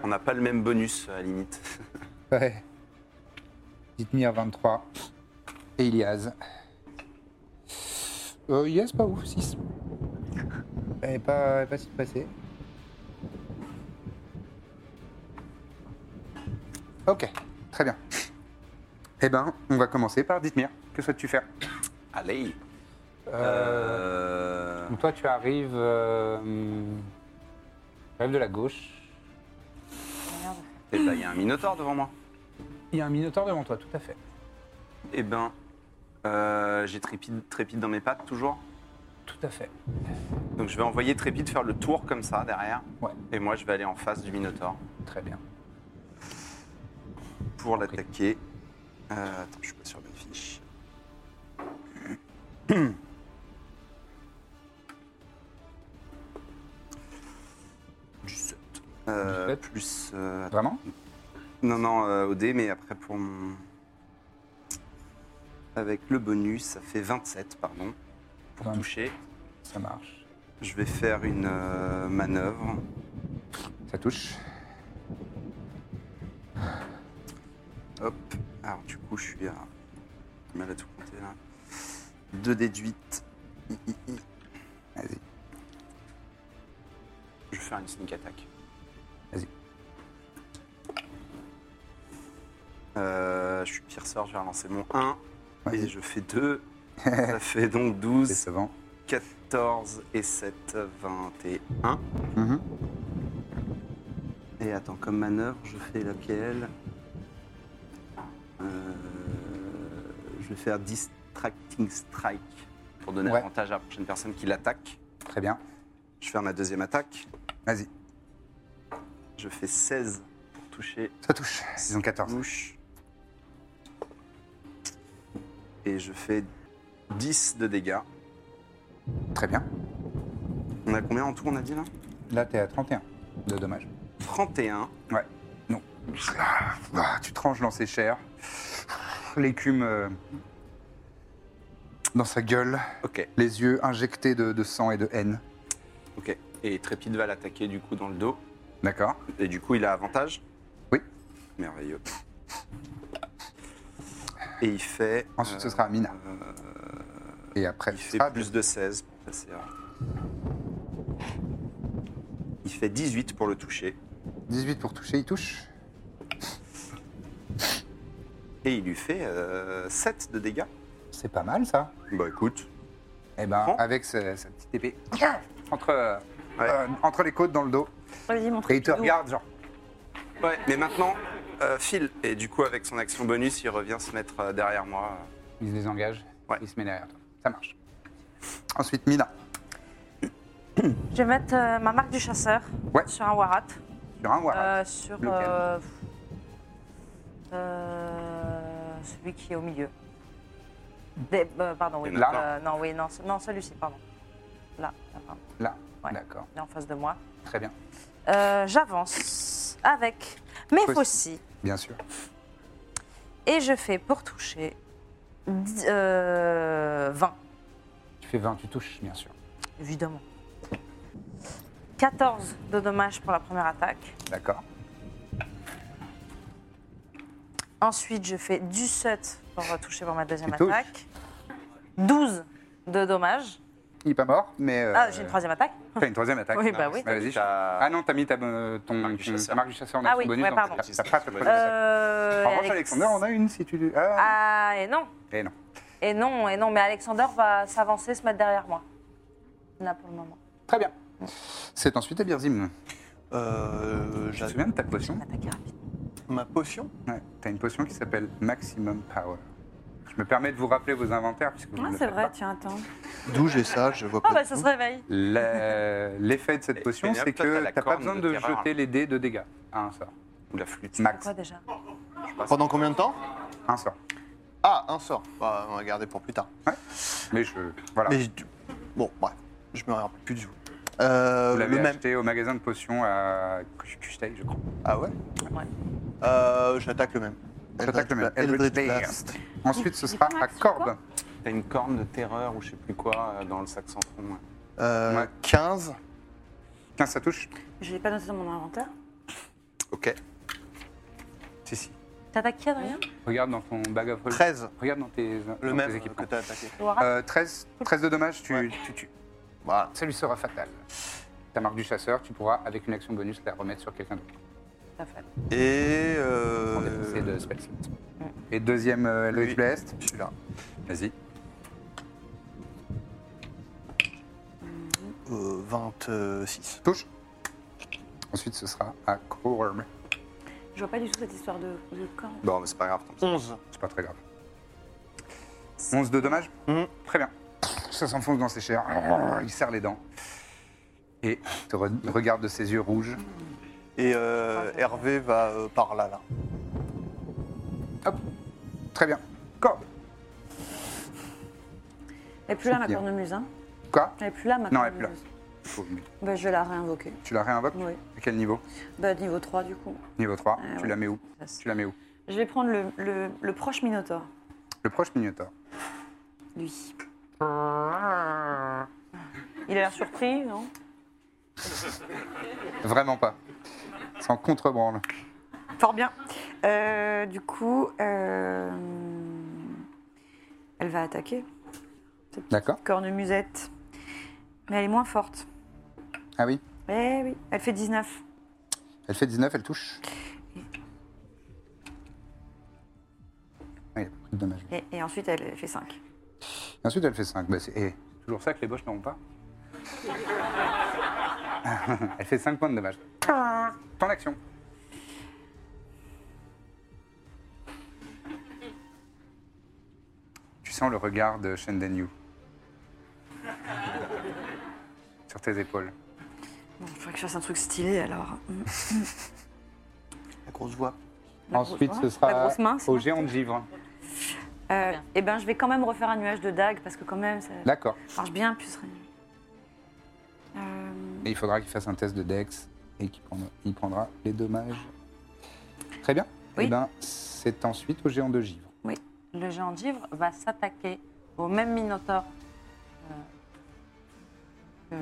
On n'a pas le même bonus à la limite. Ouais. Dithmir 23. Et Ilias. Euh, Ilias, pas ouf, 6. Elle est pas, elle est pas si passée. Ok, très bien. Eh ben, on va commencer par Dithmir. Que souhaites-tu faire Allez. Euh, Toi, tu arrives. euh, tu arrives de la gauche. rien Eh ben, il y a un minotaure devant moi. Il y a un minotaure devant toi, tout à fait. Eh ben, euh, j'ai Trépide, Trépide dans mes pattes toujours. Tout à fait. Donc je vais envoyer Trépide faire le tour comme ça derrière. Ouais. Et moi, je vais aller en face du minotaure Très bien. pour l'attaquer. Euh, attends, je suis pas sur ma fiche. Du 7. Euh, 17. plus. euh, attends. Vraiment Non, non, euh, au dé, mais après pour mon. Avec le bonus, ça fait 27, pardon. Pour Vingt- toucher, Ça marche. je vais faire une euh, manœuvre. Ça touche. Hop. Alors, du coup, je suis à. j'ai mal à tout compter là. 2 déduites. I, I, I. Vas-y. Je vais faire une sneak attack. Vas-y. Euh, je suis pierceur, je vais relancer mon 1. Vas-y. Et je fais 2. Ça fait donc 12, Décevant. 14 et 7, 21. Mhm. Et attends, comme manœuvre, je fais laquelle Euh, Je vais faire Distracting Strike pour donner Ouais. avantage à la prochaine personne qui l'attaque. Très bien. Je vais faire ma deuxième attaque. Vas-y. Je fais 16 pour toucher Ça touche. 614. bouche. Et je fais 10 de dégâts. Très bien. On a combien en tout, on a dit là Là, t'es à 31 de dommage. 31. Ouais. Non. Ah, tu tranches dans ses chairs. L'écume euh, dans sa gueule. Ok, Les yeux injectés de, de sang et de haine. ok. Et Trépide va l'attaquer du coup dans le dos. D'accord Et du coup, il a avantage Oui. Merveilleux. Et il fait. Ensuite, ce euh, sera à Mina. euh, Et après, il ce fait sera plus de 16 pour passer à- Il fait 18 pour le toucher. 18 pour toucher, il touche. Et il lui fait euh, 7 de dégâts. C'est pas mal ça. Bah écoute. Eh ben, Prends. avec ce- sa petite épée entre, euh, Ouais. euh, entre les côtes dans le dos. Vas-y, montre. Et il te regarde, genre. Ouais, mais maintenant, euh, Phil. Et du coup, avec son action bonus, il revient se mettre euh, derrière moi. Il se désengage. Ouais. Il se met derrière toi. Ça marche. Ensuite, Mina. Je vais mettre euh, ma marque du chasseur Ouais. sur un warat. Sur un Warat. Euh, sur Lequel euh, euh, celui qui est au milieu. Des- euh, pardon, oui. Et là euh, non, oui, non, ce- non celui-ci, pardon. Là, là, pardon, Là. ouais. D'accord. il est en face de moi. Très bien. Euh, J'avance avec mes Faucilles. faucilles Bien sûr. et je fais pour toucher dix- euh, 20, Tu fais 20, tu touches, bien sûr. évidemment. 14 de dommages pour la première attaque. D'accord. Ensuite, je fais du set pour euh, toucher pour ma deuxième Tu touches. attaque. 12 de dommages. Il n'est pas mort, mais. euh, Ah, j'ai une troisième attaque. T'as une troisième attaque. Oui, bah oui. Vas-y. T'as- Ah non, t'as mis ta, euh, ton, Marque du ton- chasseur. ta marque du chasseur en Ah action oui, bonus. ouais, donc pardon. t'as- t'as pas ta troisième attaque. Euh, En revanche, Alex- Alexander, on a une si tu. Ah, Ah, et non. Eh non. Et non, et non, mais Alexander va s'avancer, se mettre derrière moi. Là pour le moment. Très bien. C'est ensuite à Birzim. Euh, Tu te j'a- souviens de ta potion Attaquer rapide. ma potion Ouais, t'as une potion qui s'appelle Maximum Power. Je me permets de vous rappeler vos inventaires puisque vous Ouais, ne le Ah, c'est faites vrai, pas. tiens, attends. D'où j'ai ça Je vois Ah pas. bah du ça tout. se réveille. La- L'effet de cette Et potion, Pénélope, c'est toi, t'as que la t'as pas corne besoin de de terreur. jeter les dés de dégâts. Un sort. Ou la flûte. Max, Quoi déjà Pendant combien de temps un sort. Ah, un sort. Bah, on va garder pour plus tard. Mais je, voilà. Mais euh, je- bon, bref, je me rappelle plus du tout. Euh, vous le l'avez même. acheté au magasin de potions à Kuchtai, je crois. Ah ouais Ouais. Euh, J'attaque le même. J'attaque le même. Eldritch Eldritch Blast. Ensuite, ce sera à Max, Corbe. T'as une corne de terreur ou je sais plus quoi euh, dans le sac sans fond. ouais. Euh, Ouais. 15. 15, ça touche Je l'ai pas noté dans mon inventaire. Ok. Si, si. T'attaques qui Adrien Regarde dans ton bag of holding. 13. Regarde dans tes, Le dans même tes que équipements. t'as attaqué. Euh, 13, 13 de dommages, tu, Ouais. tu tues. Voilà. Ça lui sera fatal. Ta marque du chasseur, tu pourras, avec une action bonus, la remettre sur quelqu'un d'autre. Tout à fait. Et. Sans Euh, dépenser de spell slot. Et deuxième euh, Eldritch Oui. Blast. Celui-là. Vas-y. Euh, 26. Touche. Ensuite, ce sera à Corbe. Je vois pas du tout cette histoire de, de corps. Bon, mais c'est pas grave. tant pis. 11. C'est pas très grave. 11 de dommage Mhm. Très bien. Ça s'enfonce dans ses chairs. Il serre les dents. Et te re- regarde de ses yeux rouges. Et euh, Hervé va euh, par là, là. Très bien. Corde Elle est plus là, ma Bien. cornemuse. Hein. Quoi Elle est plus là, ma Non, elle est plus là. cornemuse. Faut- Bah, je vais la réinvoquer. Tu la réinvoques Oui. À quel niveau Bah, niveau 3, du coup. Niveau 3. Ah, tu ouais. la mets où Ça, c'est- Tu la mets où Je vais prendre le, le, le proche Minotaur, Le proche Minotaur. lui. Il a l'air surpris, non Vraiment pas. C'est en contrebranle. Fort bien. Euh, du coup, euh, elle va attaquer. Cette petite D'accord. cornemusette. Mais elle est moins forte. Ah oui Eh oui, elle fait 19. Elle fait 19, elle touche. Oui, elle a pris de dommage. Et, et ensuite, elle fait 5. Ensuite, elle fait 5. Bah, c'est eh, toujours ça que les boches n'auront pas. elle fait 5 points de dommage. Ton action. Tu sens le regard de Shenden Yu. Sur tes épaules. Bon, il faudrait que je fasse un truc stylé alors. La grosse voix. La Ensuite, grosse ce main. La sera grosse main, sinon. au géant de givre. Euh, eh ben, je vais quand même refaire un nuage de dague parce que quand même, ça D'accord. marche bien plus rien. Euh, Et il faudra qu'il fasse un test de Dex et qu'il prendra, il prendra les dommages. Très bien. Oui. Et ben, c'est ensuite au géant de givre. oui, le géant d'ivre va s'attaquer au même minotaure euh,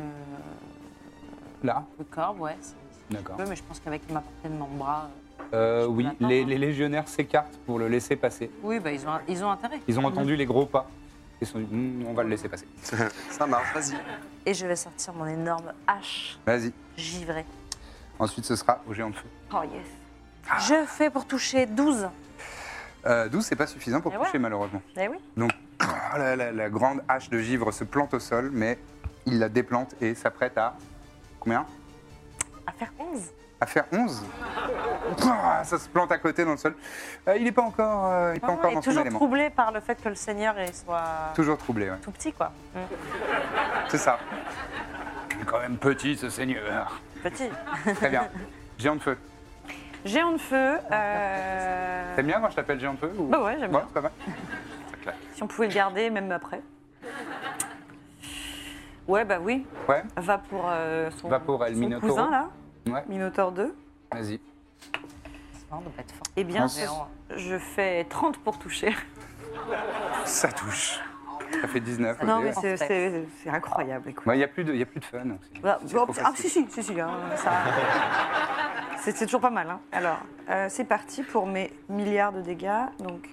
Là, que le corps, ouais. si- si je D'accord. peux, mais je pense qu'avec ma portée de mon bras. euh, Euh, oui, D'accord. les, les légionnaires s'écartent pour le laisser passer. Oui, bah, ils, ont, ils ont intérêt. Ils Mhm. ont entendu les gros pas. Ils se sont dit, Hum, on va le laisser passer. Ça marche, vas-y. Et je vais sortir mon énorme hache Vas-y. givrée. Ensuite, ce sera au géant de feu. Oh yes. Ah. Je fais pour toucher 12. Euh, 12, c'est pas suffisant pour Eh toucher, ouais. malheureusement. Eh oui. Donc, la, la- la grande hache de givre se plante au sol, mais il la déplante et s'apprête à. Combien À faire 11. À faire 11 Pouah, Ça se plante à côté dans le sol. Euh, il n'est pas encore, euh, il est pas Ah, encore et dans son toujours élément. troublé par le fait que le Seigneur est- soit Toujours troublé, ouais. tout petit, quoi. Mm. c'est ça. Il est quand même petit, ce seigneur. Petit. Très bien. Géant de feu. Géant de feu. euh, T'aimes bien quand je t'appelle Géant de feu ou... Bah ouais, j'aime bien. c'est pas mal. Si on pouvait le garder, même après. Ouais, bah oui. Ouais, Va pour euh, son, Va pour elle, son Minotauro. cousin, là. Ouais. Minotaur 2. vas-y. On doit pas être fort. Eh bien, Ensuite- je, je fais 30 pour toucher. Ça touche. Ça fait 19. au Ah Non, dé. mais c'est- c'est c'est incroyable, écoute. Bah, Il n'y a, plus de- il y a plus de fun. donc c'est- Bah, Voilà. c'est Bon, trop ah, si, facile. si, si, si, hein, ça... c'est c'est toujours pas mal. hein. Alors, euh, c'est parti pour mes milliards de dégâts. Donc,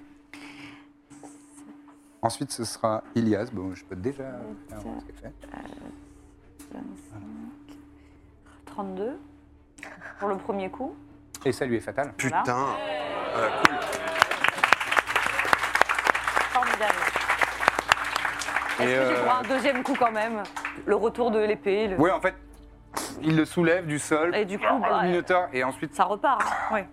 Ensuite, ce sera Ilias. Bon, je peux déjà faire ce qu'elle fait. 25, 32 pour le premier coup. Et ça lui est fatal. Voilà. Putain. Formidable. Et, Est-ce que j'ai euh, droit à un deuxième coup quand même Le retour de l'épée. le- Ouais, en fait, il le soulève du sol. Et du coup, le bah, Minotaure, et ensuite, ça repart. Ouais.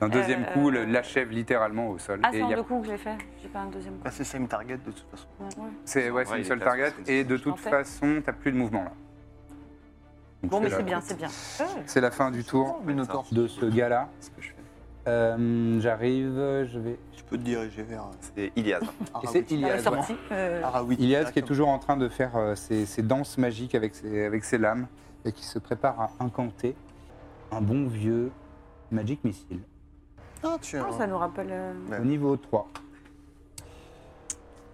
d'un deuxième euh, coup, le- l'achève littéralement au sol. Ah, et c'est il en y a- deux coups que j'ai fait. J'ai pas un deuxième coup. Bah, c'est same target de toute façon. Ouais. c'est ouais, c'est Ouais, une il seule est classe, target. c'est une Et de toute en fait. façon, t'as plus de mouvement là. Donc, Bon, mais la- c'est bien, c'est bien. C'est la fin du tour Minotaur. de ce gars-là. C'est ce que je fais. Euh, J'arrive, je vais. Tu peux te diriger vers euh, C'est Ilias. Et c'est Ilias. ouais. Sorti. Euh, Araoui. Ilias qui est toujours en train de faire euh, ses, ses danses magiques avec ses, avec ses lames et qui se prépare à incanter un bon vieux Magic Missile Ah, tu non, ça nous rappelle. euh, Ouais. au niveau 3.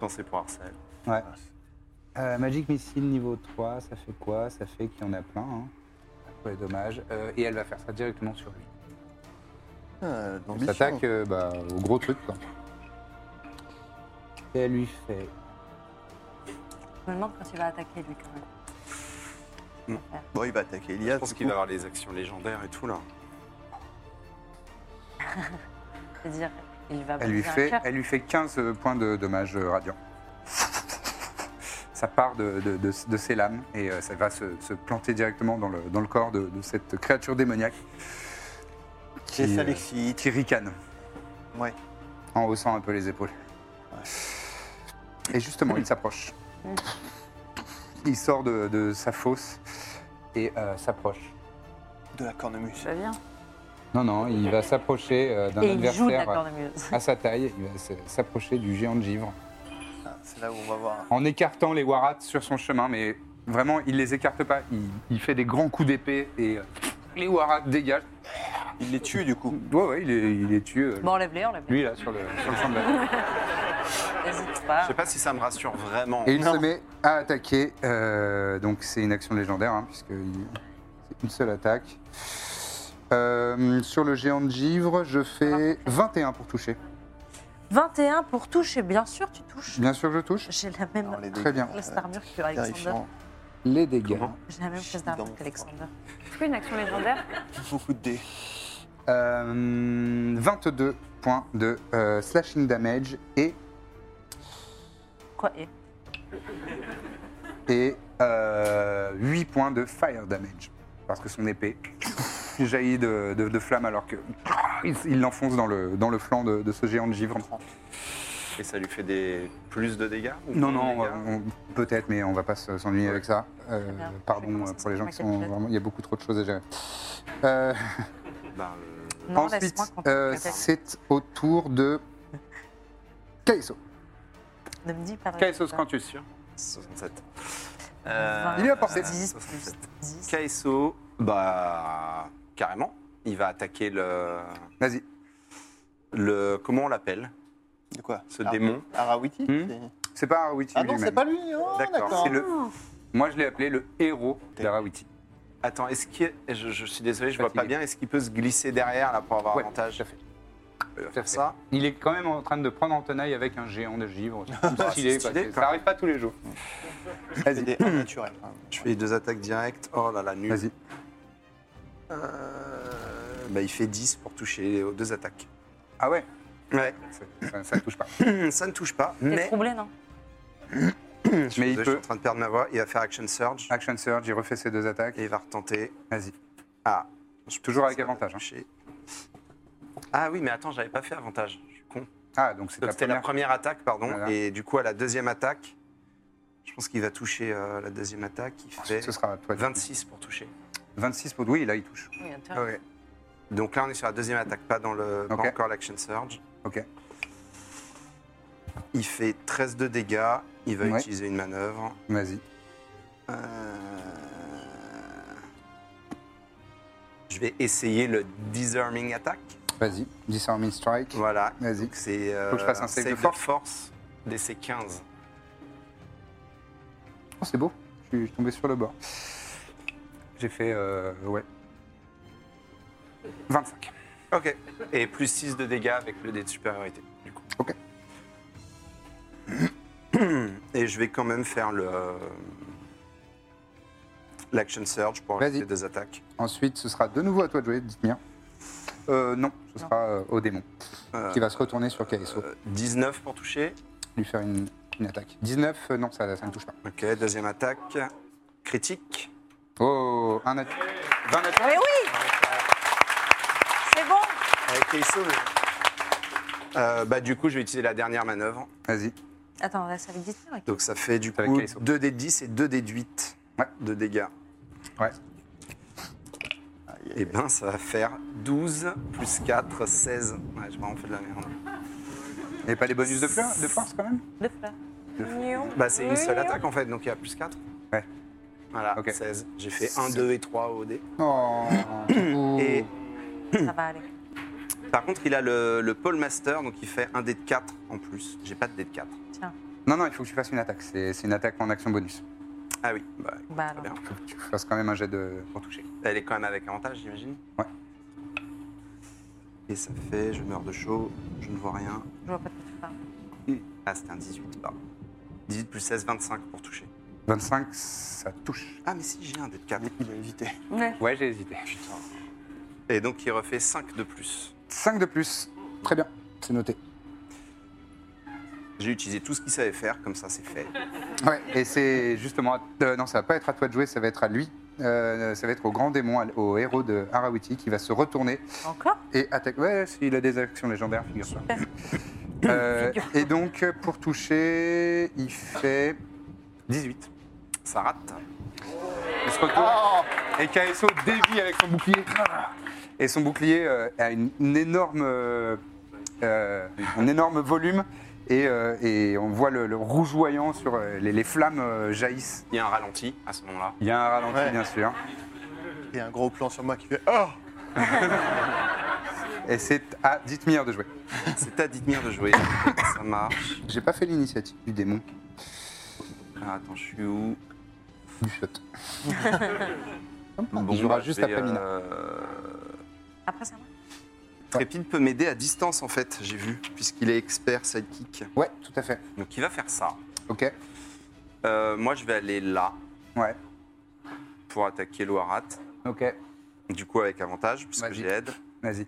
Pensez pour Arcel. Ouais. Euh, Magic Missile niveau 3, ça fait quoi Ça fait qu'il y en a plein. Hein. Ouais, dommage. Euh, et elle va faire ça directement sur lui. Ah, Elle d'ambition. s'attaque euh, bah, au gros truc. Quoi. Et elle lui fait. Je me demande quand il va attaquer lui quand même. Bon, il va attaquer Ilias. Je pense du qu'il coup. va avoir les actions légendaires et tout là. C'est-à-dire, il va Elle lui briser un fait, cœur. elle lui fait 15 points de dommage euh, radiant. Ça part de, de- de- de ses lames et euh, ça va se, se planter directement dans le, dans le corps de, de cette créature démoniaque qui, J'ai euh, Alexis. qui ricane Ouais. en haussant un peu les épaules. Et justement, il s'approche. Il sort de, de sa fosse et euh, s'approche. De la cornemuse. Ça vient. Non, non, il va s'approcher euh, d'un Et il joue de la adversaire cornemuse. à sa taille. Il va s- s'approcher du géant de givre Ah, c'est là où on va voir. en écartant les warats sur son chemin, mais vraiment, il les écarte pas. Il, il fait des grands coups d'épée et euh, les warats dégagent. Il les tue du coup. Ouais, ouais, il est, il est tué. euh, Bon, enlève-les, enlève-les. Lui, là, sur le, sur le champ de bataille. N'hésite Je Ah. pas. sais pas si ça me rassure vraiment. Et il se met à attaquer. euh, donc c'est une action légendaire, hein, puisque il- c'est une seule attaque. Euh, sur le géant de givre, je fais 21 pour toucher. 21 pour toucher, bien sûr, tu touches. Bien sûr, je touche. J'ai la même Non, les Très bien. classe d'armure que Alexander. Terrifiant. Les dégâts. J'ai la même classe d'armure qu'Alexander. C'est quoi une action légendaire Beaucoup de dés. Euh, 22 points de euh, slashing damage et, Quoi et et euh, 8 points de fire damage. Parce que son épée jaillit de, de, de flammes alors que il il l'enfonce dans le, dans le flanc de, de ce géant de givre. Et ça lui fait des plus de dégâts ou Non, moins non, de dégâts on- on- peut-être, mais on va pas se- s'ennuyer avec ça. Euh, bien. Je vais pardon euh, commencer pour les gens ma qui sont calculette. vraiment. Il y a beaucoup trop de choses à gérer. Euh, Ben, euh, Non, ensuite, laisse-moi continuer. euh, c'est au tour de. Kaiso. Ne me dis pas. Kaiso Scantus. 67. Euh, Il est à portée. 10 67. plus 10. KSO, bah carrément, il va attaquer le, Vas-y. le Euh, comment on l'appelle, De quoi ce Ah, démon. Arawiti Hmm c'est- C'est pas Arawiti Ah non, c'est lui-même. pas lui. Oh, D'accord. D'accord. C'est le. Moi, je l'ai appelé le héros d'Arawiti. Attends, est-ce qu'il, je, je suis désolé, je vois Fatigué. pas bien, est-ce qu'il peut se glisser derrière là pour avoir Ouais, avantage tout à fait. Il va Tout à faire fait. ça. Il est quand même en train de prendre en tenaille avec un géant de givre. C'est stylé, c'est parce stylé, que quand ça arrive pas tous les jours. C'est des naturels. Je fais deux attaques directes. Oh là là, nul. Vas-y. Euh, bah, il fait 10 pour toucher aux deux attaques. Ah ouais Ouais, C'est- ça, ça touche pas. Hmm, ça ne touche pas, T'es mais, troublé, non Je suis Mais il désolé, je suis peut. en train de perdre ma voix. Il va faire Action Surge Action Surge, il refait ses deux attaques. et il va retenter. Vas-y. Ah, Je suis toujours avec Ça va avantage. hein. toucher. Ah oui, mais attends, j'avais pas fait avantage. Je suis con. Ah, donc c'est Donc, ta C'était la première. première attaque, pardon. Voilà. Et du coup, à la deuxième attaque, je pense qu'il va toucher euh, la deuxième attaque. Il fait Ensuite, ce sera à toi. 26 pour toucher. 26 pour oui, là il touche. Oui, intéressant. Ah Ok. Donc là, on est sur la deuxième attaque, pas dans le pas Ok. encore l'action surge. Ok. Il fait 13 de dégâts. Il va Ouais. utiliser une manœuvre. Vas-y. Euh, Je vais essayer le disarming attack. Vas-y. Disarming strike. Voilà. Vas-y. Donc c'est euh, Faut que je fasse un save de force. DC 15. Oh, c'est beau. Je suis, je suis tombé sur le bord. J'ai fait euh, ouais. 25. Ok. Et plus 6 de dégâts avec le dé de supériorité, du coup. Ok. Et je vais quand même faire le euh, l'action surge pour Vas-y. les deux attaques. Ensuite, ce sera de nouveau à toi de jouer, dites-moi. Euh, non, ce sera euh, au démon Euh, qui va se retourner sur Kaiso, euh, 19 pour toucher. lui faire une, une attaque. 19, euh, non, ça, ça ne touche pas. Ok, deuxième attaque. Critique. Oh, un attaque. 20 attaques. Mais oui C'est bon Avec Keiso, mais- Euh, bah, du coup, je vais utiliser la dernière manœuvre. Vas-y. Attends, là, ça veut dire. ok. Donc ça fait du Avec coup Keiso. 2 d 10 et 2 d 8 Ouais. de dégâts. Ouais. Et ben ça va faire 12 plus 4, 16. Ouais, j'ai vraiment fait de la merde. Et pas les bonus de, fleur, de force quand même Deux fleurs. Bah c'est une seule attaque en fait, donc il y a plus 4. Ouais. Voilà, Ok. 16. J'ai fait 1, 2 et 3 au dé. Oh. Et Ça va aller. par contre, il a le, le pole master, donc il fait 1 dé de 4 en plus. J'ai pas de dé de 4. Non, non, il faut que tu fasses une attaque. C'est c'est une attaque en action bonus. Ah oui, bah, Bah, très alors. bien. Faut que tu fasses quand même un jet de... pour toucher. Elle est quand même avec avantage, j'imagine Ouais. Et ça fait, je meurs de chaud, je ne vois rien. Je vois pas de quoi tu parles. Ah, c'était un 18, pardon. 18 plus 16, 25 pour toucher. 25, ça touche. Ah, mais si, j'ai un dé de 4. Il a évité. Ouais, j'ai hésité. Et donc, il refait 5 de plus. 5 de plus. Très bien, c'est noté. J'ai utilisé tout ce qu'il savait faire, comme ça, c'est fait. Ouais, et c'est justement... à- euh, non, ça va pas être à toi de jouer, ça va être à lui Euh, ça va être au grand démon, au héros de Harawiti, qui va se retourner Encore et attaque. Ouais, il a des actions légendaires, figure-toi. Euh, et donc, pour toucher, il fait. 18. Ça rate. Il se Ah. retourne. Et KSO dévie avec son bouclier. Et son bouclier euh, a une, une énorme, euh, euh, un énorme volume. Et, euh, et on voit le, le rougeoyant sur euh, les, les flammes euh, jaillissent. Il y a un ralenti à ce moment-là. Il y a un ralenti, Ouais. bien sûr. Il y a un gros plan sur moi qui fait Oh Et c'est à Dithmir de jouer. C'est à Dithmir de jouer. Ça marche. J'ai pas fait l'initiative du démon, Ah, attends, je suis où du shot. Bon, Il jouera bah, je juste vais, après Mina. euh, Après, c'est à moi. Trépide peut m'aider à distance en fait, j'ai vu, puisqu'il est expert sidekick. Ouais, tout à fait. Donc il va faire ça. Ok. Euh, moi je vais aller là Ouais. pour attaquer l'Oarat. Ok. Du coup avec avantage, puisque Vas-y. j'ai aide. Vas-y.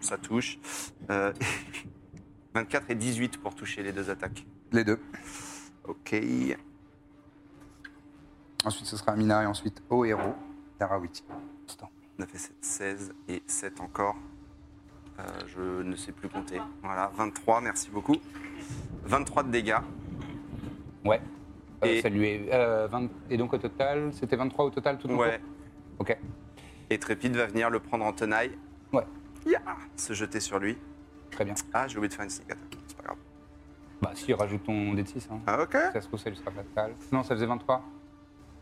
Ça touche. Euh, 24 et 18 pour toucher les deux attaques. Les deux. Ok. Ensuite, ce sera Amina et ensuite au héros d'Arawiti. 9 et 7, 16 et 7 encore. Euh, je ne sais plus compter. Voilà, 23, merci beaucoup. 23 de dégâts. Ouais. Euh, Et- ça lui est, et donc au total, c'était 23 au total tout Ouais. Ok. Et Trépide va venir le prendre en tenaille, Ouais, se jeter sur lui. très bien. Ah, j'ai oublié de faire une sneak attack. C'est pas grave. Bah si, rajoute ton D6. Hein. Ah, ok. Ça se trouve, ça lui sera fatal. Non, ça faisait 23.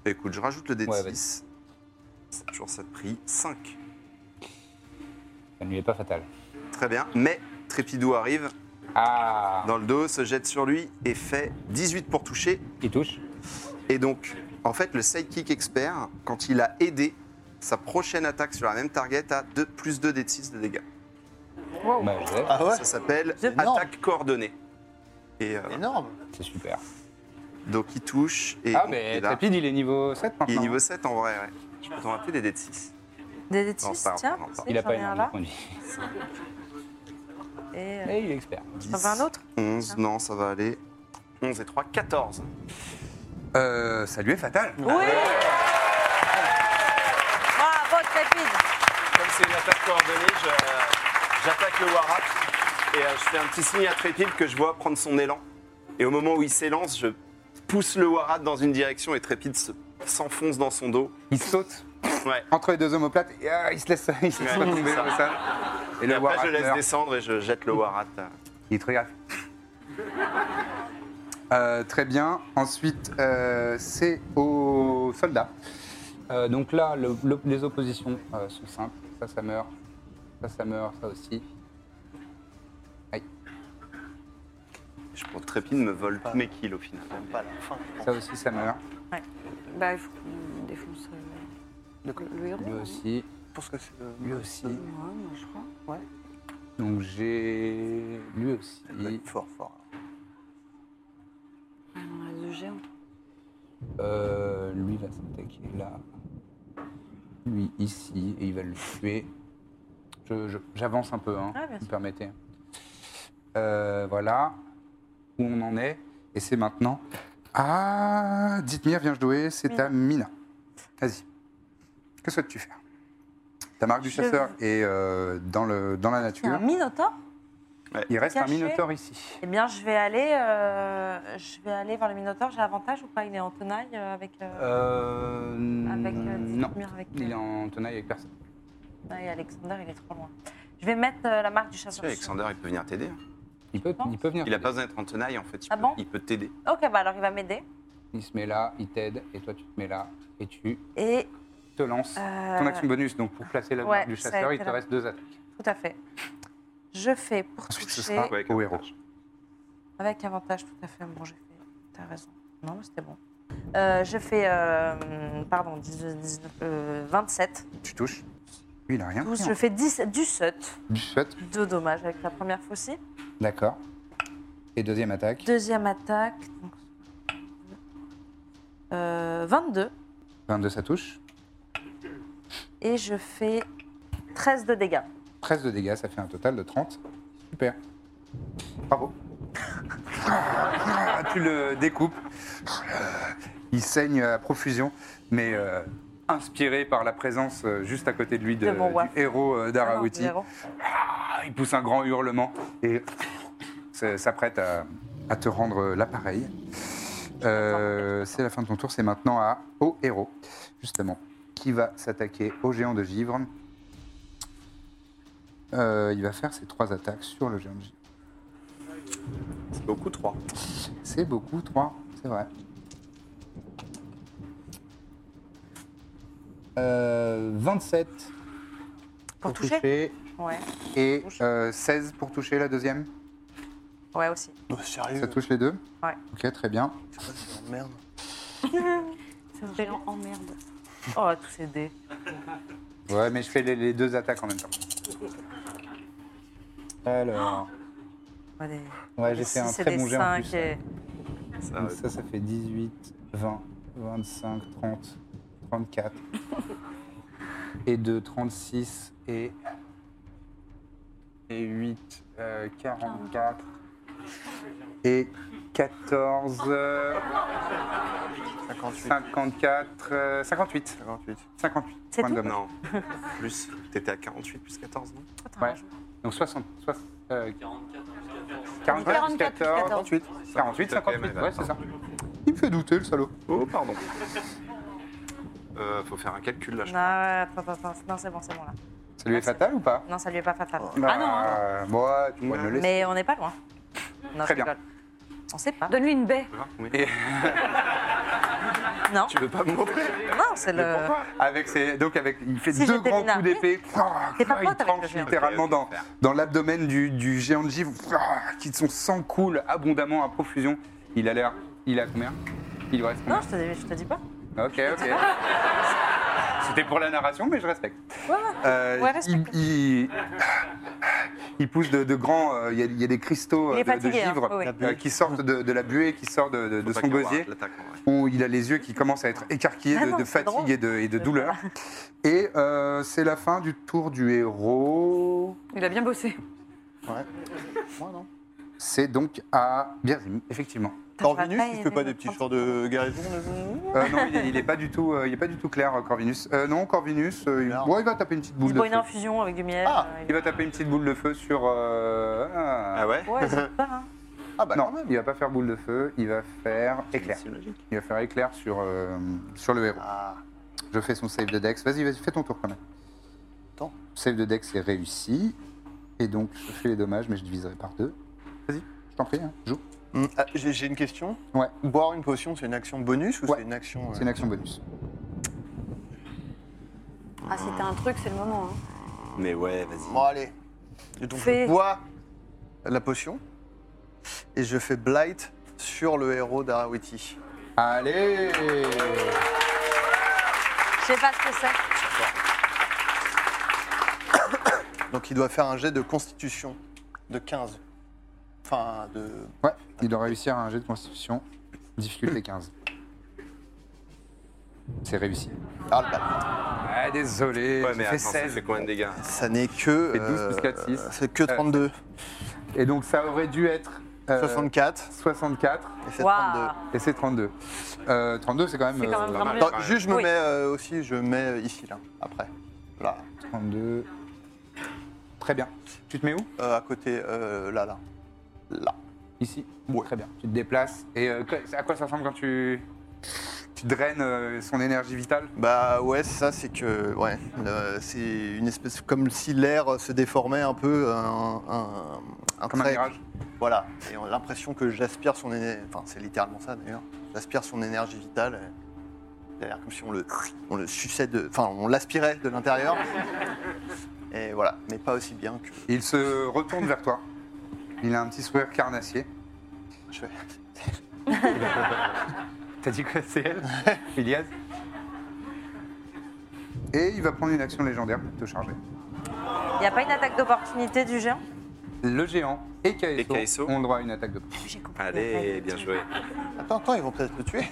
Écoute, je rajoute le Ouais, D6. C'est toujours ça de prix. 5. Ça ne lui est pas fatal. Très bien. Mais Trépidou arrive Ah dans le dos, se jette sur lui et fait 18 pour toucher. Il touche Et donc, en fait, le sidekick expert, quand il a aidé, sa prochaine attaque sur la même target a 2, plus 2 d 6 de dégâts. Bah, ouais, Ah ouais Ça s'appelle C'est énorme. attaque coordonnée. Et euh, Énorme C'est super. donc, il touche. Et Ah on- mais et là, Trépide, il est niveau 7 maintenant. hein. Il est niveau 7 en vrai, ouais. Je peux t'en rappeler des d 6. Des des Non, six, pas, tiens. non, pas. tu sais, Il j'en ai un là. points de vie. Et euh, Et il est expert. t'en veux un autre 11, non, ça va aller. 11 et 3, 14. Euh, ça lui est fatal. Oui Bravo, Trépide Comme c'est une attaque coordonnée, je- j'attaque le Warat et euh, je fais un petit signe à Trépide que je vois prendre son élan. Et au moment où il s'élance, je pousse le Warat dans une direction et Trépide se- s'enfonce dans son dos. Il saute Ouais. entre les deux omoplates et ah, il se laisse, il se laisse pas Ouais, tomber c'est ça. comme ça. Et Et, le après, Warat je laisse meurt. descendre et je jette le Warat. Il te regarde. Euh, très bien. Ensuite, euh, c'est aux soldats. Euh, donc là, le- le- les oppositions euh, sont simples. Ça, ça meurt. Ça, ça meurt. Ça aussi. Aïe. Je pense que Trépide me vole tous mes kills au final. Même pas la fin. Ça aussi, ça meurt. Bah, il faut qu'on défonce euh, le, le héros. Lui aussi. Pour ce que c'est. euh, Lui aussi. Ouais, moi, je crois. Donc j'ai. Lui aussi. Fort, fort. Ah non, là, le géant. Euh, lui va s'attaquer là. Lui ici, et il va le tuer. Je- je- J'avance un peu, hein, Ah, bien si vous permettez. Euh, voilà où on en est, et c'est maintenant. Ah, Dithmir vient jouer, c'est à Mina. Vas-y. Que souhaites-tu faire Ta marque du Je- chasseur est euh, dans, le, dans la Il y a un nature. minotaure Il reste caché. un minotaure ici. Eh bien, je vais aller, euh, je vais aller vers le minotaure. J'ai avantage ou pas Il est en tenaille euh, avec. euh, Euh, Avec, euh, non, Dithmir, avec- il est en tenaille avec personne. non, Ah, et Alexander, il est trop loin. Je vais mettre euh, la marque du chasseur. sur- Alexander, il peut venir t'aider. hein. Il peut, il peut venir. Il a pas besoin d'être en tenaille en fait. Il Ah peut- bon Il peut t'aider. Ok, bah alors il va m'aider. Il se met là, il t'aide, et toi tu te mets là, et tu Et te lances. Euh, Ton action bonus, donc pour placer la ouais, marque du ça a chasseur, été il te là. reste deux attaques. tout à fait. Je fais pour Ensuite, ce toucher sera Ouais, avec au héros. avantage. avec avantage. Tout à fait. Bon, j'ai fait. T'as raison. Non, mais c'était bon. Euh, je fais, euh, pardon, 19, 19, euh, 27. Tu touches. Lui, il a rien. 12, pris, je hein. fais 10, du set. Du shot. Deux dommages avec la première faucille. D'accord. Et deuxième attaque. Deuxième attaque. donc- Euh, 22. 22, ça touche. Et je fais 13 de dégâts. 13 de dégâts, ça fait un total de 30. Super. Bravo. Ah, tu le découpes. Il saigne à profusion, mais euh, inspiré par la présence euh, juste à côté de lui de- De mon du waf. héros euh, d'Arawiti. héros. Ah, il pousse un grand hurlement et se- s'apprête à, à te rendre euh, l'appareil. Euh, c'est la fin de ton tour, c'est maintenant à au héros, justement, qui va s'attaquer au géant de givre. Euh, il va faire ses trois attaques sur le géant de givre. C'est beaucoup trois. C'est beaucoup, trois, c'est vrai. Euh, 27 Pour toucher Ouais. et euh, 16 pour toucher la deuxième. Ouais, aussi. Oh, sérieux Ça touche les deux Euh, Ouais. Ok, très bien. Merde. C'est vraiment en merde. Oh, tous ces dés. Ouais, mais je fais les, les deux attaques en même temps. Alors, Ouais, des- ouais, j'ai des fait un six et très des bon jet en cinq plus. et- Donc ça, ça fait 18, 20, 25, 30, 34. et 2, 36 et. Et 8, 44. Et 14. euh, 58. 54. euh, 58. 58. 58. C'est points de tout dommage. Non. Plus, t'étais à 48 plus 14, non Ouais. Donc 60. soix- euh, 44 plus 44 plus 14. 14. 48. 48, 58. Ouais, c'est ça. Il me fait douter, le salaud. Oh, pardon. Euh, faut faire un calcul là, je Non, ouais, attends, attends, attends. Non, c'est bon, c'est bon là. Ça lui est fatal ou pas Non, hein. ça lui est pas fatal. Ah non Moi, tu pourrais me laisser. Mais on n'est pas loin. Non, Très je bien. rigole. On sait pas. Donne-lui une baie. crois. Oui. Non, Tu veux pas mourir non, c'est le. Avec ses- donc avec, il fait Si deux j'étais grands Mina. coups d'épée. T'es pas il pote avec le tranche géant. littéralement Ok, ok, dans, super. dans l'abdomen du, du géant de givre, qui son sang coule abondamment à profusion. Il a l'air, il a combien Il lui reste Non, combien je te, je te dis pas. Ok, ok. C'était pour la narration, mais je respecte. Euh, Ouais, respecte. Il, il- il pousse de, de grands, euh, il y a- il y, a des cristaux Il euh, est de, de fatigué, hein. givre Oui, oui. euh, qui sortent de, de la buée, qui sortent de, de- de Faut pas son qu'il y ait gosier. l'attaque, en vrai. où il a les yeux qui commencent à être écarquillés Ah de, non, de c'est fatigue drôle. et de, et de douleur. Et euh, c'est la fin du tour du héros. Il a bien bossé. C'est donc à Birzim, effectivement. Corvinus, Raphaël, il fait pas il des petits sorts de guérison là Euh, non, il est, il est pas du tout, euh, il est pas du tout clair, euh, Corvinus. Euh, non, Corvinus, euh, il, Non. bon, il va taper une petite boule Il de boit une feu. infusion avec du miel. Ah, euh, Il va taper une petite boule de feu sur. euh, ah. Ah ouais Ouais, c'est pas, hein. Ah bah non, quand même. il va pas faire boule de feu, il va faire éclair. C'est logique. Il va faire éclair sur, euh, sur le héros. Ah, Je fais son save de dex. Vas-y, vas-y, fais ton tour quand même. Attends. Save de dex est réussi. Et donc, je fais les dommages, mais je diviserai par deux. Vas-y, je t'en prie, hein, joue. Hmm, ah, J'ai j'ai une question. Ouais. Boire une potion, c'est une action bonus ou Ouais. c'est une action. euh, C'est une action bonus. Ah, si t'as un truc, c'est le moment. hein. Mais ouais, vas-y. Bon, allez. Et donc, Fais. je bois la potion et je fais Blight sur le héros d'Arawiti. Allez Je sais pas ce que c'est. Donc, il doit faire un jet de constitution de 15. Enfin, de. Ouais, il doit réussir un jet de constitution. Difficulté 15. C'est réussi. Ah, là, Ah, désolé, Ouais, j'ai mais fait attends, ça 16. fait combien de dégâts ça n'est que. Et 12 plus quatre, six. C'est que Euh, 32. Et donc, ça aurait dû être euh, 64. 64 Et c'est Waouh. 32. et c'est 32. Euh, 32, c'est quand même. C'est quand euh, même vraiment mal. bien. Attends, juste, je me Oui. mets euh, aussi, je mets ici, là, après. Là, 32. Très bien. Tu te mets où euh, à côté, euh, là, là. Là. Ici Très bien. Tu te déplaces. Et euh, que- à quoi ça ressemble quand tu, tu draines euh, son énergie vitale Bah ouais, c'est ça, c'est que ouais, le- c'est une espèce comme si l'air se déformait un peu, euh, un, un- un Comme un trait. mirage. Voilà, et on a l'impression que j'aspire son énergie. Enfin, c'est littéralement ça d'ailleurs. J'aspire son énergie vitale. et Il a l'air comme si on le, on le suçait de, enfin, on l'aspirait de l'intérieur. Et voilà, mais pas aussi bien que Il se retourne vers toi. Il a un petit sourire carnassier. je fais. T'as dit quoi C'est elle Ilias Et il va prendre une action légendaire pour te charger. Y a pas une attaque d'opportunité du géant Le géant et Kaeso, Et Kaeso. ont le droit à une attaque de Allez, bien joué. Attends, attends, ils vont peut-être le tuer.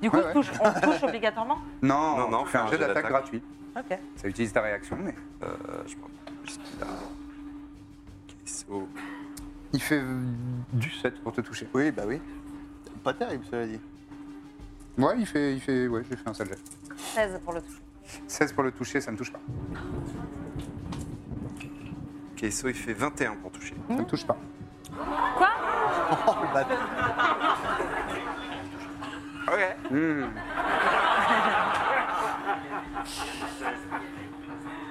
Du coup, Ouais, ouais. on touche- on touche obligatoirement Non, Non, non, tu fais un jet d'attaque gratuit. Ok. Ça utilise ta réaction, mais. Euh, je prends juste là. Queso. Il fait euh, du 7 pour te toucher. Oui, bah oui. Pas terrible, cela dit. Ouais, il fait. Il fait ouais, j'ai fait un sale jet. 16 pour le toucher. 16 pour le toucher, ça ne touche pas. Kesso, il fait 21 pour toucher. Ça Mmh. ne touche pas. Ok.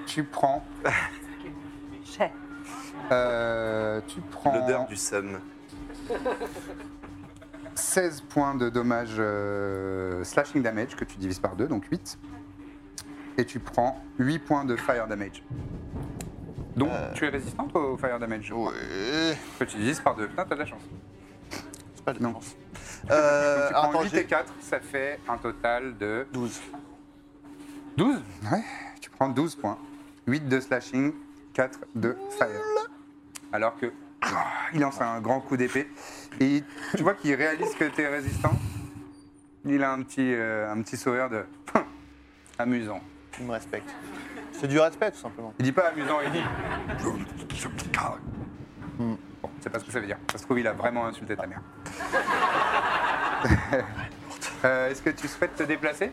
Tu prends. Euh, tu prends L'odeur du somme. 16 points de dommages euh, slashing damage que tu divises par 2, donc 8. Et tu prends 8 points de fire damage. Donc tu es résistante au fire damage je crois, Ouais. que tu divises par 2. Putain, t'as de la chance. C'est pas le Non. temps. Euh, Donc, tu prends attends, 8 j'ai- et 4, ça fait un total de 12. 12 Ouais, tu prends 12 points. 8 de slashing, 4 de fire. Alors que ah, il lance un grand coup d'épée. Et tu vois qu'il réalise que tu es résistant. Il a un petit, euh, un petit sourire de amusant. Il me respecte. C'est du respect, tout simplement. Il dit pas amusant, il dit. Bon, c'est pas ce que ça veut dire. Ça se trouve, il a vraiment insulté ta mère. Euh, Est-ce que tu souhaites te déplacer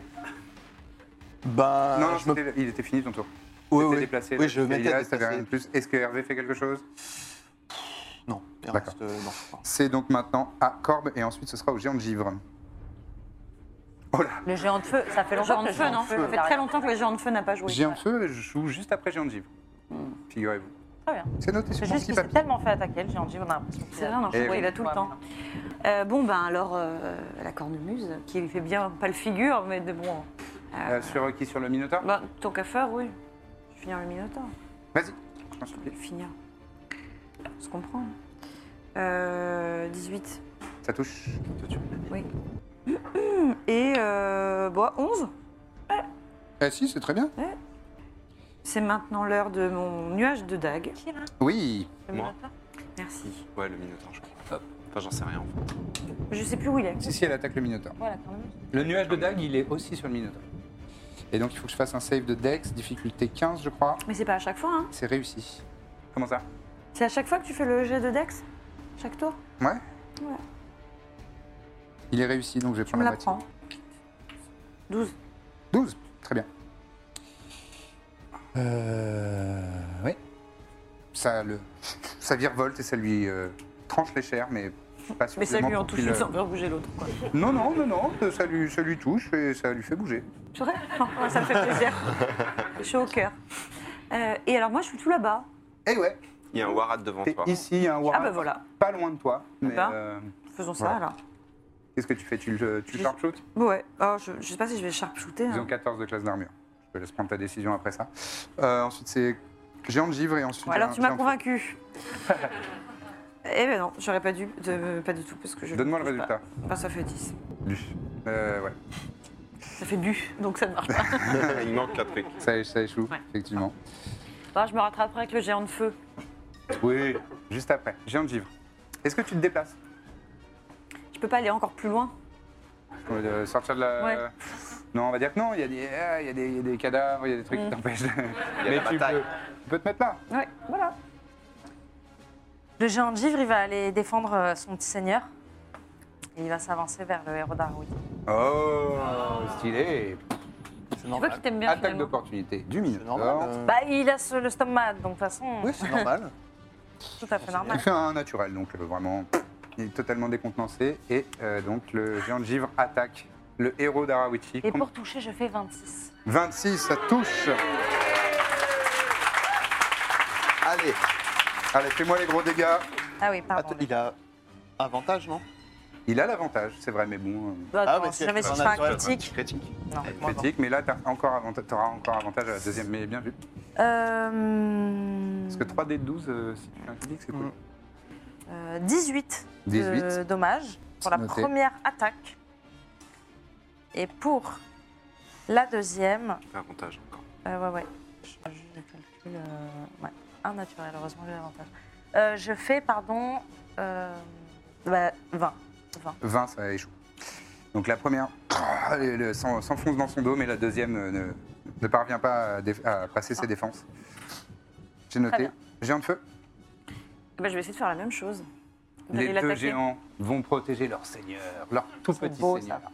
Bah, Non, non, je me... c'était- il était fini ton tour. Oui, T'étais oui. déplacé. Oui, je t'étais m'étais là, t'avais déplacé. rien de plus. Est-ce que Hervé fait quelque chose Non, il D'accord. reste, euh, non, non. C'est donc maintenant à Corbe et ensuite ce sera au géant de Givre. Oh là Le géant de feu, ça fait longtemps Géant que de le feu, géant non de feu. Ça fait très longtemps que le géant de feu n'a pas joué. Géant de feu, je joue juste après Géant de Givre. Figurez-vous. Très bien. C'est noté sur C'est mon juste petit qu'il s'est papier. tellement fait attaquer, le géant de Givre, on a l'impression qu'il C'est vrai, a- on en Eh joue, oui. il a tout le temps. Euh, bon, ben alors, euh, la cornemuse, qui lui fait bien, pas le figure, mais de bon. Euh, sur euh, qui Sur le Minotaur Ben, tant qu'à faire, oui. Je vais finir le minotaure. Vas-y, je t'en supplie. hein. Finir. On se comprend. hein. Euh, 18. Ça touche. Et euh, bon, 11. Eh si, c'est très bien. C'est maintenant l'heure de mon nuage de dague. Oui. Moi Merci. Ouais, le Minotaur, je crois. Hop. Enfin, j'en sais rien. en fait. Je sais plus où il est. Si, si, elle attaque le Minotaur. Voilà, quand même. Le nuage de dague, il est aussi sur le Minotaur. Et donc il faut que je fasse un save de Dex, difficulté 15, je crois. Mais c'est pas à chaque fois, hein. C'est réussi. Comment ça C'est à chaque fois que tu fais le jet de Dex Chaque tour Ouais Il est réussi, donc je vais Tu prendre me la la moitié. prends. 12. 12, très bien. Euh, oui. Ça, le, ça virevolte et ça lui euh, tranche les chairs, mais pas Mais ça suffisamment lui en pour touche qu'il, une euh, sans faire bouger l'autre. quoi. Non, non, non, non, ça lui, ça lui touche et ça lui fait bouger. C'est vrai Ouais, Ça me fait plaisir. je suis au cœur. Euh, et alors moi, je suis tout là-bas. Eh ouais, Il y a un Warat devant t'es toi. ici, il y a un Ah Warren, bah voilà, pas loin de toi. Mais ben. euh, faisons ça Voilà. alors. qu'est-ce que tu fais Tu le tu le Je- sharpshoot Ouais, alors, je, je sais pas si je vais sharpshooter. Ils hein. ont 14 de classe d'armure. Je te laisse prendre ta décision après ça. Euh, ensuite, c'est géant de givre et ensuite. Alors géant- tu m'as géant de- convaincu. eh ben non, j'aurais pas dû, de- pas du tout parce que je. Donne-moi le je sais pas. résultat. Bah, ça fait 10. Euh, ouais. Ça fait du, donc ça ne marche pas. Il manque un truc. Ça, ça échoue, effectivement. Bah, je me rattraperai avec le géant de feu. Oui, juste après. Géant de givre. Est-ce que tu te déplaces Je peux pas aller encore plus loin. Euh, de Sortir de la. Ouais. Non, on va dire que non, il y, a des- ah, il y a des- il y a des cadavres, il y a des trucs qui t'empêchent. de- la Mais tu bataille. peux, tu peux te mettre là. Mm. Ouais, voilà. Le géant de givre, il va aller défendre euh, son petit seigneur. Et il va s'avancer vers le héros d'Aroui. Oh, stylé. C'est Tu vois normal. qu'il t'aime bien Attaque finalement. d'opportunité du C'est normal. Minotaur. euh, Bah, il a ce- le stomach, donc de toute façon, Oui, c'est normal. tout à fait normal. Il fait un naturel, donc euh, vraiment, il est totalement décontenancé. Et euh, donc le géant de givre attaque le héros d'Arawiti. Et pour toucher, je fais 26. 26, ça touche. Allez, Allez, fais-moi les gros dégâts. Ah oui, pardon. Attends, il a avantage, non Il a l'avantage, c'est vrai, mais bon. euh, Bah, attends, Ah, mais si c'est- jamais c'est je un fais un naturel. Eh, critique. Critique. Non. critique, mais là, tu encore avantage, auras encore avantage à la deuxième, mais bien vu. Euh, Parce que 3D12, euh, si tu fais un clic, c'est cool. Mm. euh, 18 de 18. dommage pour la Noté. première attaque. Et pour la deuxième. Avantage encore. euh, ouais, ouais. Je, je calcule. euh, ouais. Un naturel, heureusement que j'ai l'avantage. Euh, je fais, pardon, euh, bah, 20. 20, ça échoue. Donc la première elle, elle s'en- s'enfonce dans son dos, mais la deuxième euh, ne, ne parvient pas à, dé- à passer ses défenses. J'ai Très noté. bien. Géant de feu. Bah, je vais essayer de faire la même chose. Les D'aller deux l'attaquer. géants vont protéger leur seigneur, leur tout C'est petit beau, seigneur. ça.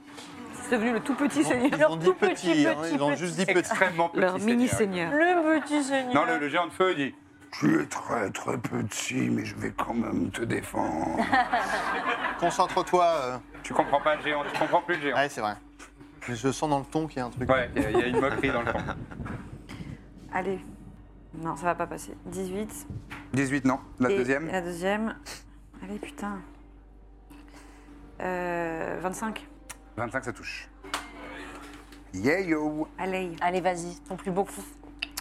C'est devenu le tout petit Ils ont- seigneur. Ils ont dit tout petit, petit, hein, petit, ils ont petit. juste dit petit. Extrêmement petit. Leur mini seigneur. seigneur. Le petit seigneur. Non, le, le géant de feu, il dit Tu es très très petit, mais je vais quand même te défendre. Concentre-toi. euh. tu comprends pas le géant, tu comprends plus le géant. Ouais, c'est vrai. Mais je sens dans le ton qu'il y a un truc. Ouais, il y, a- il y a une moquerie dans le temps. Allez. Non, ça va pas passer. 18. 18, non La Et euh, deuxième La deuxième. Allez, putain. Euh, 25. 25, ça touche. Yeah yo Allez. Allez, vas-y, ton plus beau coup.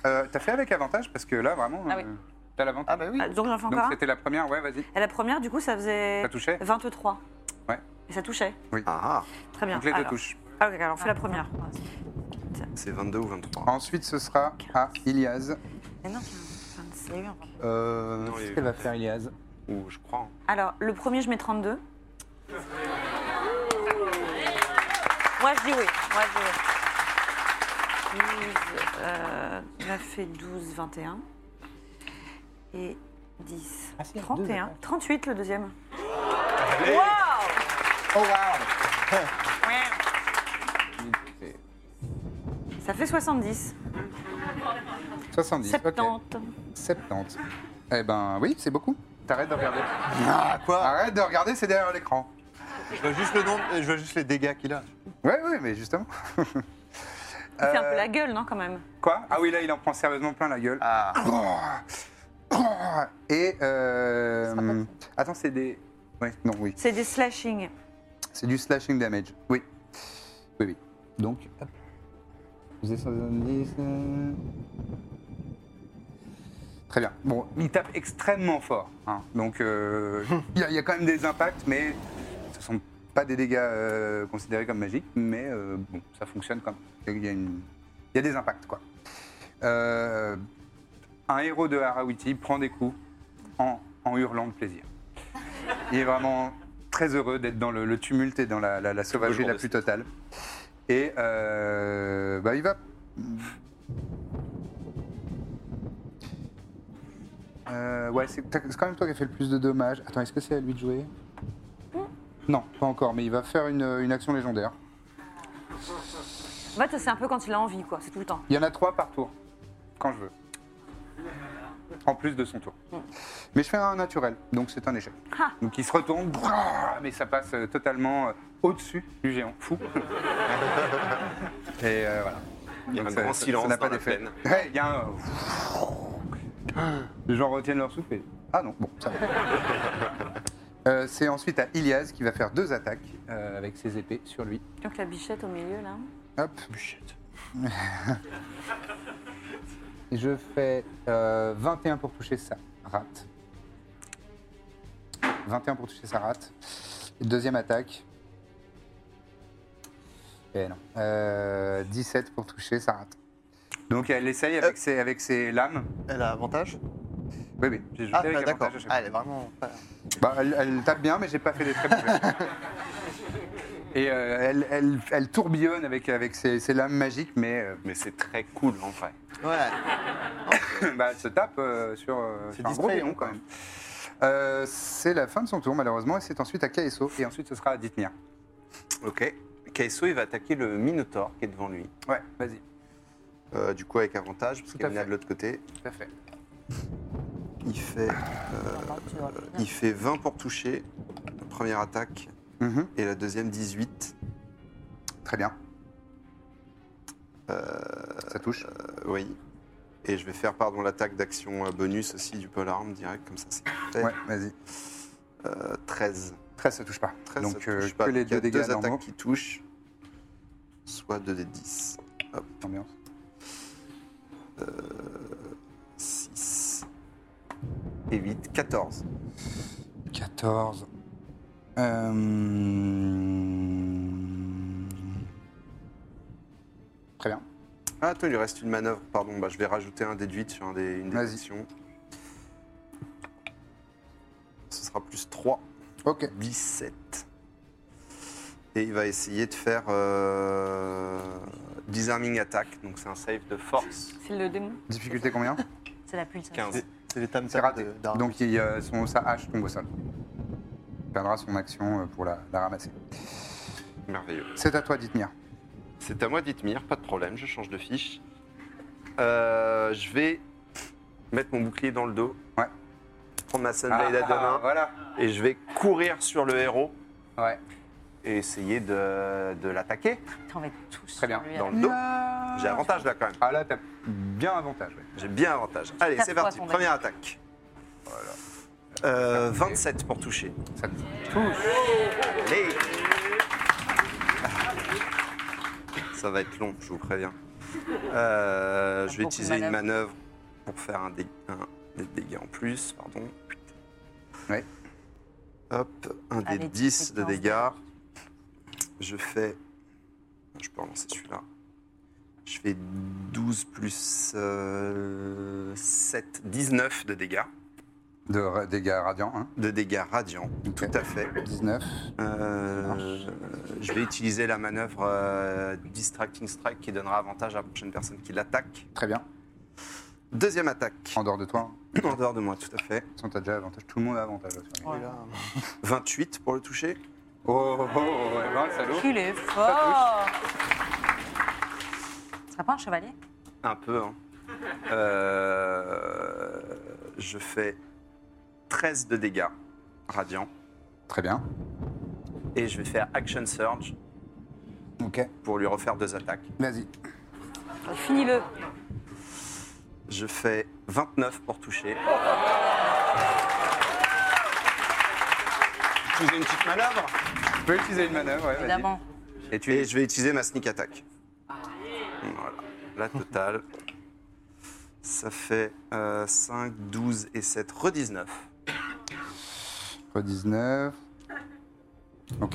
Euh, T'as fait avec avantage parce que là, vraiment, Ah oui. euh, t'as l'avantage. Ah bah oui. Ah, Donc j'en fais encore Donc un c'était la première, ouais, vas-y. Et la première, du coup, ça faisait Ça touchait 23. Ouais. Et ça touchait Ah, Très bien. Donc les deux alors. touches. Ah, ok, alors on fait la première. c'est 22 ou 23. Ensuite, ce sera à Ilias. Mais non, enfin, c'est dur. Euh, Non, il y a eu qu'elle va faire Ilias Ou je crois. hein. Alors, le premier, je mets 32. Moi, je dis oui. Moi, je dis oui. 12, euh, ça fait 12, 21. Et 10. Ah, 31. 38, le deuxième. Wow Oh wow Ça fait 70. 70, 70. ok. 70. Eh ben oui, c'est beaucoup. T'arrêtes de regarder. Ah quoi Arrête de regarder, c'est derrière l'écran. Je veux juste le nom. Je veux juste les dégâts qu'il a. Ouais, ouais, mais justement. Il fait un peu Euh, la gueule, non, quand même Quoi Ah oui, là, il en prend sérieusement plein la gueule. Oh. Ah. Et euh, attends, c'est des. Ouais, non, oui, C'est des slashing. c'est du slashing damage. Oui, oui, oui. Donc, hop. Vous êtes 70. euh. Très bien. Bon, il tape extrêmement fort. hein. Donc, euh, il y, a- il y a quand même des impacts, mais ce sont pas des dégâts euh, considérés comme magiques. Mais euh, bon, ça fonctionne quand même. Il y a, une- il y a des impacts, quoi. Euh, un héros de Harawiti prend des coups en, en hurlant de plaisir. Il est vraiment très heureux d'être dans le, le tumulte et dans la, la, la sauvagerie jour la de plus totale. Et euh, bah, il va. Euh, ouais, c'est t'as- c'est quand même toi qui as fait le plus de dommages. Attends, est-ce que c'est à lui de jouer Non, pas encore, mais il va faire une, une action légendaire. En fait, c'est un peu quand il a envie, quoi. C'est tout le temps. Il y en a trois par tour, quand je veux. En plus de son tour. Mais je fais un naturel, donc c'est un échec. Ah. Donc il se retourne, brrr, mais ça passe euh, totalement euh, au-dessus du géant. Fou. Et euh, voilà. Il y a Donc un ça- grand ça- ça silence n'a dans la d'effet. plaine. Ouais, il y a un... Les gens retiennent leur souffle et... Ah non, bon, ça va. Euh, c'est ensuite à Ilias qui va faire deux attaques euh, avec ses épées sur lui. Donc la bichette au milieu, là. Hop. Je fais euh, 21 pour toucher, ça rate. 21 pour toucher, ça rate. Deuxième attaque. Eh non. Euh, 17 pour toucher, ça rate. Donc elle essaye avec, Euh. ses, avec ses lames. Elle a avantage. Oui, oui, j'ai joué Ah avec bah, d'accord. avantage à chaque Ah, fois. elle est vraiment. pas- Bah, elle, elle tape bien, mais j'ai pas fait des très bons jets. Et euh, elle, elle- elle tourbillonne avec, avec ses, ses lames magiques, mais euh, Mais c'est très cool en vrai. Ouais. bah, elle se tape euh, sur, euh, C'est sur un gros distrayant, démon quand quoi. même. Euh, c'est la fin de son tour malheureusement et c'est ensuite à Kaeso et ensuite ce sera à Dithmir. Ok. Kaiso, il va attaquer le Minotaur qui est devant lui. Ouais, vas-y, Euh, du coup, avec avantage, parce Tout qu'il à venait fait. de l'autre côté. tout à fait. Il fait. euh, Il fait 20 pour toucher. La première attaque. Mhm, Et la deuxième, 18. Très bien. ça touche. Euh, oui. Et je vais faire, pardon, l'attaque d'action euh, bonus aussi du pole arm direct, comme ça c'est fait. ouais, vas-y. Euh, 13. 13, ça touche pas. 13, Donc ça euh, touche que pas. les Donc, il y a deux dégâts deux normaux. attaques qui touchent, soit 2 des 10. Hop, Ambiance. 6 et 8, 14. 14. Euh, Très bien. Ah, attends, il lui reste une manœuvre, pardon. Bah, je vais rajouter un déduit sur un des, une des Vas-y. actions. Ce sera plus 3, Ok. 17. Et il va essayer de faire euh, Disarming Attack, donc c'est un save de force. C'est le démon. Difficulté combien C'est la pulsation. 15. C'est les tam C'est raté. d'armes. Donc il, euh, son, sa hache tombe au sol. Il perdra son action euh, pour la, la ramasser. Merveilleux. C'est à toi d'y tenir. C'est à moi d'Itmir, pas de problème, je change de fiche. Euh, je vais mettre mon bouclier dans le dos. Ouais. Ah, Prendre ma Sunblade à deux mains. voilà. Et je vais courir sur le héros Ouais, et essayer de, de l'attaquer Putain, on va être tous. très bien. dans le dos. J'ai avantage là quand même. Ah là, t'as bien avantage. ouais. J'ai bien avantage. Allez, Tape c'est quoi, parti. ton Première attaque. Euh, 27 pour toucher. Ça te- Allez. Ah. Ça va être long, je vous préviens. Euh, je vais beaucoup de utiliser une manœuvre pour faire un, dé- un dé de dégâts en plus. Pardon. Putain. Ouais. Hop, un dé de Allez, 10 de distance. dégâts. Je fais. Je peux relancer celui-là. Je fais 12 plus euh, 7, 19 de dégâts. De ra- dégâts radiants, hein. De dégâts radiants, Ok. tout à fait. 19. Euh, je vais utiliser la manœuvre euh, Distracting Strike qui donnera avantage à la prochaine personne qui l'attaque. Très bien. Deuxième attaque. En dehors de toi, hein. En dehors de moi, tout à fait. Sinon, t'as déjà avantage. Tout le monde a avantage. là, sur les- 28 pour le toucher. Oh, oh, oh, oh, eh ben, le salaud. Il est fort Ce serait pas un chevalier Un peu, hein. Euh, je fais 13 de dégâts radiants. Très bien. Et je vais faire Action Surge Ok. pour lui refaire deux attaques. Vas-y. Finis-le. Je fais 29 pour toucher. Utiliser une petite manœuvre Tu peux utiliser une manœuvre, ouais, vas-y. Évidemment. Et, tu- et je vais utiliser ma sneak attack. Voilà, la totale. Ça fait euh, 5, 12 et 7, re 19. Re 19. Ok.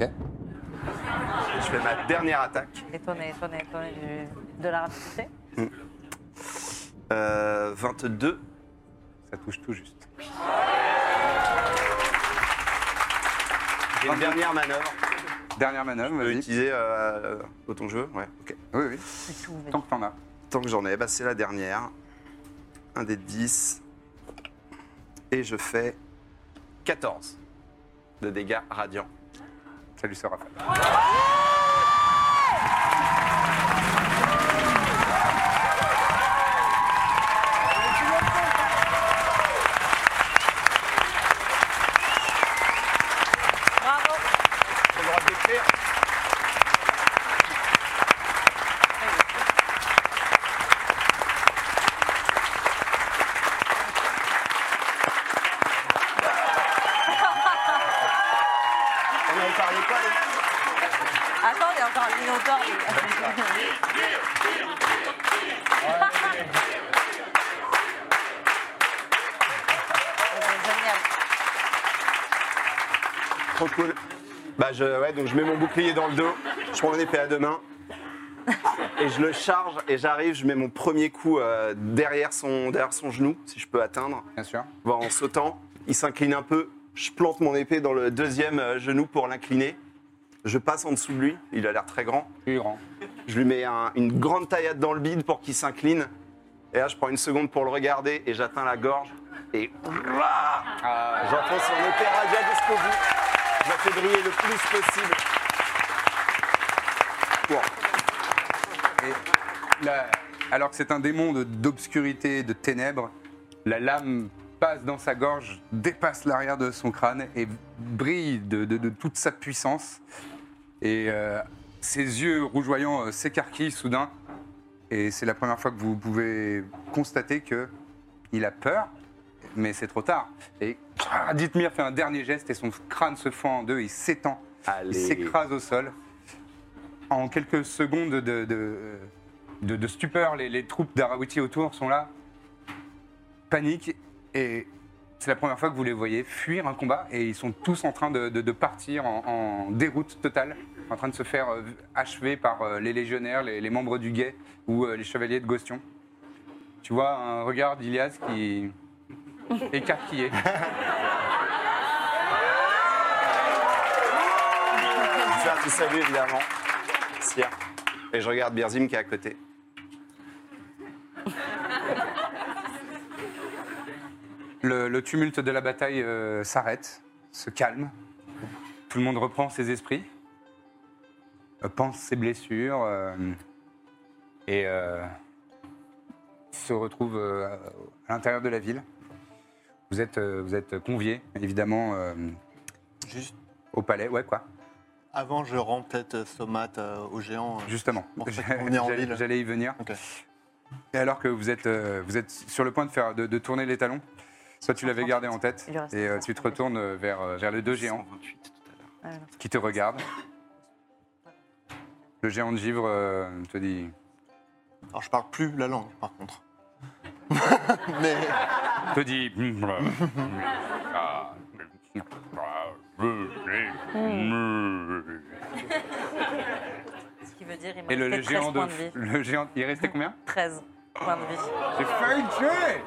Je fais ma dernière attaque. Étonné, étonné, étonné du- de la rapidité. Euh, 22. Ça touche tout juste. J'ai une dernière manœuvre. Dernière manœuvre, Je vais vas-y. utiliser euh, autant que je veux. Ouais, ok. Oui, oui. C'est tout. mais- Tant que t'en as. Tant que j'en ai, bah, c'est la dernière. Un des 10. Et je fais 14 de dégâts radiants. Ça lui sera fait. On aura d'écrire. On en parlait pas, les gars Attendez, encore un minotaure. Trop cool. Bah je, ouais, donc je mets mon bouclier dans le dos, je prends mon épée à deux mains et je le charge et j'arrive, je mets mon premier coup euh, derrière, son, derrière son genou, si je peux atteindre, Bien sûr. Bon, en sautant. Il s'incline un peu, je plante mon épée dans le deuxième euh, genou pour l'incliner. Je passe en dessous de lui, il a l'air très grand. Plus grand. Je lui mets un- une grande taillade dans le bide pour qu'il s'incline. Et là, je prends une seconde pour le regarder et j'atteins la gorge. Et Ouah j'enfonce son épée radia jusqu'au bout. Je la fais briller le plus possible. Ouah. La- Alors que c'est un démon de- d'obscurité, de ténèbres, la lame passe dans sa gorge, dépasse l'arrière de son crâne et brille de, de- de toute sa puissance. Et euh, ses yeux rougeoyants euh, s'écarquillent soudain. Et c'est la première fois que vous pouvez constater que il a peur, mais c'est trop tard. Et ah, Dithmir fait un dernier geste et son crâne se fend en deux, il s'étend, il s'écrase au sol. En quelques secondes de, de- de- de stupeur, les, les troupes d'Arawiti autour sont là, panique, et c'est la première fois que vous les voyez fuir un combat, et ils sont tous en train de, de- de partir en, en déroute totale, en train de se faire euh, achever par euh, les légionnaires, les, les membres du guet ou euh, les chevaliers de Gostion. Tu vois un regard d'Ilias qui écarquillé. Je fais un petit salut, évidemment. Sire. Et je regarde Birzim qui est à côté. Le, le tumulte de la bataille euh, s'arrête, se calme. Tout le monde reprend ses esprits. euh, pense ses blessures euh, et euh, se retrouve euh, à l'intérieur de la ville. Vous êtes, euh, vous êtes conviés, évidemment, euh, Juste au palais. Ouais, quoi avant, je rends peut-être Somat euh, au géant. euh, Justement. Pour ça qu'on est en J'allais ville. j'allais y venir. Ok. Et alors que vous êtes, euh, vous êtes sur le point de, faire, de, de tourner les talons, toi tu l'avais gardé en tête Il lui reste et euh, tu te 138. retournes euh, vers, euh, vers les deux géants 128 tout à l'heure. qui te regardent. Le géant de givre euh, te dit Alors, je parle plus la langue, par contre. Mais te dit. Ce qui veut dire, il m'a Et le, le fait 13 géant de, points de vie. le géant, il restait combien 13 points de vie. J'ai failli le tuer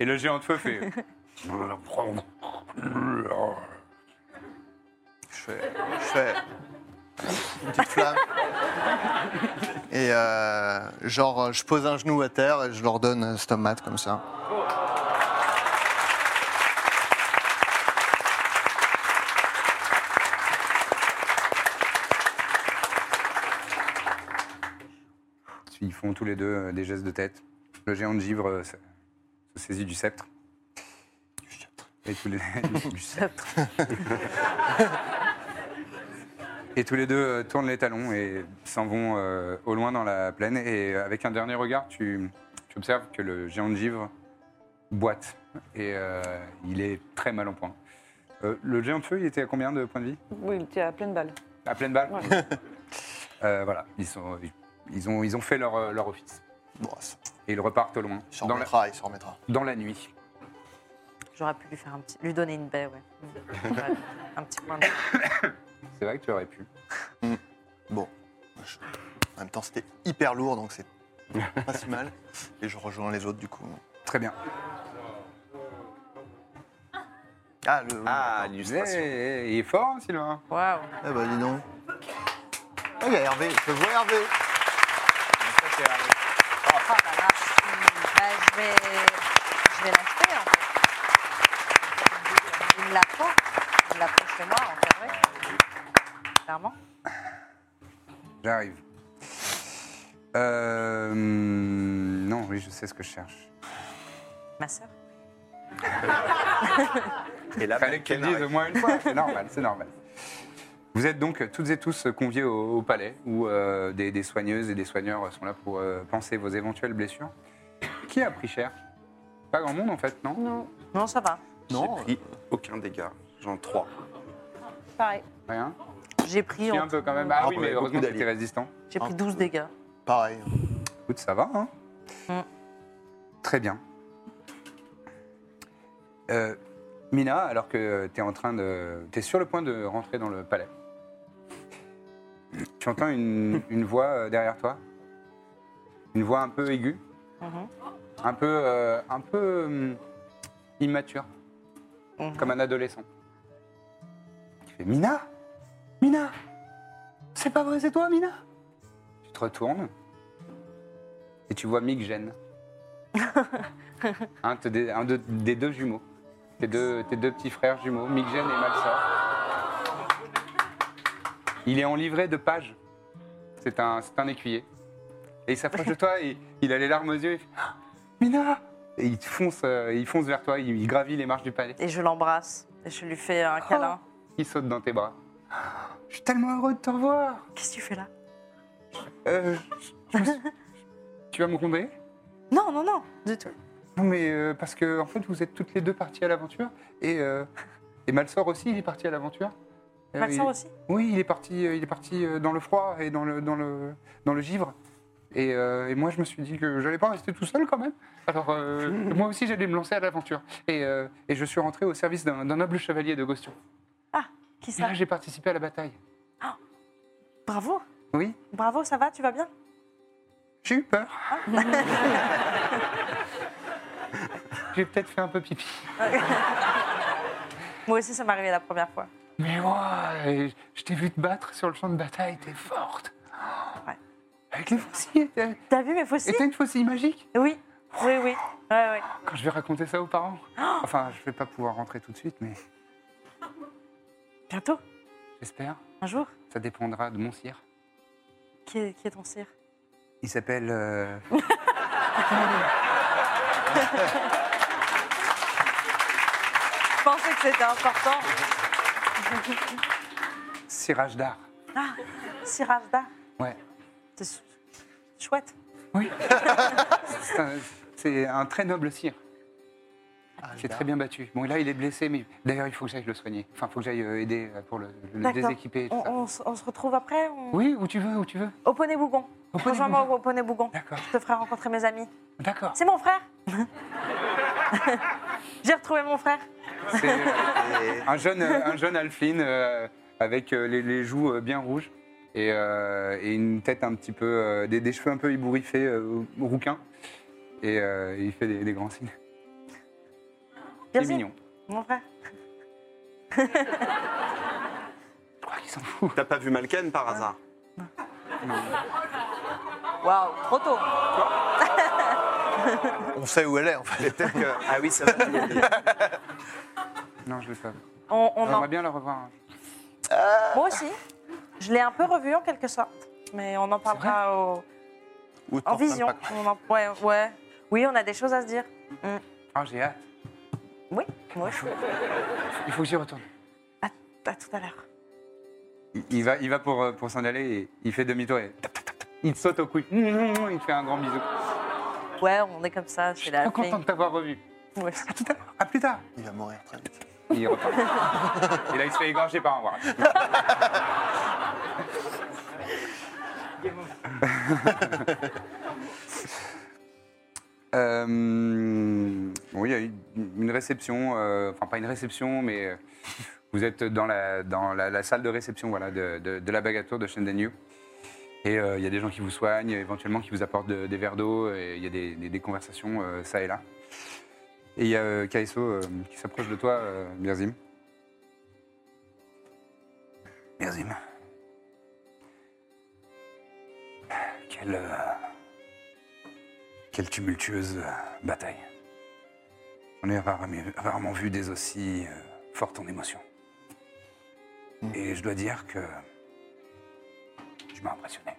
Et le géant de feu fait. je fais, je fais une petite flamme. Et euh, genre, je pose un genou à terre et je leur donne euh, Stomat comme ça. Ils font tous les deux euh, des gestes de tête. Le géant de givre euh, se se saisit du sceptre. Et tous les, du sceptre. et tous les deux euh, tournent les talons et s'en vont euh, au loin dans la plaine. Et euh, avec un dernier regard, tu, tu observes que le géant de givre boite. Et euh, il est très mal en point. Euh, le géant de feu, il était à combien de points de vie Oui, il était à pleine balle. À pleine balle Euh, Voilà, ils, sont, ils, ont, ils ont fait leur, euh, leur office. Bon, ça- Et ils repartent au loin, il s'en dans la, remettra, il s'en remettra. dans la nuit. J'aurais pu lui faire un petit, lui donner une baie, ouais. J'aurais- un petit point de vie. C'est vrai que tu aurais pu. Bon. je- En même temps, c'était hyper lourd, donc c'est pas si mal. Et je rejoins les autres, du coup. Très bien. Ah, le. Eh, eh, il est fort, hein, Sylvain. Waouh. Ah bah dis donc. Ah, il y a Hervé, je vois Hervé. Oh la vache. Bah, je vais, je vais l'acheter, en fait. Il me la faut. Il me la faut chez moi, en fait, ouais. Clairement. J'arrive. Euh, non, oui, je sais ce que je cherche. Ma sœur. Et là, Fallait que tu le dises au moins une fois, c'est normal, c'est normal. Vous êtes donc toutes et tous conviés au, au palais où euh, des, des soigneuses et des soigneurs sont là pour euh, penser vos éventuelles blessures. Qui a pris cher Pas grand monde en fait, non Non, ça va. Non, J'ai pris aucun dégât. J'en ai trois. Pareil. Rien J'ai pris, Si, en- un peu quand même. Ah Ah, oui, on mais avait beaucoup heureusement que d'alliés. t'es résistant. j'ai pris 12 dégâts. Pareil. Écoute, ça va, hein Mm. Très bien. Euh, Mina, alors que tu es en train de. Tu es sur le point de rentrer dans le palais. Tu entends une, une voix euh, derrière toi Une voix un peu aiguë Mhm. Un peu. euh, un peu. hum, immature. Mhm. Comme un adolescent. Qui fait Mina Mina C'est pas vrai, c'est toi, Mina Tu te retournes et tu vois Mick Gêne. un, te- des- un de- des deux jumeaux. Tes deux, tes deux petits frères jumeaux, Mick Gêne et Malsa. Il est en livret de page. C'est un, c'est un écuyer. Et il s'approche de toi, et, il a les larmes aux yeux. Il fait, Ah, Mina Et il fonce, euh, il fonce vers toi, il, il gravit les marches du palais. Et je l'embrasse. Et je lui fais Oh. un câlin. Il saute dans tes bras. Ah, Je suis tellement heureux de te revoir Qu'est-ce que tu fais là Euh, je- je me suis- Tu vas me gronder Non, non, non, du tout. Non, mais euh, parce que en fait, vous êtes toutes les deux parties à l'aventure. Et, euh, et Malsor aussi, il est parti à l'aventure. Euh, Malsor il- aussi Oui, il est parti, euh, il est parti euh, dans le froid et dans le, dans le, dans le givre. Et, euh, et moi, je me suis dit que j'allais pas rester tout seul quand même. Alors, euh, moi aussi, j'allais me lancer à l'aventure. Et, euh, et je suis rentré au service d'un d'un noble chevalier de Gostion. Ah, Qui ça Là, j'ai participé à la bataille. Bravo Oui, Bravo, ça va Tu vas bien j'ai eu peur. Ah. j'ai peut-être fait un peu pipi. Moi aussi, ça m'est arrivé la première fois. Mais ouais, je t'ai vu te battre sur le champ de bataille, t'es forte. Ouais. Avec les faucilles, t'es- T'as vu mes et fossiles t'as une faucille magique. Oui, oui, oui. Ouais, ouais. Oh Quand je vais raconter ça aux parents. Enfin, je vais pas pouvoir rentrer tout de suite, mais Bientôt, j'espère. un jour. Ça dépendra de mon cire. Qui est, qui est ton sire Il s'appelle. euh, Je pensais que c'était important. Sirajdar. Ah, Sirajda. Ouais. C'est chou- chouette. Oui. C'est un- C'est un très noble sire. C'est très bien battu. Bon, là, il est blessé, mais d'ailleurs, il faut que j'aille le soigner. Enfin, il faut que j'aille euh, aider euh, pour le, le D'accord. déséquiper et tout On, ça. on se- on se retrouve après on- Oui, où tu veux, où tu veux. Au Poney Bougon. Poney Rejoins-moi au Poney Bougon. D'accord. Je te ferai rencontrer mes amis. D'accord. C'est mon frère J'ai retrouvé mon frère. C'est euh, un jeune, euh, un jeune Alphine euh, avec euh, les, les joues euh, bien rouges et, euh, et une tête un petit peu, euh, des, des cheveux un peu ébouriffés, euh, rouquins. Et euh, il fait des, des grands signes. Il est Birzim, mignon. Mon frère. Je crois qu'il s'en fout. T'as pas vu Malken par hasard Waouh, trop tôt. On sait où elle est en fait. Peut-être que- Ah oui, ça va. tu l'as oublié. Non, je le pas. On, on en- J'aimerais bien le revoir. hein. Moi aussi. Je l'ai un peu revu en quelque sorte. Mais on en parlera au- Ou en t'en vision. fais pas. On en- ouais, ouais. Oui, on a des choses à se dire. Ah, j'ai hâte. Oui, moi aussi. Ah, Il faut que j'y retourne. À tout à l'heure. Il, il va, il va pour, euh, pour s'en aller et il fait demi-tour et tap, tap, tap, tap. il te saute au cou. Il te fait un grand bisou. Ouais, on est comme ça Je suis chez la trop content de t'avoir revu. fling. Ouais. À tout à l'heure. À plus tard. Il va mourir très vite. Il repart. et là, il se fait égorger par un voile. Euh, bon, il y a eu une réception, euh, enfin pas une réception, mais euh, vous êtes dans la, dans la, la salle de réception voilà, de, de- de la bagatour de Shenzhen Yu. Et euh, il y a des gens qui vous soignent, éventuellement qui vous apportent de- des verres d'eau, et il y a des, des- des conversations euh, ça et là. Et il y a euh, Kaiso euh, qui s'approche de toi, euh, Birzim. Birzim. Quelle. euh, quelle tumultueuse euh, bataille. J'en ai rarement, rarement vu des aussi euh, fortes en émotion. Et je dois dire que. Je m'ai impressionné.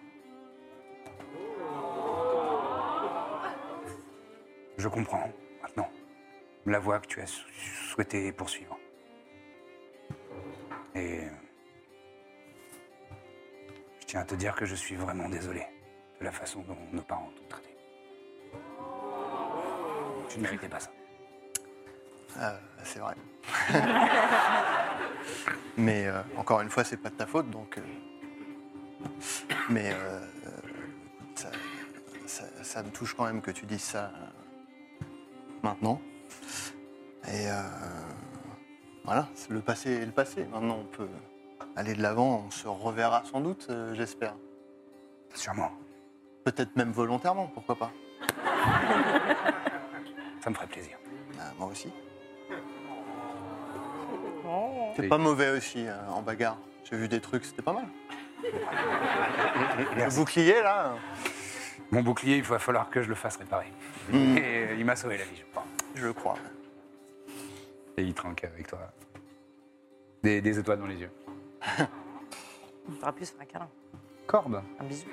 Je comprends maintenant la voie que tu as sou- souhaité poursuivre. Et je tiens à te dire que je suis vraiment désolé de la façon dont nos parents t'ont traité. Tu ne méritais pas ça. Euh, c'est vrai. Mais euh, encore une fois, c'est pas de ta faute, donc. euh, Mais euh, euh, ça, ça- ça me touche quand même que tu dises ça euh, maintenant. Et euh, voilà, c'est le passé est le passé. Maintenant, on peut aller de l'avant. On se reverra sans doute, euh, j'espère. Sûrement, Peut-être même volontairement, pourquoi pas. ça me ferait plaisir. Bah, moi aussi. Oh. C'est pas mauvais aussi euh, en bagarre. J'ai vu des trucs, c'était pas mal. Le bouclier là, Mon bouclier, il va falloir que je le fasse réparer. Et euh, il m'a sauvé la vie, je crois. je le crois. Et il trinque avec toi. Des, des étoiles dans les yeux. On fera plus faire un câlin. Corbe Un bisou.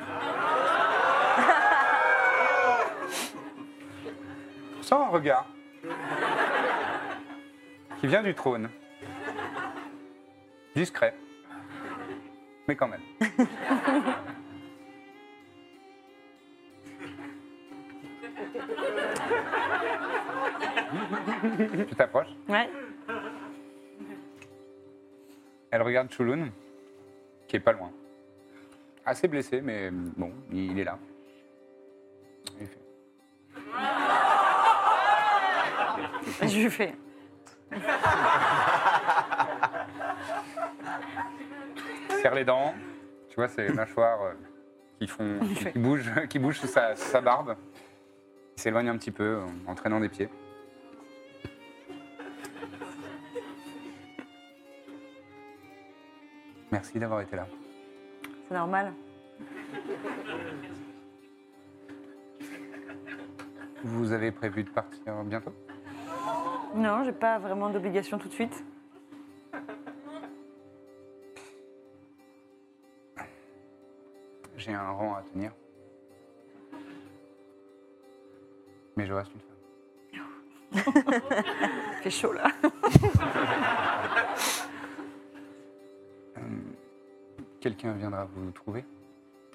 Sans un regard. qui vient du trône. Discret. Mais quand même. tu t'approches Ouais. Elle regarde Chulun, qui est pas loin. Assez blessé, mais euh, bon, il est là. Il fait, Je lui fais. serre les dents. Tu vois, ces mâchoires euh, qui font, qui bougent, qui bougent sous sa, sous sa barbe. Il s'éloigne un petit peu en, en traînant des pieds. Merci d'avoir été là. C'est normal. Vous avez prévu de partir bientôt Non, j'ai pas vraiment d'obligation tout de suite. J'ai- j'ai un rang à tenir. Mais je reste une femme. fait chaud là. Euh, Quelqu'un viendra vous trouver,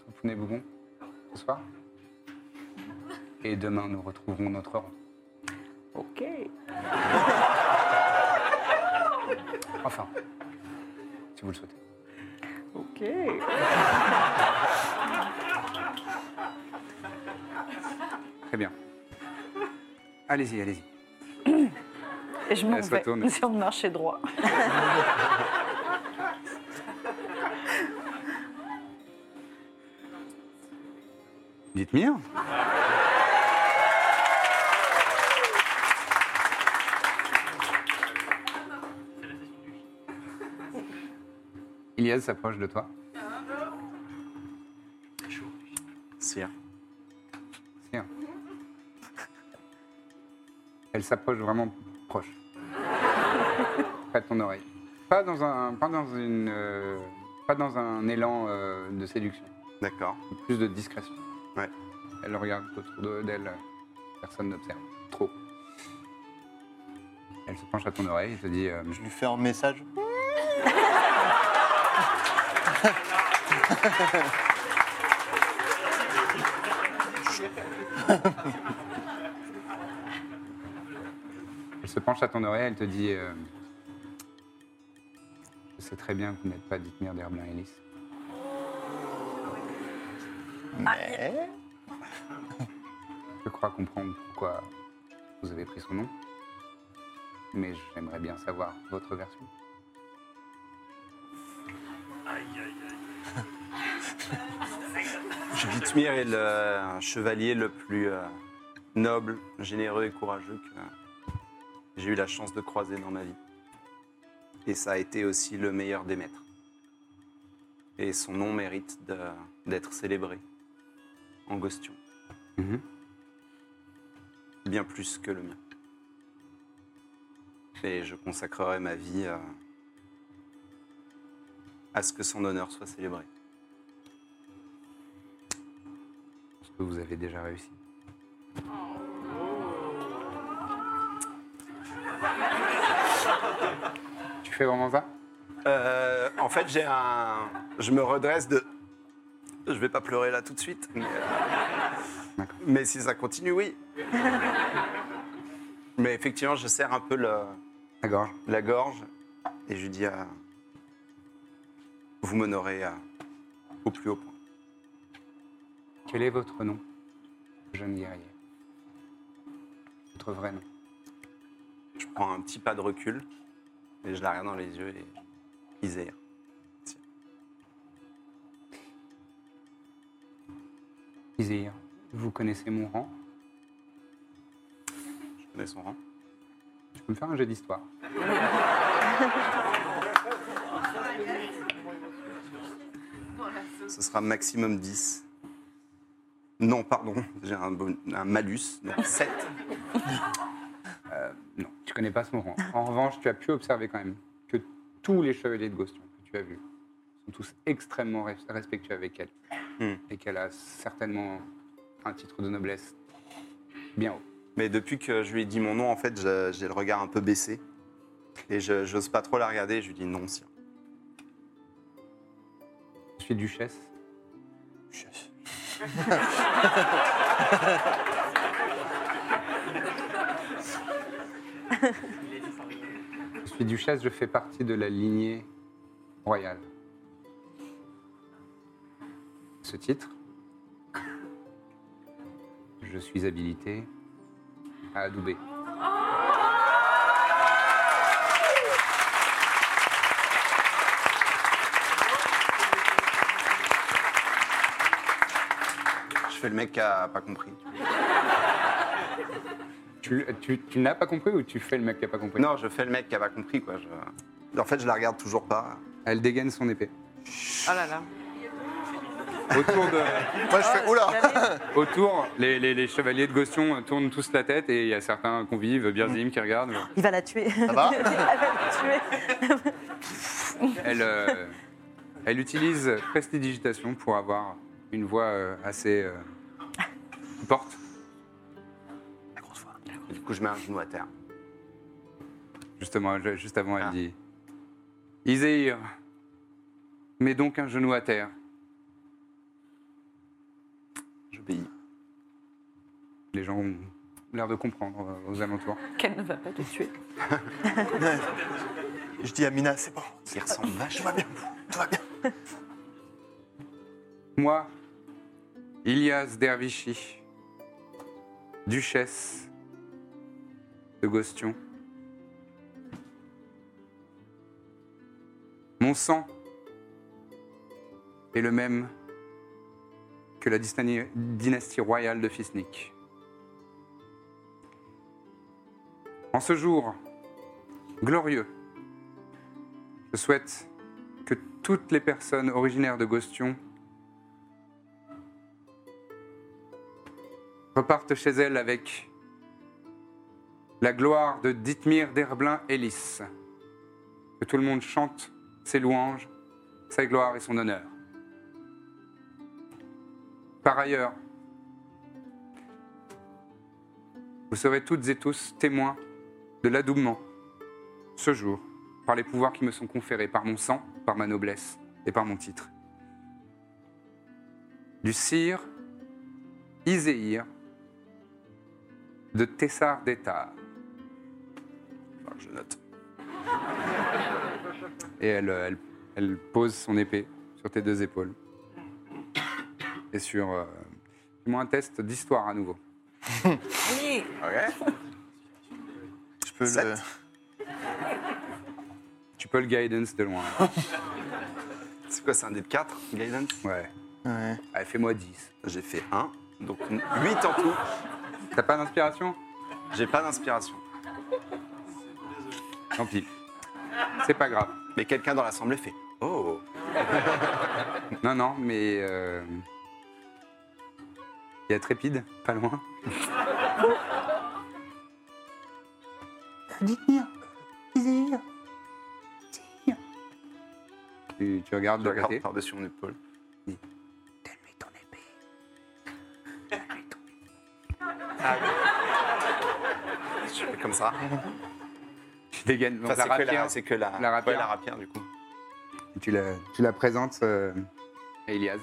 au Poney Bougon, ce soir. Et demain, nous retrouverons notre rang. Ok. Enfin, si vous le souhaitez. Ok. Très bien. Allez-y, allez-y. Et je m'en Elle se retourne. vais sur le marché droit. dites moi Ilias s'approche de toi. Sire. Tiens. Elle s'approche vraiment proche. Près de ton oreille. Pas dans un, pas dans une, euh, pas dans un élan euh, de séduction. D'accord. Plus de discrétion. Ouais. Elle regarde autour de- d'elle. euh, Personne n'observe. Trop. Elle se penche à ton oreille et te dit euh, Je lui fais un message. Elle se penche à ton oreille, elle te dit euh, Je sais très bien que vous n'êtes pas Dithmir d'Herblin Ellis. Mais... Je crois comprendre pourquoi vous avez pris son nom, mais j'aimerais bien savoir votre version. Dithmir est le euh, chevalier le plus euh, noble, généreux et courageux que euh, j'ai eu la chance de croiser dans ma vie. Et ça a été aussi le meilleur des maîtres. Et son nom mérite de- d'être célébré en Gostion, bien plus que le mien. Et je consacrerai ma vie euh, à ce que son honneur soit célébré. Est-ce que vous avez déjà réussi Tu fais vraiment ça Euh, en fait, j'ai un. Je me redresse de. Je vais pas pleurer là tout de suite. Mais, euh, mais si ça continue, oui. mais effectivement, je serre un peu le- La gorge. la gorge et je lui dis euh, Vous m'honorez euh, au plus haut point. Quel est votre nom, jeune guerrier Votre vrai nom Je prends un petit pas de recul et je la regarde dans les yeux et Iséa. Isir, vous connaissez mon rang Je connais son rang. Tu peux me faire un jeu d'histoire Ce sera maximum 10. Non, pardon, j'ai un, bon- un malus, donc 7. Non, tu connais pas son rang. En revanche, tu as pu observer quand même que tous les chevaliers de Gostion que tu as vus sont tous extrêmement res- respectueux avec elle. Hmm. Et qu'elle a certainement un titre de noblesse bien haut. Mais depuis que je lui ai dit mon nom, en fait, je- j'ai le regard un peu baissé. Et je j'ose pas trop la regarder. Je lui dis non, sire. Je suis duchesse. Je suis duchesse, je fais partie de la lignée royale. Ce titre, je suis habilité à adouber. Je fais le mec qui a pas compris. Tu, tu- tu n'as pas compris ou tu fais le mec qui n'a pas compris Non, je fais le mec qui a pas compris, quoi. je- En fait, je la regarde toujours pas. Elle dégaine son épée. Oh Ah là là. Autour, de- Moi, je fais... Oula autour, les, les- les chevaliers de Gostion euh, tournent tous la tête et il y a certains convives, Birzim, qui regardent. Il va la tuer. Ça va Elle va la tuer. Elle, euh, elle utilise prestidigitation pour avoir une voix euh, assez euh, forte. La grosse voix. Et du coup, je mets un genou à terre. Justement, je- juste avant, elle Ah. dit Iséir, mets donc un genou à terre. J'obéis. Les gens ont l'air de comprendre euh, aux alentours. Qu'elle ne va pas te tuer. Je dis à Mina, c'est bon, Il ressemble tout vachement. Oh, va bien, tout va bien. Moi, Ilias Dervichi, duchesse de Gostion. Mon sang est le même que la dystanie- dynastie royale de Fisnik. En ce jour glorieux, je souhaite que toutes les personnes originaires de Gostion repartent chez elles avec la gloire de Dithmir d'Herblin Hélis. Que tout le monde chante ses louanges, sa gloire et son honneur. Par ailleurs, vous serez toutes et tous témoins de l'adoubement ce jour par les pouvoirs qui me sont conférés par mon sang, par ma noblesse et par mon titre. Du sire Iséir de Tessar d'État. Enfin, je note. Et elle, euh, elle, elle pose son épée sur tes deux épaules. Et sur. euh, Fais-moi un test d'histoire à nouveau. Oui. Je peux le. Tu peux le guidance de loin. C'est quoi, c'est un dé de 4 Guidance Ouais. Ouais. Allez, fais-moi 10. J'ai fait 1, donc 8 en tout. T'as pas d'inspiration J'ai pas d'inspiration. Tant pis. C'est pas grave. Mais quelqu'un dans l'assemblée fait Oh Non, non, mais. euh, Il y a Trépide, pas loin. Tu, tu regardes Je de regarde côté. par-dessus mon épaule. Donne-lui ton épée. Donne-lui ton épée. Je fais comme ça. Tu dégaines. Donc, Enfin, la c'est que la- rapière, c'est que la, la rapière. ouais, la rapière, du coup. tu, la, tu la présentes euh, à Elias.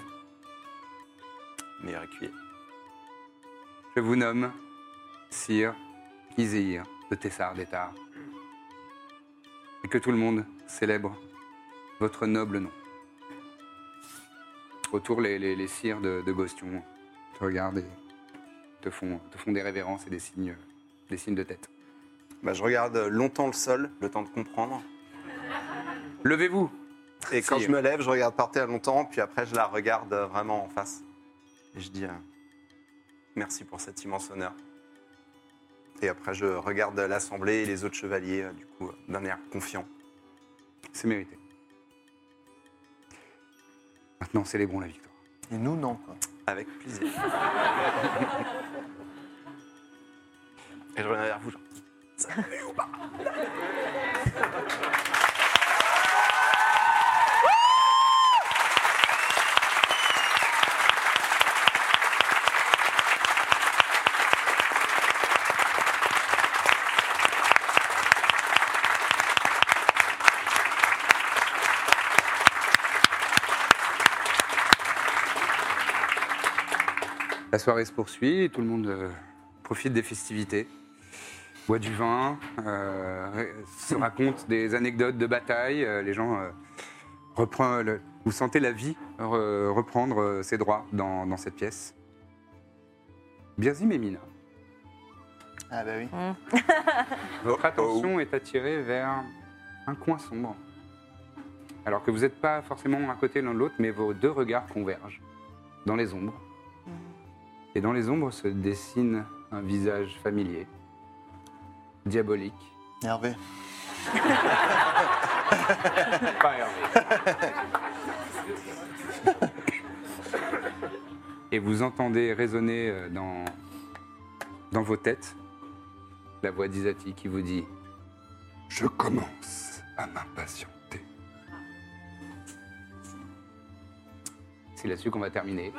Meilleur écuyer. Je vous nomme Sire Izir de Tessar d'État. Et que tout le monde célèbre votre noble nom. Autour, les, les, les sires de, de Gostion te regardent et te font, te font des révérences et des signes, des signes de tête. Bah, je regarde longtemps le sol, le temps de comprendre. Levez-vous Et quand Si. je me lève, je regarde par terre longtemps, puis après je la regarde euh, vraiment en face. Et je dis euh, merci pour cet immense honneur. Et après je regarde l'assemblée et les autres chevaliers, euh, du coup, euh, d'un air confiant. C'est mérité. Maintenant, célébrons la victoire. Et nous, non, quoi. Avec plaisir. et je reviens vers vous, genre. Ça vous plaît ou pas La soirée se poursuit, et tout le monde euh, profite des festivités, boit du vin, euh, ré- se raconte des anecdotes de bataille. euh, les gens euh, reprennent. le- vous sentez la vie re- reprendre euh, ses droits dans, dans cette pièce. Birzim et Mina, Ah bah oui. votre Oh, attention est attirée vers un coin sombre. Alors que vous n'êtes pas forcément à côté l'un de l'autre, mais vos deux regards convergent dans les ombres. Et dans les ombres se dessine un visage familier, diabolique. Hervé. Et vous entendez résonner euh, dans, dans vos têtes la voix d'Isati qui vous dit Je commence à m'impatienter. C'est là-dessus qu'on va terminer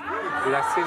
la saison.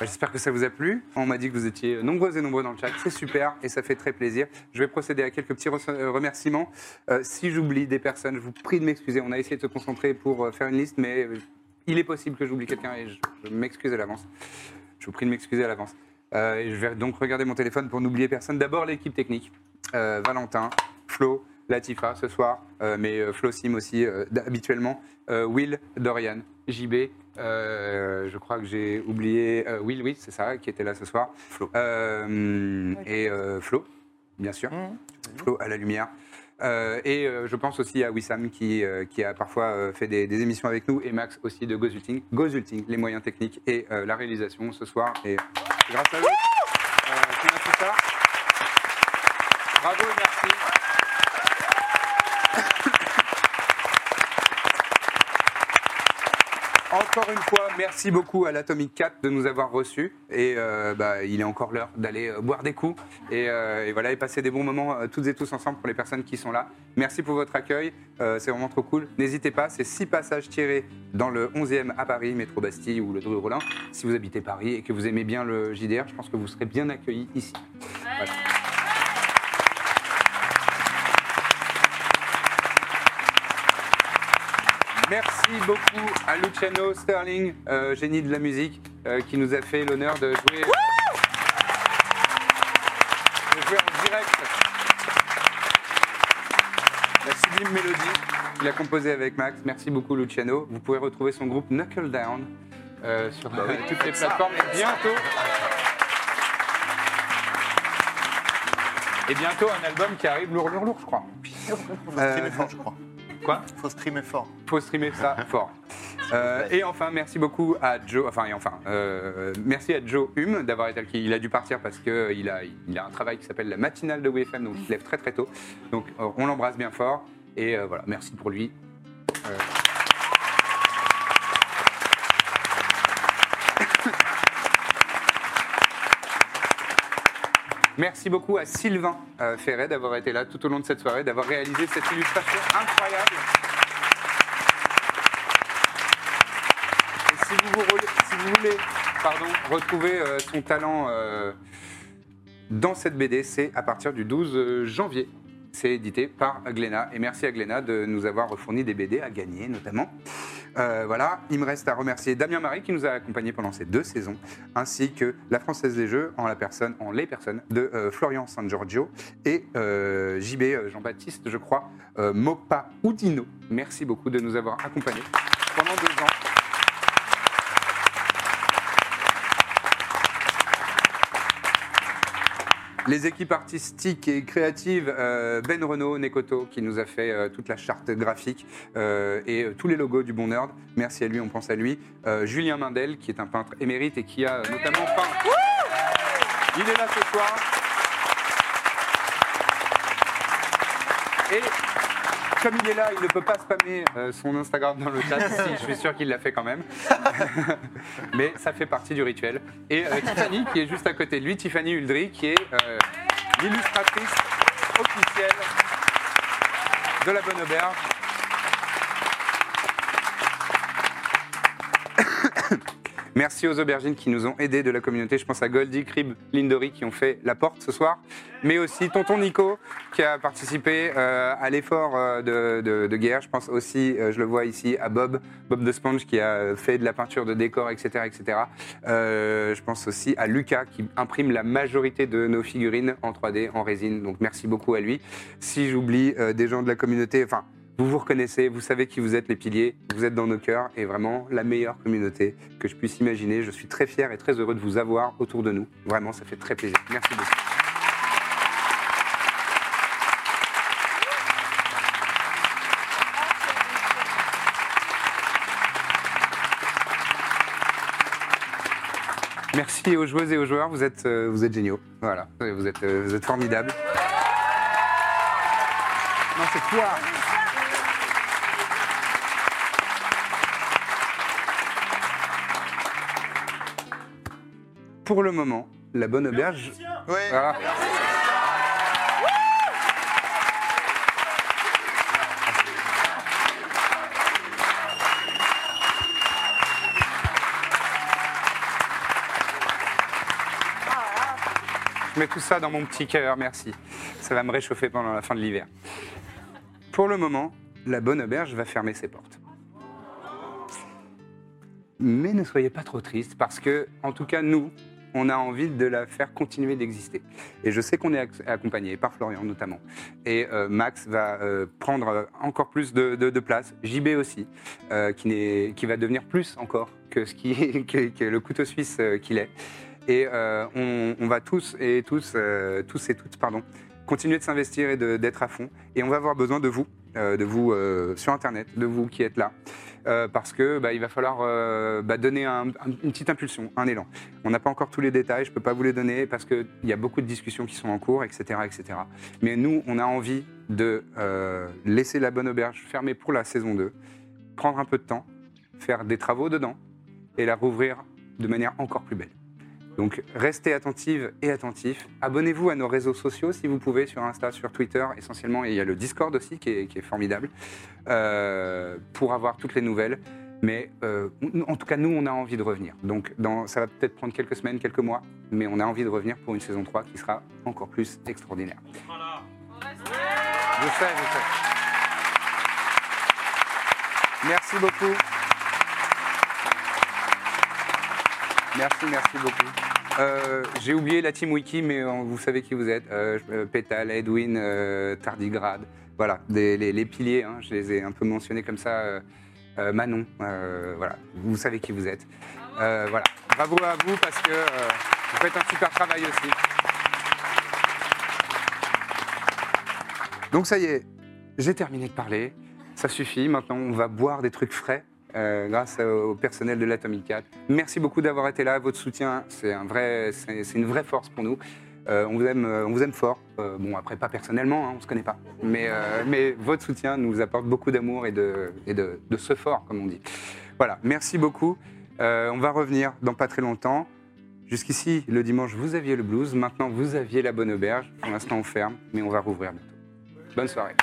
Bah, J'espère que ça vous a plu. On m'a dit que vous étiez nombreux et nombreux dans le chat. C'est super et ça fait très plaisir. Je vais procéder à quelques petits rece- euh, remerciements. Euh, si j'oublie des personnes, je vous prie de m'excuser. On a essayé de se concentrer pour euh, faire une liste, mais euh, il est possible que j'oublie quelqu'un et je, je m'excuse à l'avance. Je vous prie de m'excuser à l'avance. Euh, et je vais donc regarder mon téléphone pour n'oublier personne. D'abord l'équipe technique. Euh, Valentin, Flo, Latifa ce soir, euh, mais euh, Flo Sim aussi euh, d- habituellement. Euh, Will, Dorian, JB, euh, je crois que j'ai oublié euh, Will, oui, c'est ça, qui était là ce soir. Flo. et euh, Flo, bien sûr. Flo à la lumière. Euh, et euh, je pense aussi à Wissam qui, euh, qui a parfois euh, fait des, des émissions avec nous et Max aussi de Gozulting. Gozulting, les moyens techniques et euh, la réalisation ce soir. Et c'est grâce à vous euh, qu'on a tout ça. Bravo et merci. Encore une fois, merci beaucoup à l'Atomic 4 de nous avoir reçus. Et euh, bah, il est encore l'heure d'aller euh, boire des coups et, euh, et voilà, et passer des bons moments euh, toutes et tous ensemble pour les personnes qui sont là. Merci pour votre accueil, euh, c'est vraiment trop cool. N'hésitez pas, c'est six passages tirés dans le 11e à Paris, métro Bastille ou le Dru Rollin. Si vous habitez Paris et que vous aimez bien le JDR, je pense que vous serez bien accueillis ici. Voilà. Merci beaucoup à Luciano Sterling, euh, génie de la musique, euh, qui nous a fait l'honneur de jouer, de jouer en direct la sublime mélodie qu'il a composée avec Max. Merci beaucoup Luciano. Vous pouvez retrouver son groupe Knuckle Down euh, sur euh, toutes les plateformes et bientôt. Et bientôt un album qui arrive lourd, lourd, lourd, je crois. Faut streamer fort, je crois. Quoi Faut streamer fort. faut streamer ça fort. Euh, et enfin, merci beaucoup à Joe. Enfin, et enfin, euh, merci à Joe Hume d'avoir été. Il a dû partir parce que il a, il a un travail qui s'appelle la matinale de WFM, donc il se lève très très tôt. Donc euh, on l'embrasse bien fort et euh, voilà, merci pour lui. Euh. Merci beaucoup à Sylvain euh, Ferret d'avoir été là tout au long de cette soirée, d'avoir réalisé cette illustration incroyable. Et si, vous vous re- si vous voulez pardon, retrouver euh, son talent euh, dans cette BD, c'est à partir du 12 janvier. C'est édité par Glénat. Et merci à Glénat de nous avoir fourni des BD à gagner, notamment. Euh, voilà, il me reste à remercier Damien Marie qui nous a accompagnés pendant ces deux saisons, ainsi que la Française des Jeux en la personne, en les personnes de euh, Florian San Giorgio et euh, JB euh, Jean-Baptiste, je crois, euh, Mopa Oudino. Merci beaucoup de nous avoir accompagnés pendant deux ans. Les équipes artistiques et créatives, euh, Ben Renault, Nekoto, qui nous a fait euh, toute la charte graphique euh, et euh, tous les logos du Bon Nerd. Merci à lui, on pense à lui. Euh, Julien Mindel, qui est un peintre émérite et qui a euh, notamment peint. Il est là ce soir. Et comme il est là, il ne peut pas spammer euh, son Instagram dans le chat, si je suis sûr qu'il l'a fait quand même. Mais ça fait partie du rituel. Et euh, Tiffany, qui est juste à côté de lui, Tiffany Uldry, qui est euh, l'illustratrice officielle de la Bonne Auberge. Merci aux aubergines qui nous ont aidés de la communauté. Je pense à Goldie, Crib, Lindori qui ont fait la porte ce soir, mais aussi Tonton Nico qui a participé euh, à l'effort euh, de, de- de guerre. Je pense aussi, euh, je le vois ici, à Bob, Bob de Sponge qui a fait de la peinture de décor, etc. etc. Euh, je pense aussi à Lucas qui imprime la majorité de nos figurines en 3D, en résine. Donc merci beaucoup à lui. Si j'oublie euh, des gens de la communauté, enfin, vous vous reconnaissez, vous savez qui vous êtes les piliers, vous êtes dans nos cœurs et vraiment la meilleure communauté que je puisse imaginer. Je suis très fier et très heureux de vous avoir autour de nous. Vraiment, ça fait très plaisir. Merci beaucoup. Merci aux joueuses et aux joueurs, vous êtes, euh, vous êtes géniaux. Voilà, vous êtes, euh, vous êtes formidables. Non, c'est toi Pour le moment, la bonne auberge. Ouais. Ah. Je mets tout ça dans mon petit cœur, merci. Ça va me réchauffer pendant la fin de l'hiver. Pour le moment, la bonne auberge va fermer ses portes. Mais ne soyez pas trop tristes parce que, en tout cas, nous, on a envie de la faire continuer d'exister. Et je sais qu'on est ac- accompagné par Florian notamment. Et euh, Max va euh, prendre euh, encore plus de, de- de place, JB aussi, euh, qui, n'est- qui va devenir plus encore que, ce qui, que- que le couteau suisse euh, qu'il est. Et euh, on, on va tous et tous, euh, tous et toutes, pardon, continuer de s'investir et de- d'être à fond. Et on va avoir besoin de vous, euh, de vous euh, sur Internet, de vous qui êtes là, Euh, parce que bah, il va falloir euh, bah, donner un- un- une petite impulsion, un élan. On n'a pas encore tous les détails, je ne peux pas vous les donner parce qu'il y a beaucoup de discussions qui sont en cours, etc. etc. Mais nous, on a envie de euh, laisser la bonne auberge fermée pour la saison 2, prendre un peu de temps, faire des travaux dedans et la rouvrir de manière encore plus belle. Donc restez attentives et attentifs. Abonnez-vous à nos réseaux sociaux si vous pouvez, sur Insta, sur Twitter essentiellement, et il y a le Discord aussi qui est, qui est formidable, euh, pour avoir toutes les nouvelles. Mais euh, nous- en tout cas, nous, on a envie de revenir. Donc dans- ça va peut-être prendre quelques semaines, quelques mois, mais on a envie de revenir pour une saison 3 qui sera encore plus extraordinaire. Je sais, je sais. Merci beaucoup. Merci, merci beaucoup. Euh, J'ai oublié la team Wiki, mais euh, vous savez qui vous êtes. Euh, je- euh, Pétale, Edwin, euh, Tardigrade. Voilà, des- les, les piliers, hein, je les ai un peu mentionnés comme ça. euh, euh, Manon, euh, voilà, vous savez qui vous êtes. Euh, voilà, bravo à vous parce que euh, vous faites un super travail aussi. Donc ça y est, j'ai terminé de parler. Ça suffit. Maintenant, on va boire des trucs frais euh, grâce au personnel de l'Atomic 4. Merci beaucoup d'avoir été là. Votre soutien, c'est un vrai, c'est c'est une vraie force pour nous. Euh, on vous aime, euh, on vous aime fort. Euh, bon, après pas personnellement, hein, on se connaît pas. Mais, euh, mais votre soutien nous apporte beaucoup d'amour et de, et de, de ce fort, comme on dit. Voilà. Merci beaucoup. Euh, on va revenir dans pas très longtemps. Jusqu'ici, le dimanche, vous aviez le blues. Maintenant, vous aviez la bonne auberge. Pour l'instant, on ferme, mais on va rouvrir bientôt. Bonne soirée.